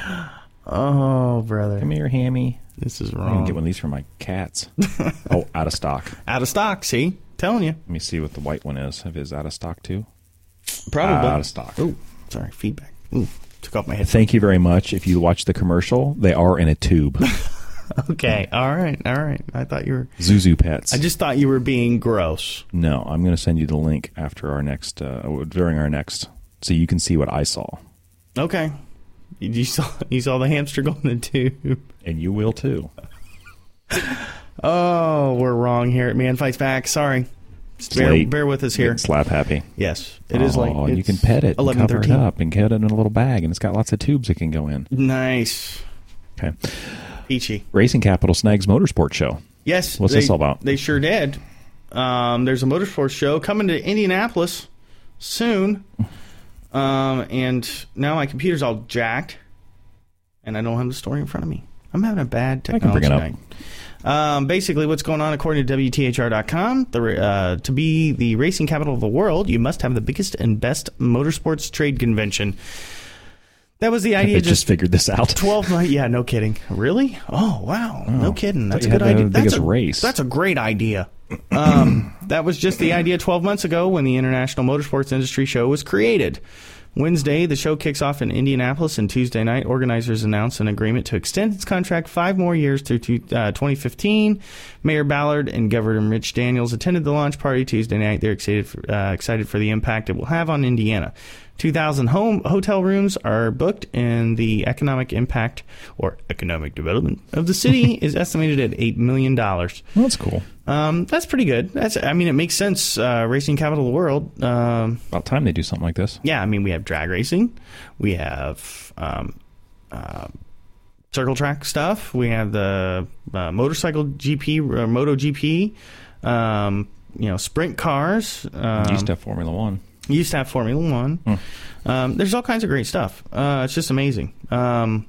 [SPEAKER 1] nine.
[SPEAKER 4] Oh, brother.
[SPEAKER 1] Come here, Hammy.
[SPEAKER 4] This is
[SPEAKER 1] I'm gonna
[SPEAKER 4] wrong.
[SPEAKER 1] get one of these for my cats. oh, out of stock.
[SPEAKER 4] Out of stock. See, telling you.
[SPEAKER 1] Let me see what the white one is. If it's out of stock too.
[SPEAKER 4] Probably
[SPEAKER 1] out of stock.
[SPEAKER 4] Oh, sorry. Feedback. Ooh, took off my head.
[SPEAKER 1] Thank you very much. If you watch the commercial, they are in a tube.
[SPEAKER 4] Okay. All right. All right. I thought you were.
[SPEAKER 1] Zuzu pets.
[SPEAKER 4] I just thought you were being gross.
[SPEAKER 1] No, I'm going to send you the link after our next uh, during our next, so you can see what I saw,
[SPEAKER 4] Okay. You- You saw you saw the hamster go in the tube.
[SPEAKER 1] and you will too.
[SPEAKER 4] Oh, we're wrong here at Man Fights Back. Sorry.
[SPEAKER 1] It's
[SPEAKER 4] Bear,
[SPEAKER 1] late.
[SPEAKER 4] bear with us here.
[SPEAKER 1] It's slap happy.
[SPEAKER 4] Yes, it is late.
[SPEAKER 1] Oh, and you
[SPEAKER 4] It's
[SPEAKER 1] can pet it,
[SPEAKER 4] 11,
[SPEAKER 1] and cover
[SPEAKER 4] 13.
[SPEAKER 1] it up, and get it in a little bag, and it's got lots of tubes it can go in.
[SPEAKER 4] Nice.
[SPEAKER 1] Okay.
[SPEAKER 4] Peachy.
[SPEAKER 1] Racing Capital Snags Motorsport Show.
[SPEAKER 4] Yes.
[SPEAKER 1] What's
[SPEAKER 4] they-
[SPEAKER 1] this all about?
[SPEAKER 4] They sure did. Um, there's a motorsports show coming to Indianapolis soon. Um, and now my computer's all jacked, and I don't have the story in front of me. I'm having a bad
[SPEAKER 1] can bring
[SPEAKER 4] technology
[SPEAKER 1] it up.
[SPEAKER 4] night. Um, basically, what's going on according to WTHR.com, the, ra- uh, to be the racing capital of the world, you must have the biggest and best motorsports trade convention. That was the idea.
[SPEAKER 1] just figured this out.
[SPEAKER 4] Twelve, months- yeah, no kidding. Really? Oh wow, no kidding.
[SPEAKER 1] Thought
[SPEAKER 4] Hmm, That's a
[SPEAKER 1] you
[SPEAKER 4] good
[SPEAKER 1] had the
[SPEAKER 4] idea. That's
[SPEAKER 1] biggest
[SPEAKER 4] a
[SPEAKER 1] race.
[SPEAKER 4] That's a great idea. Um, that was just the idea 12 months ago when the International Motorsports Industry Show was created. Wednesday, the show kicks off in Indianapolis, and Tuesday night, organizers announce an agreement to extend its contract five more years through to, uh, 2015. Mayor Ballard and Governor Rich Daniels attended the launch party Tuesday night. They're excited for, uh, excited for the impact it will have on Indiana. 2,000 home hotel rooms are booked, and the economic impact or economic development of the city is estimated at $8 million.
[SPEAKER 1] That's cool.
[SPEAKER 4] Um, that's pretty good. That's I mean, it makes sense. Uh, racing capital of the world. Um,
[SPEAKER 1] About time they do something like this.
[SPEAKER 4] yeah, I mean, we have drag racing, we have um, uh, circle track stuff, we have the uh, motorcycle GP, uh, Moto GP, um, you know, sprint cars. Um,
[SPEAKER 1] used to have Hmm. Formula One.
[SPEAKER 4] you used to have Formula One. Um, there's all kinds of great stuff. Uh, it's just amazing. Um,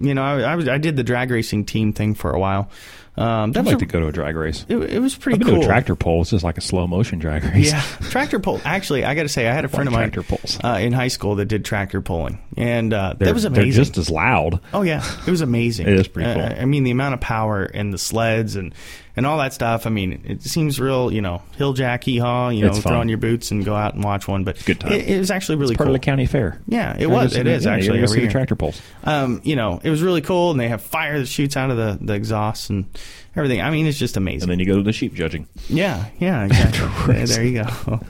[SPEAKER 4] you know, I, I, was, I did the drag racing team thing for a while. Um,
[SPEAKER 1] I'd
[SPEAKER 4] that's
[SPEAKER 1] like
[SPEAKER 4] a-
[SPEAKER 1] to go to a drag race.
[SPEAKER 4] it, it was pretty
[SPEAKER 1] I've been
[SPEAKER 4] cool.
[SPEAKER 1] to a tractor pull. It's just like a slow motion drag race.
[SPEAKER 4] Yeah, tractor pull. Actually, I got to say, I had a friend of mine
[SPEAKER 1] Tractor pulls.
[SPEAKER 4] Uh, in high school that did tractor pulling, and uh,
[SPEAKER 1] They're-
[SPEAKER 4] that was
[SPEAKER 1] they're
[SPEAKER 4] amazing.
[SPEAKER 1] just as loud.
[SPEAKER 4] Oh yeah, it was amazing.
[SPEAKER 1] It is pretty cool.
[SPEAKER 4] Uh, I mean, the amount of power and the sleds and and all that stuff. I mean, it seems real. You know, hill jack, hee haw. You know,
[SPEAKER 1] It's
[SPEAKER 4] throw
[SPEAKER 1] fun.
[SPEAKER 4] on your boots and go out and watch one. But
[SPEAKER 1] Good time.
[SPEAKER 4] It, it was actually really
[SPEAKER 1] It's part
[SPEAKER 4] cool.
[SPEAKER 1] of the county fair.
[SPEAKER 4] Yeah, it
[SPEAKER 1] You're
[SPEAKER 4] was.
[SPEAKER 1] just-
[SPEAKER 4] It is
[SPEAKER 1] yeah, you're
[SPEAKER 4] actually
[SPEAKER 1] gonna see
[SPEAKER 4] every
[SPEAKER 1] the
[SPEAKER 4] year.
[SPEAKER 1] tractor pulls.
[SPEAKER 4] Um, you know, it was really cool, and they have fire that shoots out of the the exhaust and everything. I mean, it's just
[SPEAKER 1] And
[SPEAKER 4] amazing.
[SPEAKER 1] then you go to the sheep judging.
[SPEAKER 4] Yeah, yeah, exactly. there, there you go.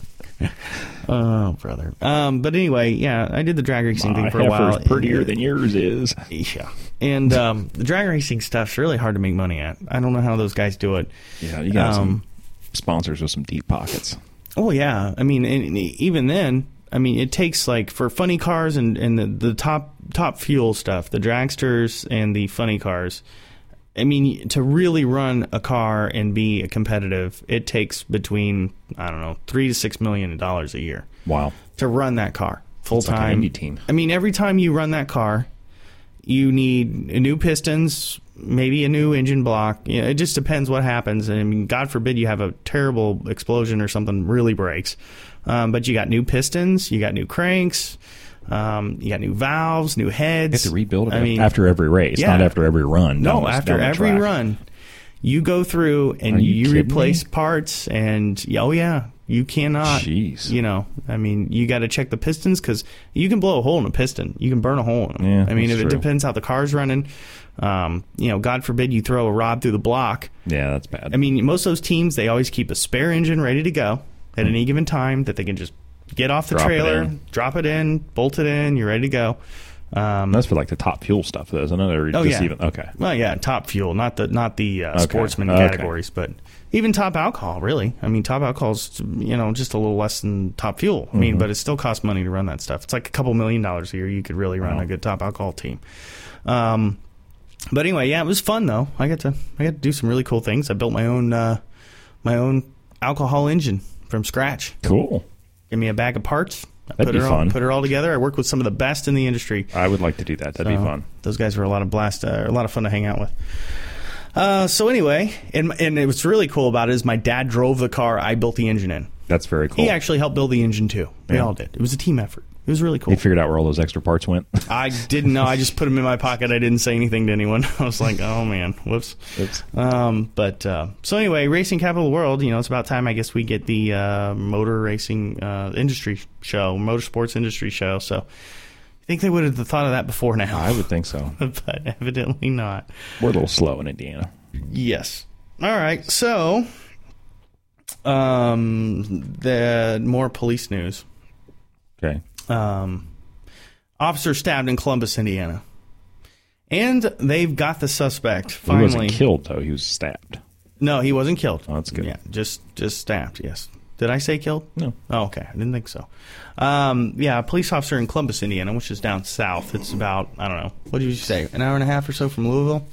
[SPEAKER 4] oh, brother. Um, but anyway, yeah, I did the drag racing
[SPEAKER 1] My
[SPEAKER 4] thing for a while.
[SPEAKER 1] heifer's prettier than yours is.
[SPEAKER 4] Yeah. And um, the drag racing stuff's really hard to make money at. I don't know how those guys do it.
[SPEAKER 1] Yeah, you got some
[SPEAKER 4] Um,
[SPEAKER 1] sponsors with some deep pockets.
[SPEAKER 4] Oh yeah, I mean, and, and even then, I mean, it takes like for funny cars and and the, the top top fuel stuff, the dragsters and the funny cars. I mean, to really run a car and be a competitive, it takes between I don't know three to six million dollars a year.
[SPEAKER 1] Wow.
[SPEAKER 4] To run that car full
[SPEAKER 1] like an
[SPEAKER 4] time,
[SPEAKER 1] indie team.
[SPEAKER 4] I mean, every time you run that car, you need new pistons, maybe a new engine block. You know, it just depends what happens. And I mean, God forbid you have a terrible explosion or something really breaks. Um, but you got new pistons, you got new cranks, um, you got new valves, new heads.
[SPEAKER 1] You have to rebuild it
[SPEAKER 4] I mean,
[SPEAKER 1] after every race,
[SPEAKER 4] yeah.
[SPEAKER 1] not after every run.
[SPEAKER 4] No,
[SPEAKER 1] down the-
[SPEAKER 4] after
[SPEAKER 1] down the
[SPEAKER 4] every
[SPEAKER 1] track.
[SPEAKER 4] run, you go through and
[SPEAKER 1] Are you
[SPEAKER 4] you,
[SPEAKER 1] kidding
[SPEAKER 4] replace parts, and oh yeah, you cannot.
[SPEAKER 1] Jeez.
[SPEAKER 4] You know, I mean, you got to check the pistons because you can blow a hole in a piston, you can burn a hole in them.
[SPEAKER 1] Yeah,
[SPEAKER 4] I mean,
[SPEAKER 1] that's
[SPEAKER 4] if it
[SPEAKER 1] true.
[SPEAKER 4] depends how the car's running, um, you know, God forbid you throw a rod through the block.
[SPEAKER 1] Yeah, that's bad.
[SPEAKER 4] I mean, most of those teams they always keep a spare engine ready to go at any given time that they can just get off the
[SPEAKER 1] Hmm. Drop it
[SPEAKER 4] trailer,
[SPEAKER 1] in.
[SPEAKER 4] drop it in, bolt it in, you're ready to go. Um,
[SPEAKER 1] that's for like the top fuel stuff, though, isn't it? Or
[SPEAKER 4] Oh
[SPEAKER 1] just
[SPEAKER 4] yeah.
[SPEAKER 1] even okay.
[SPEAKER 4] Well, yeah, top fuel, not the not the uh,
[SPEAKER 1] Okay.
[SPEAKER 4] sportsman
[SPEAKER 1] Okay.
[SPEAKER 4] categories, but even top alcohol. Really, I mean, top alcohol's you know just a little less than top fuel. I mean,
[SPEAKER 1] Mhm.
[SPEAKER 4] but it still costs money to run that stuff. It's like a couple million dollars a year. You could really run a good top alcohol team. Um, but anyway, yeah, it was fun though. I got to I got to do some really cool things. I built my own uh, my own alcohol engine from scratch.
[SPEAKER 1] Cool.
[SPEAKER 4] Give me a bag of parts. I
[SPEAKER 1] That'd
[SPEAKER 4] put
[SPEAKER 1] be
[SPEAKER 4] her
[SPEAKER 1] fun.
[SPEAKER 4] All, put her all together. I worked with some of the best in the industry.
[SPEAKER 1] I would like to do that. That'd be
[SPEAKER 4] So,
[SPEAKER 1] fun.
[SPEAKER 4] Those guys were a lot of blast, uh, a lot of fun to hang out with. Uh, so anyway, and and it was really cool about it is my dad drove the car. I built the engine in.
[SPEAKER 1] That's very cool.
[SPEAKER 4] He actually helped build the engine too. We
[SPEAKER 1] Yeah.
[SPEAKER 4] all did. It was a team effort. It was really cool.
[SPEAKER 1] He figured out where all those extra parts went.
[SPEAKER 4] I didn't know. I just put them in my pocket. I didn't say anything to anyone. I was like, oh man, whoops. Um, but uh, so anyway, Racing Capital World. You know, it's about time. I guess we get the uh, motor racing uh, industry show, motorsports industry show. So I think they would have thought of that before now. I
[SPEAKER 1] would think so,
[SPEAKER 4] but evidently not.
[SPEAKER 1] We're a little slow in Indiana.
[SPEAKER 4] Yes. All right. So, um, the more police news.
[SPEAKER 1] Okay.
[SPEAKER 4] Um, officer stabbed in Columbus, Indiana, and they've got the suspect finally.
[SPEAKER 1] He wasn't killed though. He was stabbed.
[SPEAKER 4] No, he wasn't killed.
[SPEAKER 1] Oh, that's good.
[SPEAKER 4] Yeah, just just stabbed. Yes. Did I say killed?
[SPEAKER 1] No.
[SPEAKER 4] Oh, okay. I didn't think so. Um, yeah, a police officer in Columbus, Indiana, which is down south. It's about I don't know. What did you say? An hour and a half or so from Louisville,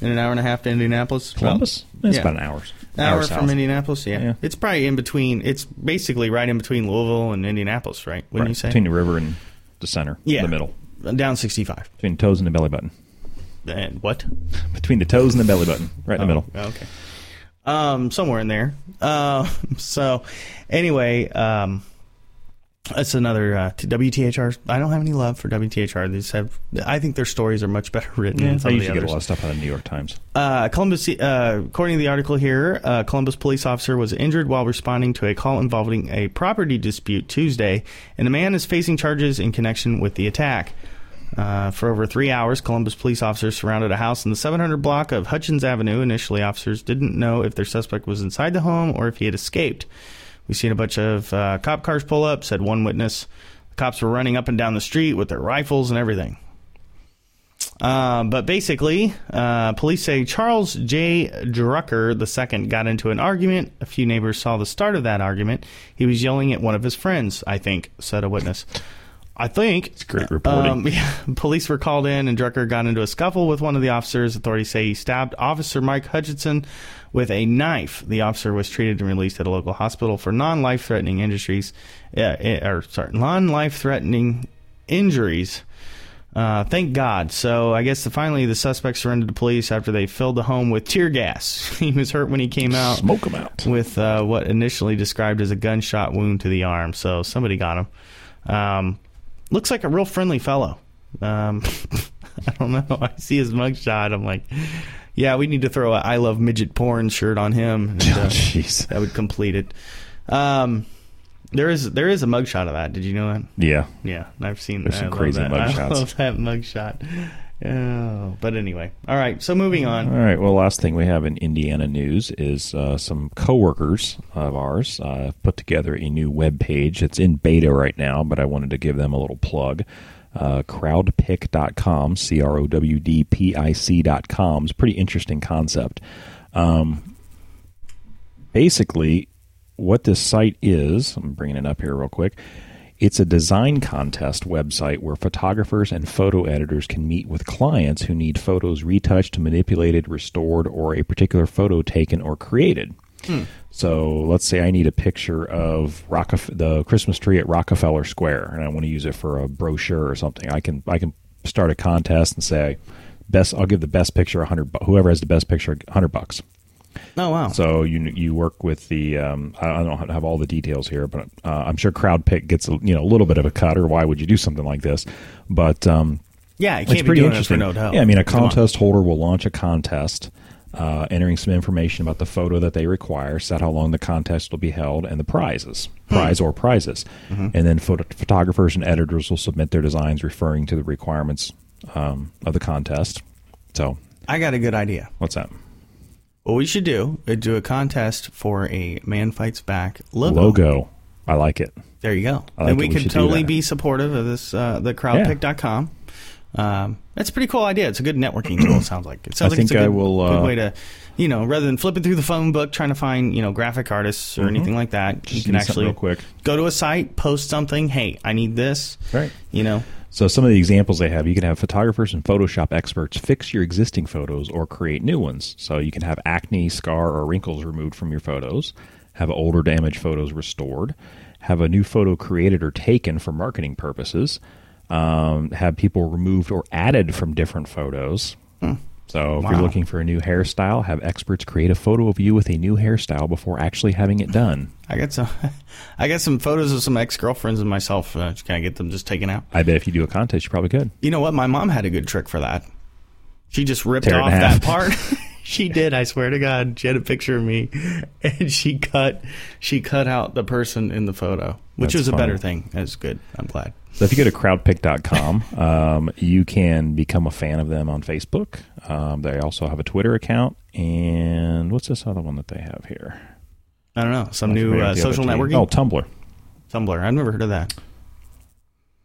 [SPEAKER 4] and an hour and a half to Indianapolis.
[SPEAKER 1] Columbus? It's about an hour.
[SPEAKER 4] An hour,
[SPEAKER 1] Hour
[SPEAKER 4] from
[SPEAKER 1] south.
[SPEAKER 4] Indianapolis. Yeah. It's probably in between. It's basically right in between Louisville and Indianapolis, right? Wouldn't
[SPEAKER 1] Right.
[SPEAKER 4] you say?
[SPEAKER 1] Between the river and the center.
[SPEAKER 4] Yeah.
[SPEAKER 1] The middle.
[SPEAKER 4] Down 65.
[SPEAKER 1] Between toes and the belly button.
[SPEAKER 4] And what? Oh,
[SPEAKER 1] Between the toes and the belly button. Right in the middle.
[SPEAKER 4] Okay. Um, somewhere in there. Uh, so, anyway, um, that's another uh, t- WTHR. I don't have any love for WTHR. These have, I think their stories are much better written.
[SPEAKER 1] Yeah,
[SPEAKER 4] than
[SPEAKER 1] I
[SPEAKER 4] some of
[SPEAKER 1] usually
[SPEAKER 4] the
[SPEAKER 1] get a
[SPEAKER 4] others.
[SPEAKER 1] lot of stuff out of the New York Times.
[SPEAKER 4] Uh, Columbus, uh, according to the article here, uh, Columbus police officer was injured while responding to a call involving a property dispute Tuesday, and the man is facing charges in connection with the attack. Uh, for over three hours, Columbus police officers surrounded a house in the 700 block of Hutchins Avenue. Initially, officers didn't know if their suspect was inside the home or if he had escaped. We've seen a bunch of uh, cop cars pull up, said one witness. The cops were running up and down the street with their rifles and everything. Uh, but basically, uh, police say Charles J. Drucker II got into an argument. A few neighbors saw the start of that argument. He was yelling at one of his friends, I think, said a witness. I think. It's
[SPEAKER 1] great reporting.
[SPEAKER 4] yeah, police were called in, and Drucker got into a scuffle with one of the officers. Authorities say he stabbed Officer Mike Hutchinson with a knife. The officer was treated and released at a local hospital for non-life-threatening injuries, uh, eh, or sorry, non-life-threatening injuries. Uh, thank God. So I guess the, finally the suspect surrendered to police after they filled the home with tear gas. he was hurt when he came out.
[SPEAKER 1] Smoke him out.
[SPEAKER 4] With uh, what initially described as a gunshot wound to the arm. So somebody got him. Um, looks like a real friendly fellow. Um, I don't know. I see his mugshot. I'm like, yeah, we need to throw a I love midget porn shirt on him. And, uh, That would complete it. Um, there is there is a mugshot of that. Did you know that?
[SPEAKER 1] Yeah.
[SPEAKER 4] Yeah, I've seen
[SPEAKER 1] There's
[SPEAKER 4] that.
[SPEAKER 1] some
[SPEAKER 4] I love
[SPEAKER 1] crazy
[SPEAKER 4] that. I
[SPEAKER 1] mugshots.
[SPEAKER 4] love that mugshot. Oh, but anyway, all right. So moving on.
[SPEAKER 1] All right. Well, last thing we have in Indiana news is uh, some coworkers of ours uh, put together a new web page. It's in beta right now, but I wanted to give them a little plug. Uh, crowdpick.com, C R O W D P I C.com. It's a pretty interesting concept. Um, basically, what this site is, I'm bringing it up here real quick. It's a design contest website where photographers and photo editors can meet with clients who need photos retouched, manipulated, restored, or a particular photo taken or created. So let's say I need a picture of Rockef- the Christmas tree at Rockefeller Square, and I want to use it for a brochure or something. I can I can start a contest and say best. I'll give the best picture a hundred. Bu- whoever has the best picture, a hundred bucks.
[SPEAKER 4] Oh wow!
[SPEAKER 1] So you you work with the um, I I don't have all the details here, but uh, I'm sure CrowdPick gets a, you know a little bit of a cut. Or why would you do something like this? But um,
[SPEAKER 4] Yeah, you
[SPEAKER 1] it's
[SPEAKER 4] can't be
[SPEAKER 1] pretty
[SPEAKER 4] doing it for
[SPEAKER 1] interesting.
[SPEAKER 4] no dough.
[SPEAKER 1] Yeah, I mean a
[SPEAKER 4] Come on.
[SPEAKER 1] contest holder will launch a contest. Uh, entering some information about the photo that they require, set how long the contest will be held, and the prizes,
[SPEAKER 4] Hmm.
[SPEAKER 1] prize or prizes,
[SPEAKER 4] Mm-hmm.
[SPEAKER 1] and then photo- photographers and editors will submit their designs referring to the requirements um, of the contest. So,
[SPEAKER 4] I got a good idea.
[SPEAKER 1] what's that?
[SPEAKER 4] What we should do is do a contest for a man fights back logo.
[SPEAKER 1] Logo. I like it.
[SPEAKER 4] There you go.
[SPEAKER 1] I like
[SPEAKER 4] and we
[SPEAKER 1] it. We
[SPEAKER 4] can
[SPEAKER 1] should do
[SPEAKER 4] totally
[SPEAKER 1] that.
[SPEAKER 4] be supportive of this uh, the crowdpick.com. Um, that's a pretty cool idea. It's a good networking tool. it Sounds like it sounds
[SPEAKER 1] I
[SPEAKER 4] like it's a
[SPEAKER 1] think I
[SPEAKER 4] good,
[SPEAKER 1] will,
[SPEAKER 4] good
[SPEAKER 1] uh,
[SPEAKER 4] way to, you know, rather than flipping through the phone book trying to find you know graphic artists or
[SPEAKER 1] Mhm.
[SPEAKER 4] anything like that, you
[SPEAKER 1] Just
[SPEAKER 4] can
[SPEAKER 1] need something
[SPEAKER 4] actually
[SPEAKER 1] real quick.
[SPEAKER 4] go to a site, post something. Hey, I need this.
[SPEAKER 1] Right.
[SPEAKER 4] You know,
[SPEAKER 1] So some of the examples they have, you can have photographers and Photoshop experts fix your existing photos or create new ones. So you can have acne, scar, or wrinkles removed from your photos, have older damaged photos restored, have a new photo created or taken for marketing purposes, um, have people removed or added from different photos. So if you're
[SPEAKER 19] Wow.
[SPEAKER 1] looking for a new hairstyle, have experts create a photo of you with a new hairstyle before actually having it done.
[SPEAKER 4] I got some, I got some photos of some ex girlfriends and myself. Uh, just kind of get them just taken out.
[SPEAKER 1] I bet if you do a contest, you probably could.
[SPEAKER 4] You know what? My mom had a good trick for that. She just ripped
[SPEAKER 1] Tear it in
[SPEAKER 4] off
[SPEAKER 1] half.
[SPEAKER 4] that part. she did. I swear to God, she had a picture of me, and she cut she cut out the person in the photo, which
[SPEAKER 1] That's
[SPEAKER 4] was a
[SPEAKER 1] fun.
[SPEAKER 4] better thing. That's good. I'm glad.
[SPEAKER 1] So if you go to crowdpick.com, um, you can become a fan of them on Facebook. Um, they also have a Twitter account. And what's this other one that they have here?
[SPEAKER 4] I don't know some
[SPEAKER 1] I'm
[SPEAKER 4] new
[SPEAKER 1] familiar
[SPEAKER 4] uh,
[SPEAKER 1] with the other
[SPEAKER 4] social
[SPEAKER 1] two.
[SPEAKER 4] networking.
[SPEAKER 1] Oh, Tumblr.
[SPEAKER 4] Tumblr. I've never heard of that.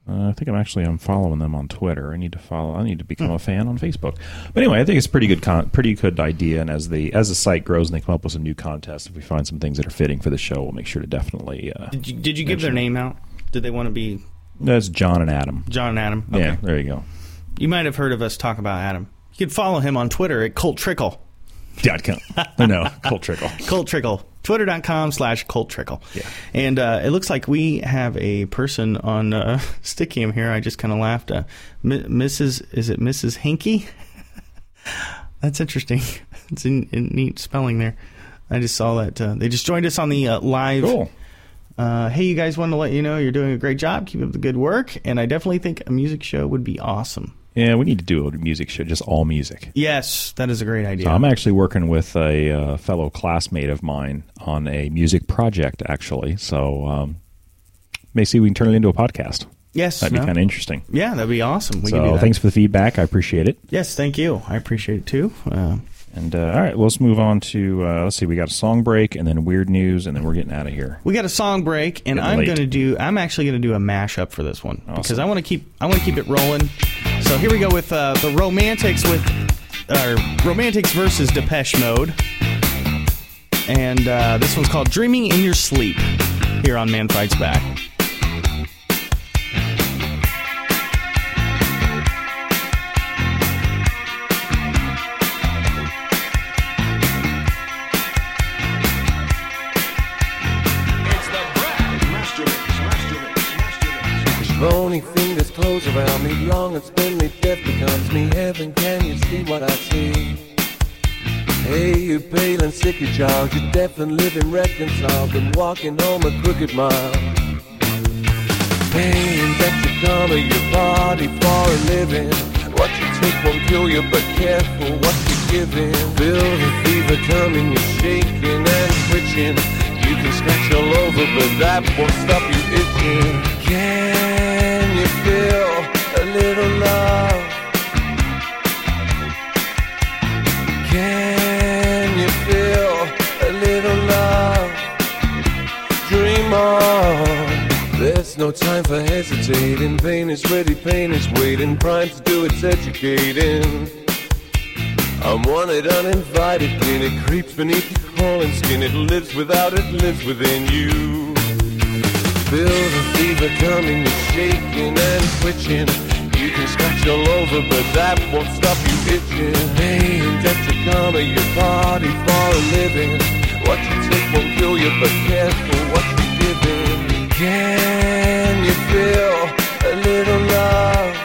[SPEAKER 1] Uh, I think I'm actually I'm following them on Twitter. I need to follow. I need to become a fan on Facebook. But anyway, I think it's a pretty good, con- pretty good idea. And as the as the site grows and they come up with some new contests, if we find some things that are fitting for the show, we'll make sure to definitely. Uh,
[SPEAKER 4] Did you did you give their name out? Did they want to be
[SPEAKER 1] that's John and Adam.
[SPEAKER 4] John and Adam? Okay.
[SPEAKER 1] Yeah, there you go.
[SPEAKER 4] You might have heard of us talk about Adam. You could follow him on Twitter at Colt Trickle.
[SPEAKER 1] Dot com. no, Colt Trickle.
[SPEAKER 4] Colt Trickle. Twitter.com slash Colt Trickle. Yeah. And uh, it looks like we have a person on uh, Stickium here. I just kind of laughed. Uh, M- Mrs. Is it Mrs. Hinky? That's interesting. It's in, in neat spelling there. I just saw that. Uh, they just joined us on the uh, live. Cool. Uh, hey, you guys want to let you know you're doing a great job. Keep up the good work. And I definitely think a music show would be awesome.
[SPEAKER 1] Yeah, we need to do a music show, just all music.
[SPEAKER 4] Yes, that is a great idea.
[SPEAKER 1] So I'm actually working with a uh, fellow classmate of mine on a music project, actually. So um, may see if we can turn it into a podcast.
[SPEAKER 4] Yes,
[SPEAKER 1] that'd be
[SPEAKER 4] no.
[SPEAKER 1] kind of interesting.
[SPEAKER 4] yeah, that'd be awesome. We can do
[SPEAKER 1] so
[SPEAKER 4] that.
[SPEAKER 1] thanks for the feedback. I appreciate it.
[SPEAKER 4] Yes, thank you. I appreciate it too. Uh,
[SPEAKER 1] and uh, all right, let's move on to uh, let's see. We got a song break and then weird news, and then we're getting out of here.
[SPEAKER 4] We got a song break,
[SPEAKER 1] Getting
[SPEAKER 4] and I'm
[SPEAKER 1] late.
[SPEAKER 4] going to do. I'm actually going to do a mashup for this one because I want to keep. I want to keep it rolling. So here we go with uh, the Romantics with, or Romantics versus Depeche Mode, and uh, this one's called "Dreaming in Your Sleep." Here on Man Fights Back.
[SPEAKER 5] Bony fingers close around me, long and spindly death becomes me. Heaven, can you see what I see? Hey, you pale and sick, you child, you deaf and living reconciled, been walking home a crooked mile. Pain that you color your body for a living. What you take won't kill you, but careful what you give in. Feel the fever coming, you're shaking and twitching. You can scratch all over, but that won't stop you itching. Can you feel a little love? Can you feel a little love? Dream on. There's no time for hesitating. Pain is ready, pain is waiting. Prime to do its educating. I'm wanted, uninvited, and it creeps beneath your crawling skin. It lives without, it lives within you. Feel the fever coming, you're shaking and twitching. You can scratch all over, but that won't stop you itching. Pain, death to come, your body for a living. What you take won't kill you, but careful what you give in. Can you feel a little love?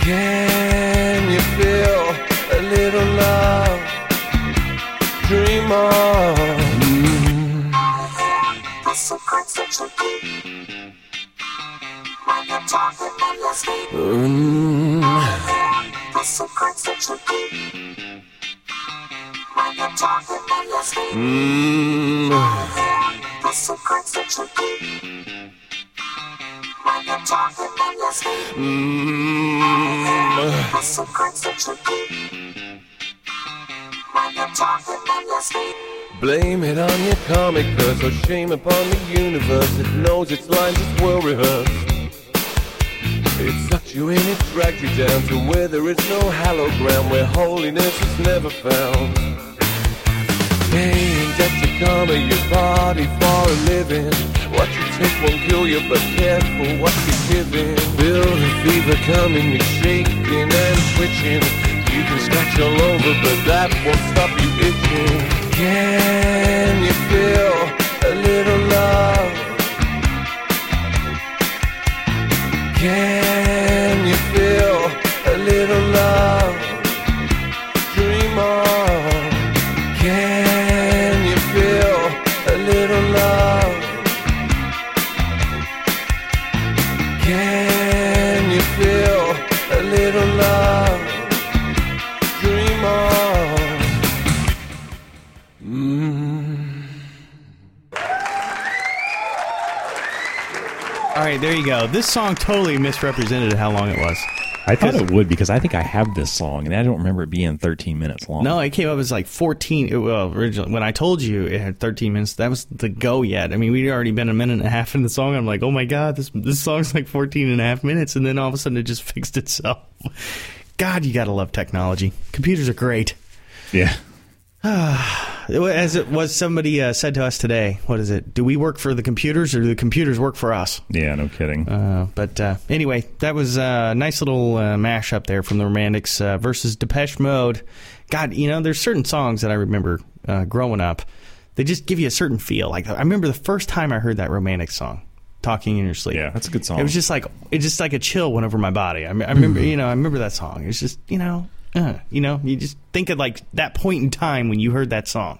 [SPEAKER 5] Can you feel a little love? Dream on. Mm. Blame it on your comic verse or shame upon the universe. It knows its lines is well rehearsed. It sucked you in, it dragged you down to where there is no hallowed ground where holiness is never found. Pain, death to
[SPEAKER 20] come at your party for a living. What you take won't kill you, but careful what you're giving. Feel the fever coming, you're shaking and twitching. You can scratch all over, but that won't stop you itching. Can you feel a little love? Can you feel a little love? Dream on. Can you feel a little love? Can you feel a little love? Dream on.
[SPEAKER 4] All right, there you go. This song totally misrepresented how long it was.
[SPEAKER 1] I thought it would because I think I have this song and I don't remember it being 13 minutes long.
[SPEAKER 4] No, it came up as like 14. It, well, originally, when I told you it had 13 minutes, that was the go yet. I mean, we'd already been a minute and a half in the song. I'm like, oh my God, this, this song's like 14 and a half minutes. And then all of a sudden it just fixed itself. God, you got to love technology. Computers are great.
[SPEAKER 1] Yeah.
[SPEAKER 4] It wa- As it was, somebody uh, said to us today, what is it? Do we work for the computers or do the computers work for us?
[SPEAKER 1] Yeah, no kidding.
[SPEAKER 4] Uh, but uh, anyway, that was a nice little uh, mashup there from the Romantics uh, versus Depeche Mode. God, you know, there's certain songs that I remember uh, growing up. They just give you a certain feel. Like I remember the first time I heard that Romantic song, "Talking in Your Sleep." Yeah,
[SPEAKER 1] that's a good song.
[SPEAKER 4] It was just like it just like a chill went over my body. I, me- I remember,
[SPEAKER 1] Mhm.
[SPEAKER 4] you know, I remember that song. It's just you know, uh, you know, you just think of like that point in time when you heard that song.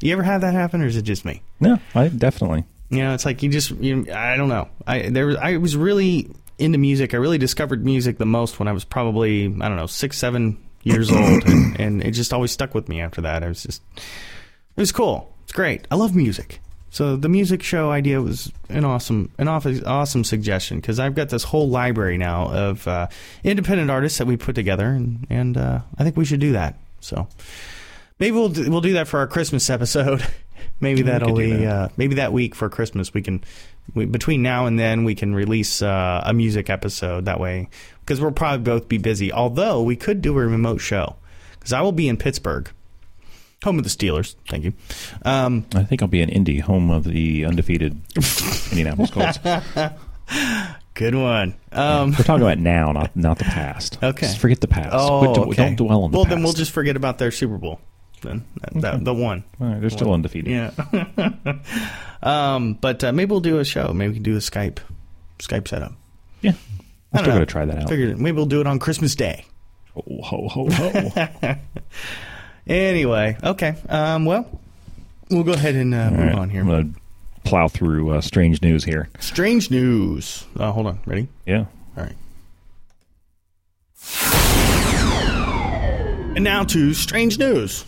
[SPEAKER 4] you ever have that happen, or is it just me?
[SPEAKER 1] No, I definitely.
[SPEAKER 4] You know, it's like you just you, I don't know. I there was I was really into music. I really discovered music the most when I was probably I don't know six seven years old, and, and it just always stuck with me after that. I was just it was cool. It's great. I love music. So the music show idea was an awesome, an aw- awesome suggestion because I've got this whole library now of uh, independent artists that we put together, and, and uh, I think we should do that. So maybe we'll do, we'll do that for our Christmas episode. maybe
[SPEAKER 1] We
[SPEAKER 4] that'll
[SPEAKER 1] could do
[SPEAKER 4] be
[SPEAKER 1] that.
[SPEAKER 4] Uh, maybe that week for Christmas we can we, between now and then we can release uh, a music episode that way because we'll probably both be busy. Although we could do a remote show because I will be in Pittsburgh home of the Steelers. Thank you. Um,
[SPEAKER 1] I think I'll be in Indy, home of the undefeated Indianapolis Colts.
[SPEAKER 4] Good one. Um,
[SPEAKER 1] We're talking about now, not not the past.
[SPEAKER 4] Okay.
[SPEAKER 1] Just forget the past.
[SPEAKER 4] Oh,
[SPEAKER 1] But don't-
[SPEAKER 4] okay.
[SPEAKER 1] Don't dwell on the
[SPEAKER 4] Well,
[SPEAKER 1] past. Mm-hmm.
[SPEAKER 4] then we'll just forget about their Super Bowl. Then that, that- the one.
[SPEAKER 1] All right, they're still undefeated.
[SPEAKER 4] Yeah. um, but uh, maybe we'll do a show. Maybe we can do a Skype Skype setup.
[SPEAKER 1] Yeah.
[SPEAKER 4] I
[SPEAKER 1] I'm
[SPEAKER 4] don't
[SPEAKER 1] still
[SPEAKER 4] know.
[SPEAKER 1] going to try that out.
[SPEAKER 4] Figured maybe we'll do it on Christmas Day.
[SPEAKER 1] Ho, ho, ho, ho.
[SPEAKER 4] Anyway, okay. Um, well, we'll go ahead and uh,
[SPEAKER 1] All
[SPEAKER 4] move
[SPEAKER 1] right,
[SPEAKER 4] on here.
[SPEAKER 1] I'm going to plow through uh, strange news here.
[SPEAKER 4] Strange news. Uh, hold on. Ready?
[SPEAKER 1] Yeah.
[SPEAKER 4] All right. And now to strange news.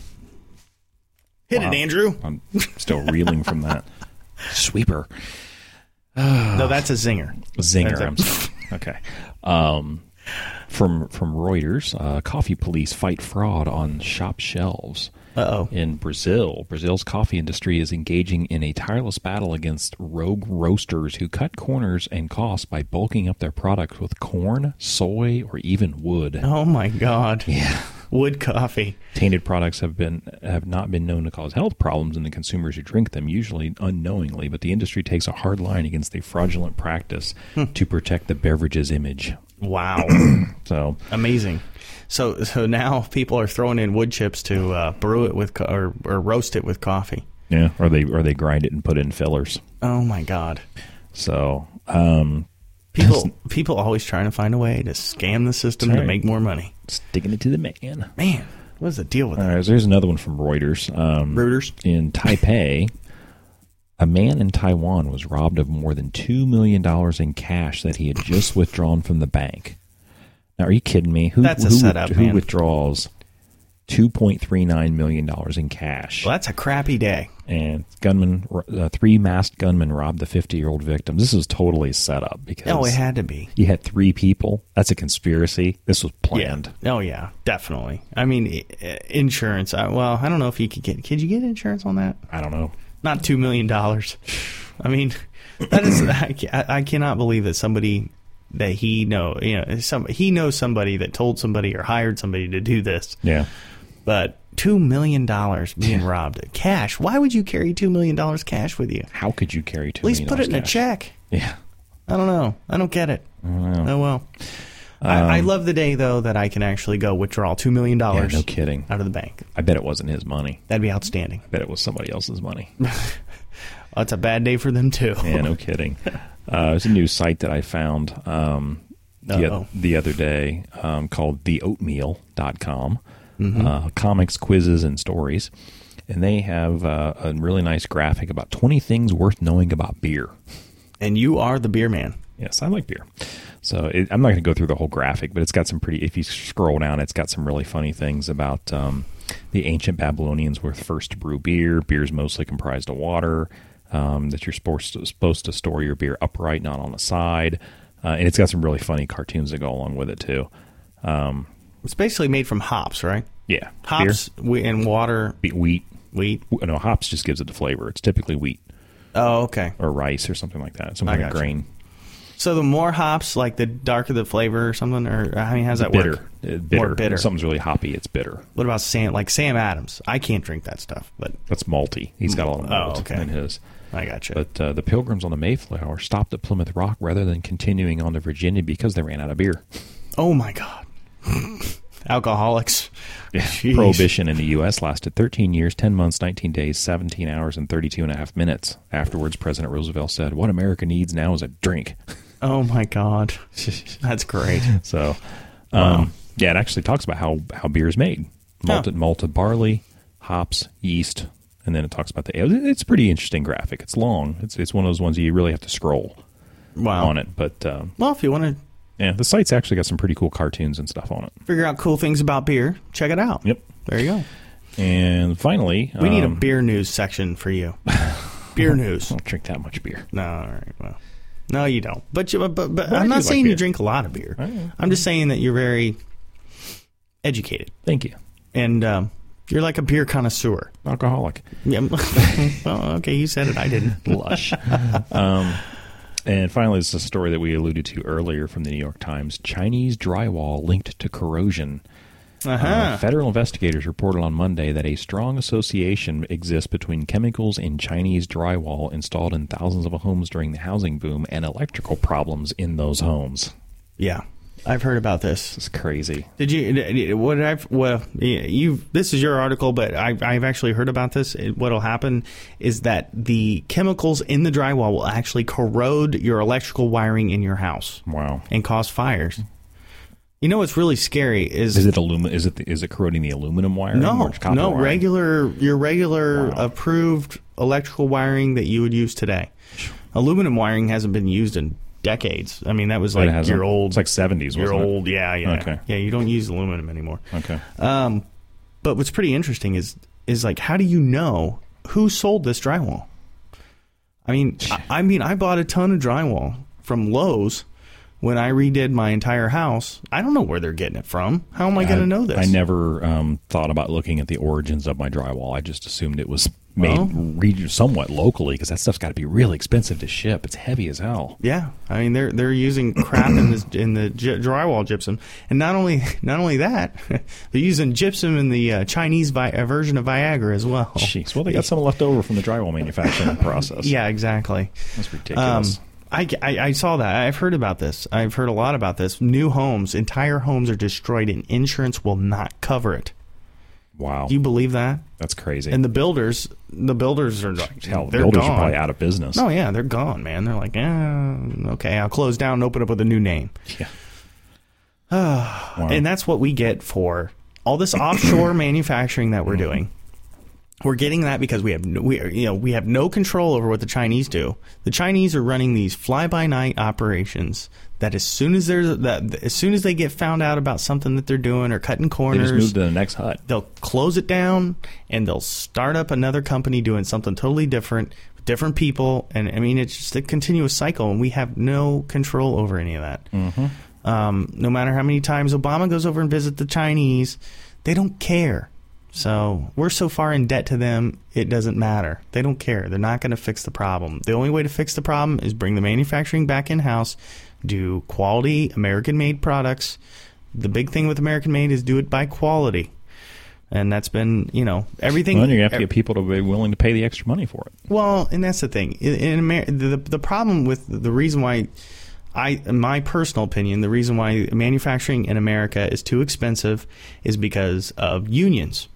[SPEAKER 4] Hit
[SPEAKER 1] Wow.
[SPEAKER 4] it, Andrew.
[SPEAKER 1] I'm still reeling from that. Sweeper.
[SPEAKER 4] no, that's a zinger.
[SPEAKER 1] Zinger.
[SPEAKER 4] That's a-
[SPEAKER 1] I'm sorry. Okay. Um, from from Reuters, uh, coffee police fight fraud on shop shelves.
[SPEAKER 4] Uh oh.
[SPEAKER 1] In Brazil, Brazil's coffee industry is engaging in a tireless battle against rogue roasters who cut corners and costs by bulking up their products with corn, soy, or even wood.
[SPEAKER 4] Oh my God.
[SPEAKER 1] Yeah.
[SPEAKER 4] Wood coffee.
[SPEAKER 1] Tainted products have been have not been known to cause health problems in the consumers who drink them, usually unknowingly. But the industry takes a hard line against the fraudulent practice to protect the beverage's image.
[SPEAKER 4] Wow.
[SPEAKER 1] So
[SPEAKER 4] Amazing. So so now people are throwing in wood chips to uh, brew it with co- or, or roast it with coffee.
[SPEAKER 1] yeah, or they or they grind it and put in fillers.
[SPEAKER 4] Oh my God.
[SPEAKER 1] So um,
[SPEAKER 4] People people always trying to find a way to scam the system
[SPEAKER 1] That's
[SPEAKER 4] to
[SPEAKER 1] right.
[SPEAKER 4] make more money.
[SPEAKER 1] sticking it to the man.
[SPEAKER 4] Man, what's the deal with
[SPEAKER 1] All right, so here's another one from Reuters. Um,
[SPEAKER 4] Reuters
[SPEAKER 1] in Taipei, a man in Taiwan was robbed of more than two million dollars in cash that he had just withdrawn from the bank. Now, are you kidding me? Who,
[SPEAKER 4] That's a
[SPEAKER 1] who,
[SPEAKER 4] setup,
[SPEAKER 1] who
[SPEAKER 4] man.
[SPEAKER 1] withdraws two point three nine million dollars in cash?
[SPEAKER 4] Well, that's a crappy day.
[SPEAKER 1] And gunmen, uh, three masked gunmen robbed the fifty-year-old victim. This is totally set up because
[SPEAKER 4] Oh, it had to be.
[SPEAKER 1] You had three people. That's a conspiracy. This was planned.
[SPEAKER 4] Yeah. Oh yeah, definitely. I mean, i- i- insurance. I, well, I don't know if you could get. Could you get insurance on that?
[SPEAKER 1] I don't know.
[SPEAKER 4] Not two million dollars. I mean, that is. I, ca- I I cannot believe that somebody that he know you know some he knows somebody that told somebody or hired somebody to do this.
[SPEAKER 1] Yeah.
[SPEAKER 4] But two million dollars being robbed, cash. Why would you carry two million dollars cash with you?
[SPEAKER 1] How could you carry two?
[SPEAKER 4] At least
[SPEAKER 1] million
[SPEAKER 4] put it in a
[SPEAKER 1] cash?
[SPEAKER 4] check.
[SPEAKER 1] Yeah.
[SPEAKER 4] I don't know. I don't get it.
[SPEAKER 1] I don't know. Um,
[SPEAKER 4] Oh well. I, I love the day though that I can actually go withdraw two million dollars.
[SPEAKER 1] Yeah, no kidding.
[SPEAKER 4] Out of the bank.
[SPEAKER 1] I bet it wasn't his money.
[SPEAKER 4] That'd be outstanding.
[SPEAKER 1] I bet it was somebody else's money.
[SPEAKER 4] That's a bad day for them too.
[SPEAKER 1] yeah, no kidding. Uh, it's a new site that I found um, the,
[SPEAKER 4] Uh-oh.
[SPEAKER 1] the other day um, called theoatmeal.com.
[SPEAKER 4] Mhm.
[SPEAKER 1] Uh, comics, quizzes, and stories. And they have uh, a really nice graphic about 20 things worth knowing about beer.
[SPEAKER 4] And you are the beer man.
[SPEAKER 1] Yes, I like beer. So it, I'm not going to go through the whole graphic, but it's got some pretty, if you scroll down, it's got some really funny things about um, the ancient Babylonians were first to brew beer. Beer's mostly comprised of water, um, that you're supposed to, supposed to store your beer upright, not on the side. Uh, and it's got some really funny cartoons that go along with it, too. Um,
[SPEAKER 4] it's basically made from hops, right?
[SPEAKER 1] Yeah.
[SPEAKER 4] Hops we, and water.
[SPEAKER 1] Wheat.
[SPEAKER 4] Wheat.
[SPEAKER 1] No, hops just gives it the flavor. It's typically wheat.
[SPEAKER 4] Oh, okay.
[SPEAKER 1] Or rice or something like that. Some
[SPEAKER 4] I
[SPEAKER 1] kind of
[SPEAKER 4] gotcha.
[SPEAKER 1] grain.
[SPEAKER 4] So the more hops, like the darker the flavor or something, or I mean, how's that
[SPEAKER 1] bitter.
[SPEAKER 4] work?
[SPEAKER 1] Uh, bitter.
[SPEAKER 4] More bitter.
[SPEAKER 1] If something's really hoppy, it's bitter.
[SPEAKER 4] What about Sam? Like Sam Adams? I can't drink that stuff, but
[SPEAKER 1] That's malty. He's got a lot of
[SPEAKER 4] Oh,
[SPEAKER 1] malt
[SPEAKER 4] okay.
[SPEAKER 1] in his.
[SPEAKER 4] I gotcha.
[SPEAKER 1] But uh, the Pilgrims on the Mayflower stopped at Plymouth Rock rather than continuing on to Virginia because they ran out of beer.
[SPEAKER 4] oh my god, alcoholics. Jeez.
[SPEAKER 1] Prohibition in the U.S. lasted 13 years, 10 months, 19 days, 17 hours, and 32 and a half minutes. Afterwards, President Roosevelt said, What America needs now is a drink.
[SPEAKER 4] Oh my god, that's great.
[SPEAKER 1] So, um,
[SPEAKER 4] Wow.
[SPEAKER 1] yeah, it actually talks about how, how beer is made malted, malted barley, hops, yeast, and then it talks about the ale. It's a pretty interesting graphic. It's long, it's, it's one of those ones you really have to scroll
[SPEAKER 4] Wow.
[SPEAKER 1] on it. But um,
[SPEAKER 4] Well, if you want to
[SPEAKER 1] yeah, the site's actually got some pretty cool cartoons and stuff on it.
[SPEAKER 4] figure out cool things about beer, check it out.
[SPEAKER 1] Yep.
[SPEAKER 4] There you go.
[SPEAKER 1] And finally,
[SPEAKER 4] We need a
[SPEAKER 1] um,
[SPEAKER 4] beer news section for you. Beer news. I
[SPEAKER 1] don't drink that much beer.
[SPEAKER 4] No, all right. Well, no, you don't. But you, but, but,
[SPEAKER 1] Well, I
[SPEAKER 4] I'm
[SPEAKER 1] do
[SPEAKER 4] not
[SPEAKER 1] like
[SPEAKER 4] saying you
[SPEAKER 1] beer. Oh,
[SPEAKER 4] drink a lot of beer. I'm just saying that you're very educated.
[SPEAKER 1] Thank you.
[SPEAKER 4] And um, you're like a beer connoisseur,
[SPEAKER 1] alcoholic.
[SPEAKER 4] Yeah. well, okay, you said it. I didn't.
[SPEAKER 1] Lush. um, and finally, this is a story that we alluded to earlier from the New York Times: Chinese drywall linked to corrosion.
[SPEAKER 4] Uh-huh.
[SPEAKER 1] Uh, federal investigators reported on Monday that a strong association exists between chemicals in Chinese drywall installed in thousands of homes during the housing boom and electrical problems in those homes.
[SPEAKER 4] Yeah, I've heard about this.
[SPEAKER 1] It's crazy.
[SPEAKER 4] Did you? What I've well, you. This is your article, but I, I've actually heard about this. It- What'll happen is that the chemicals in the drywall will actually corrode your electrical wiring in your house.
[SPEAKER 1] Wow!
[SPEAKER 4] And cause fires. You know what's really scary is
[SPEAKER 1] Is it aluminum? Is it the, is it corroding the aluminum wire?
[SPEAKER 4] no,
[SPEAKER 1] or copper
[SPEAKER 4] no
[SPEAKER 1] wiring?
[SPEAKER 4] regular your regular approved electrical wiring that you would use today. Aluminum wiring hasn't been used in decades. I mean, that was
[SPEAKER 1] Oh, It
[SPEAKER 4] like
[SPEAKER 1] hasn't?
[SPEAKER 4] your old.
[SPEAKER 1] It's like seventies.
[SPEAKER 4] Your old, yeah, yeah,
[SPEAKER 1] Okay.
[SPEAKER 4] yeah. You don't use aluminum anymore.
[SPEAKER 1] Okay.
[SPEAKER 4] Um, but what's pretty interesting is is like how do you know who sold this drywall? I mean, I, I mean, I bought a ton of drywall from Lowe's when I redid my entire house. I don't know where they're getting it from. How am I going to know this?
[SPEAKER 1] I never um, thought about looking at the origins of my drywall. I just assumed it was made
[SPEAKER 4] Well-
[SPEAKER 1] re- somewhat locally because that stuff's got to be really expensive to ship. It's heavy as hell.
[SPEAKER 4] Yeah, I mean they're they're using crap in this in the gy- drywall gypsum, and not only not only that, they're using gypsum in the uh, Chinese vi- uh, version of Viagra as well.
[SPEAKER 1] Jeez, well they got some left over from the drywall manufacturing process.
[SPEAKER 4] Yeah, exactly.
[SPEAKER 1] That's ridiculous.
[SPEAKER 4] Um, I, I, I saw that. I've heard about this. I've heard a lot about this. New homes, entire homes are destroyed, and insurance will not cover it.
[SPEAKER 1] Wow,
[SPEAKER 4] Do you believe that?
[SPEAKER 1] that's crazy.
[SPEAKER 4] And the builders, the builders are like,
[SPEAKER 1] Hell, the
[SPEAKER 4] they're
[SPEAKER 1] builders
[SPEAKER 4] gone.
[SPEAKER 1] are probably out of business.
[SPEAKER 4] No, yeah, they're gone, man. They're like, eh, okay, I'll close down and open up with a new name.
[SPEAKER 1] Yeah.
[SPEAKER 4] And that's what we get for all this offshore manufacturing that we're
[SPEAKER 1] Mm-hmm.
[SPEAKER 4] doing. We're getting that because we have no, we you know we have no control over what the Chinese do. The Chinese are running these fly by night operations that as soon as there's that as soon as they get found out about something that they're doing or cutting
[SPEAKER 1] they
[SPEAKER 4] corners,
[SPEAKER 1] just moved to the next hut.
[SPEAKER 4] they'll close it down and they'll start up another company doing something totally different with different people and i mean it's just a continuous cycle and we have no control over any of that
[SPEAKER 5] Mhm.
[SPEAKER 1] Mm-hmm.
[SPEAKER 4] um, no matter how many times obama goes over and visits the chinese they don't care so we're so far in debt to them it doesn't matter they don't care they're not going to fix the problem the only way to fix the problem is bring the manufacturing back in house do quality american made products the big thing with american made is do it by quality and that's been you know everything.
[SPEAKER 1] Well, then you're going to have to get people to be willing to pay the extra money for it.
[SPEAKER 4] Well, and that's the thing. In, in Amer- the the problem with the reason why I, in my personal opinion, the reason why manufacturing in America is too expensive is because of unions,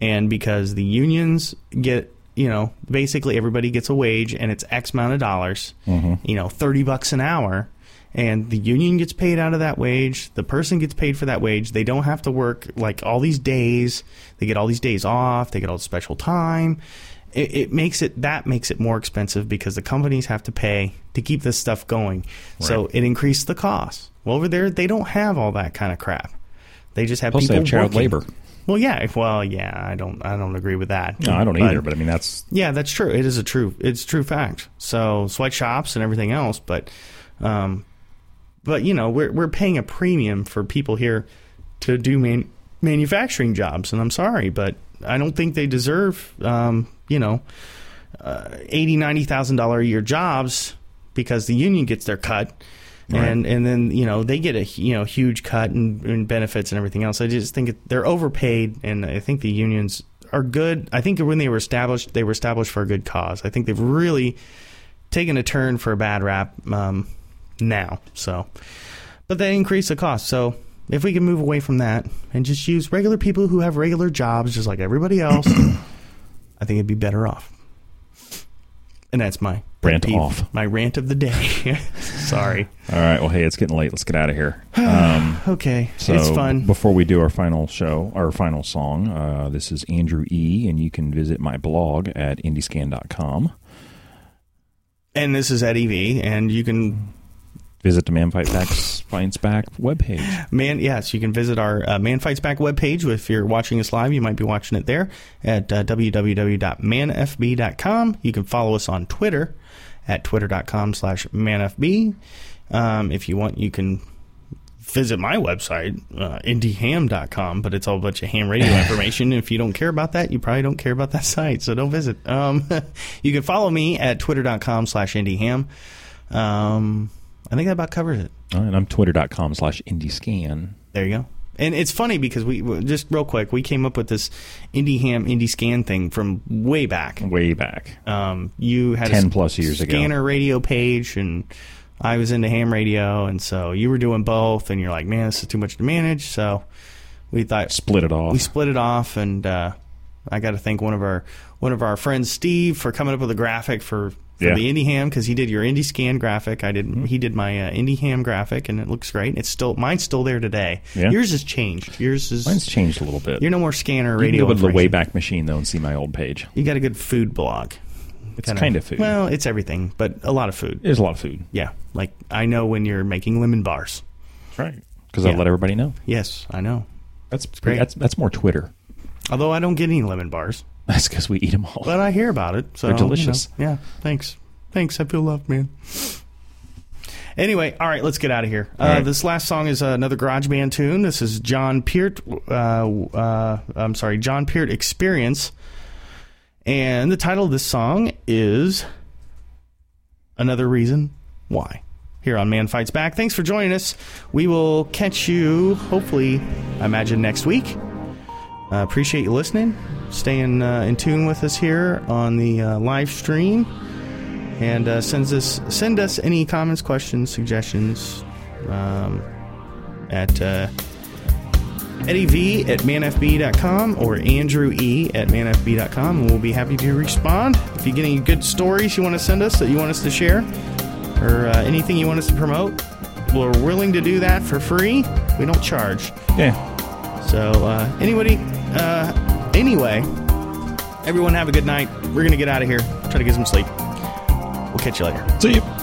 [SPEAKER 4] and because the unions get you know basically everybody gets a wage and it's X amount of dollars,
[SPEAKER 1] Mhm.
[SPEAKER 4] you know, thirty bucks an hour. And the union gets paid out of that wage. The person gets paid for that wage. They don't have to work like all these days. They get all these days off. They get all the special time. It, it makes it that makes it more expensive because the companies have to pay to keep this stuff going. So it increased the cost. Well, over there they don't have all that kind of crap. They just have
[SPEAKER 1] Plus, they
[SPEAKER 4] people
[SPEAKER 1] have child
[SPEAKER 4] working.
[SPEAKER 1] labor.
[SPEAKER 4] Well, yeah. if- Well, yeah. I don't. I don't agree with that.
[SPEAKER 1] No, I don't either, but I mean, that's
[SPEAKER 4] yeah, that's true. It is a true. It's a true fact. So sweatshops and everything else, but, um, but you know, we're we're paying a premium for people here to do man, manufacturing jobs, and I'm sorry, but I don't think they deserve, um, you know, uh, eighty ninety thousand dollar a year jobs because the union gets their cut.
[SPEAKER 1] Right.
[SPEAKER 4] And and then you know they get a you know huge cut and, and benefits and everything else. I just think it- they're overpaid, and I think the unions are good. I think when they were established, they were established for a good cause. I think they've really taken a turn for a bad rap um, now. So, but they increase the cost. So if we can move away from that and just use regular people who have regular jobs, just like everybody else, I think it'd be better off. And that's my
[SPEAKER 1] Rant
[SPEAKER 4] peeve-
[SPEAKER 1] off.
[SPEAKER 4] My rant of the day. Sorry.
[SPEAKER 1] All right. Well, hey, it's getting late. Let's get out of here. Um,
[SPEAKER 4] Okay,
[SPEAKER 1] So
[SPEAKER 4] it's fun.
[SPEAKER 1] Before we do our final show, our final song, uh, this is Andrew E., and you can visit my blog at indiescan.com.
[SPEAKER 4] And this is at EV, and you can
[SPEAKER 1] Visit the Man Fight Back's Finds Back webpage.
[SPEAKER 4] man. Yes, you can visit our uh, Man Fights Back webpage. If you're watching us live, you might be watching it there at uh, www.manfb.com. You can follow us on Twitter at twitter.com/manfb. Um, if you want, you can visit my website uh, indieham.com but it's all a bunch of ham radio information if you don't care about that you probably don't care about that site so don't visit um, you can follow me at twitter.com slash indieham um, i think that about covers it
[SPEAKER 1] Uh, and I'm twitter.com slash indiescan.
[SPEAKER 4] there you go. And it's funny because we w- just real quick we came up with this indie ham indie scan thing from way back.
[SPEAKER 1] Way back.
[SPEAKER 4] Um, you had a
[SPEAKER 1] 10
[SPEAKER 4] s-
[SPEAKER 1] plus years ago.
[SPEAKER 4] scanner radio page, and I was into ham radio, and so you were doing both, and you're like, man, this is too much to manage. So we thought
[SPEAKER 1] split it off.
[SPEAKER 4] We split it off, and uh, I got to thank one of our one of our friends, Steve, for coming up with a graphic for. For
[SPEAKER 1] Yeah.
[SPEAKER 4] the indie ham because he did your indie scan graphic i did he did my uh, indie ham graphic and it looks great it's still mine's still there today
[SPEAKER 1] Yeah.
[SPEAKER 4] Yours has changed. Yours is
[SPEAKER 1] Mine's changed a little bit.
[SPEAKER 4] You're no more scanner
[SPEAKER 1] You can
[SPEAKER 4] radio.
[SPEAKER 1] go to the
[SPEAKER 4] information.
[SPEAKER 1] Wayback Machine, though, and see my old page.
[SPEAKER 4] You got a good food blog.
[SPEAKER 1] It's kind of food.
[SPEAKER 4] Well, it's everything, but a lot of food.
[SPEAKER 1] There's a lot of food.
[SPEAKER 4] Yeah, like I know when you're making lemon bars.
[SPEAKER 1] That's right. Because I
[SPEAKER 4] Yeah.
[SPEAKER 1] let everybody know.
[SPEAKER 4] Yes, I know.
[SPEAKER 1] That's pretty. That's, that's more Twitter.
[SPEAKER 4] Although I don't get any lemon bars,
[SPEAKER 1] That's because we eat them all.
[SPEAKER 4] but I hear about it. So
[SPEAKER 1] They're
[SPEAKER 4] you know,
[SPEAKER 1] delicious.
[SPEAKER 4] yeah, thanks, thanks. I feel loved, man. Anyway, all right, let's get out of here. Uh,
[SPEAKER 1] All right.
[SPEAKER 4] This last song is uh, another Garage Band tune. This is John Peart. Uh, uh, I'm sorry, John Peart Experience, and the title of this song is "Another Reason Why." Here on Man Fights Back. Thanks for joining us. We will catch you hopefully, I imagine next week. Uh, appreciate you listening, staying uh, in tune with us here on the uh, live stream, and uh, sends us send us any comments, questions, suggestions um, at uh, Eddie V at manfb.com or Andrew E at manfb.com, and we'll be happy to respond. If you get any good stories you want to send us that you want us to share, or uh, anything you want us to promote, we're willing to do that for free. We don't charge.
[SPEAKER 1] Yeah.
[SPEAKER 4] So, uh, anybody, uh, anyway, everyone have a good night. We're going to get out of here, try to get some sleep. We'll catch you later.
[SPEAKER 1] See you.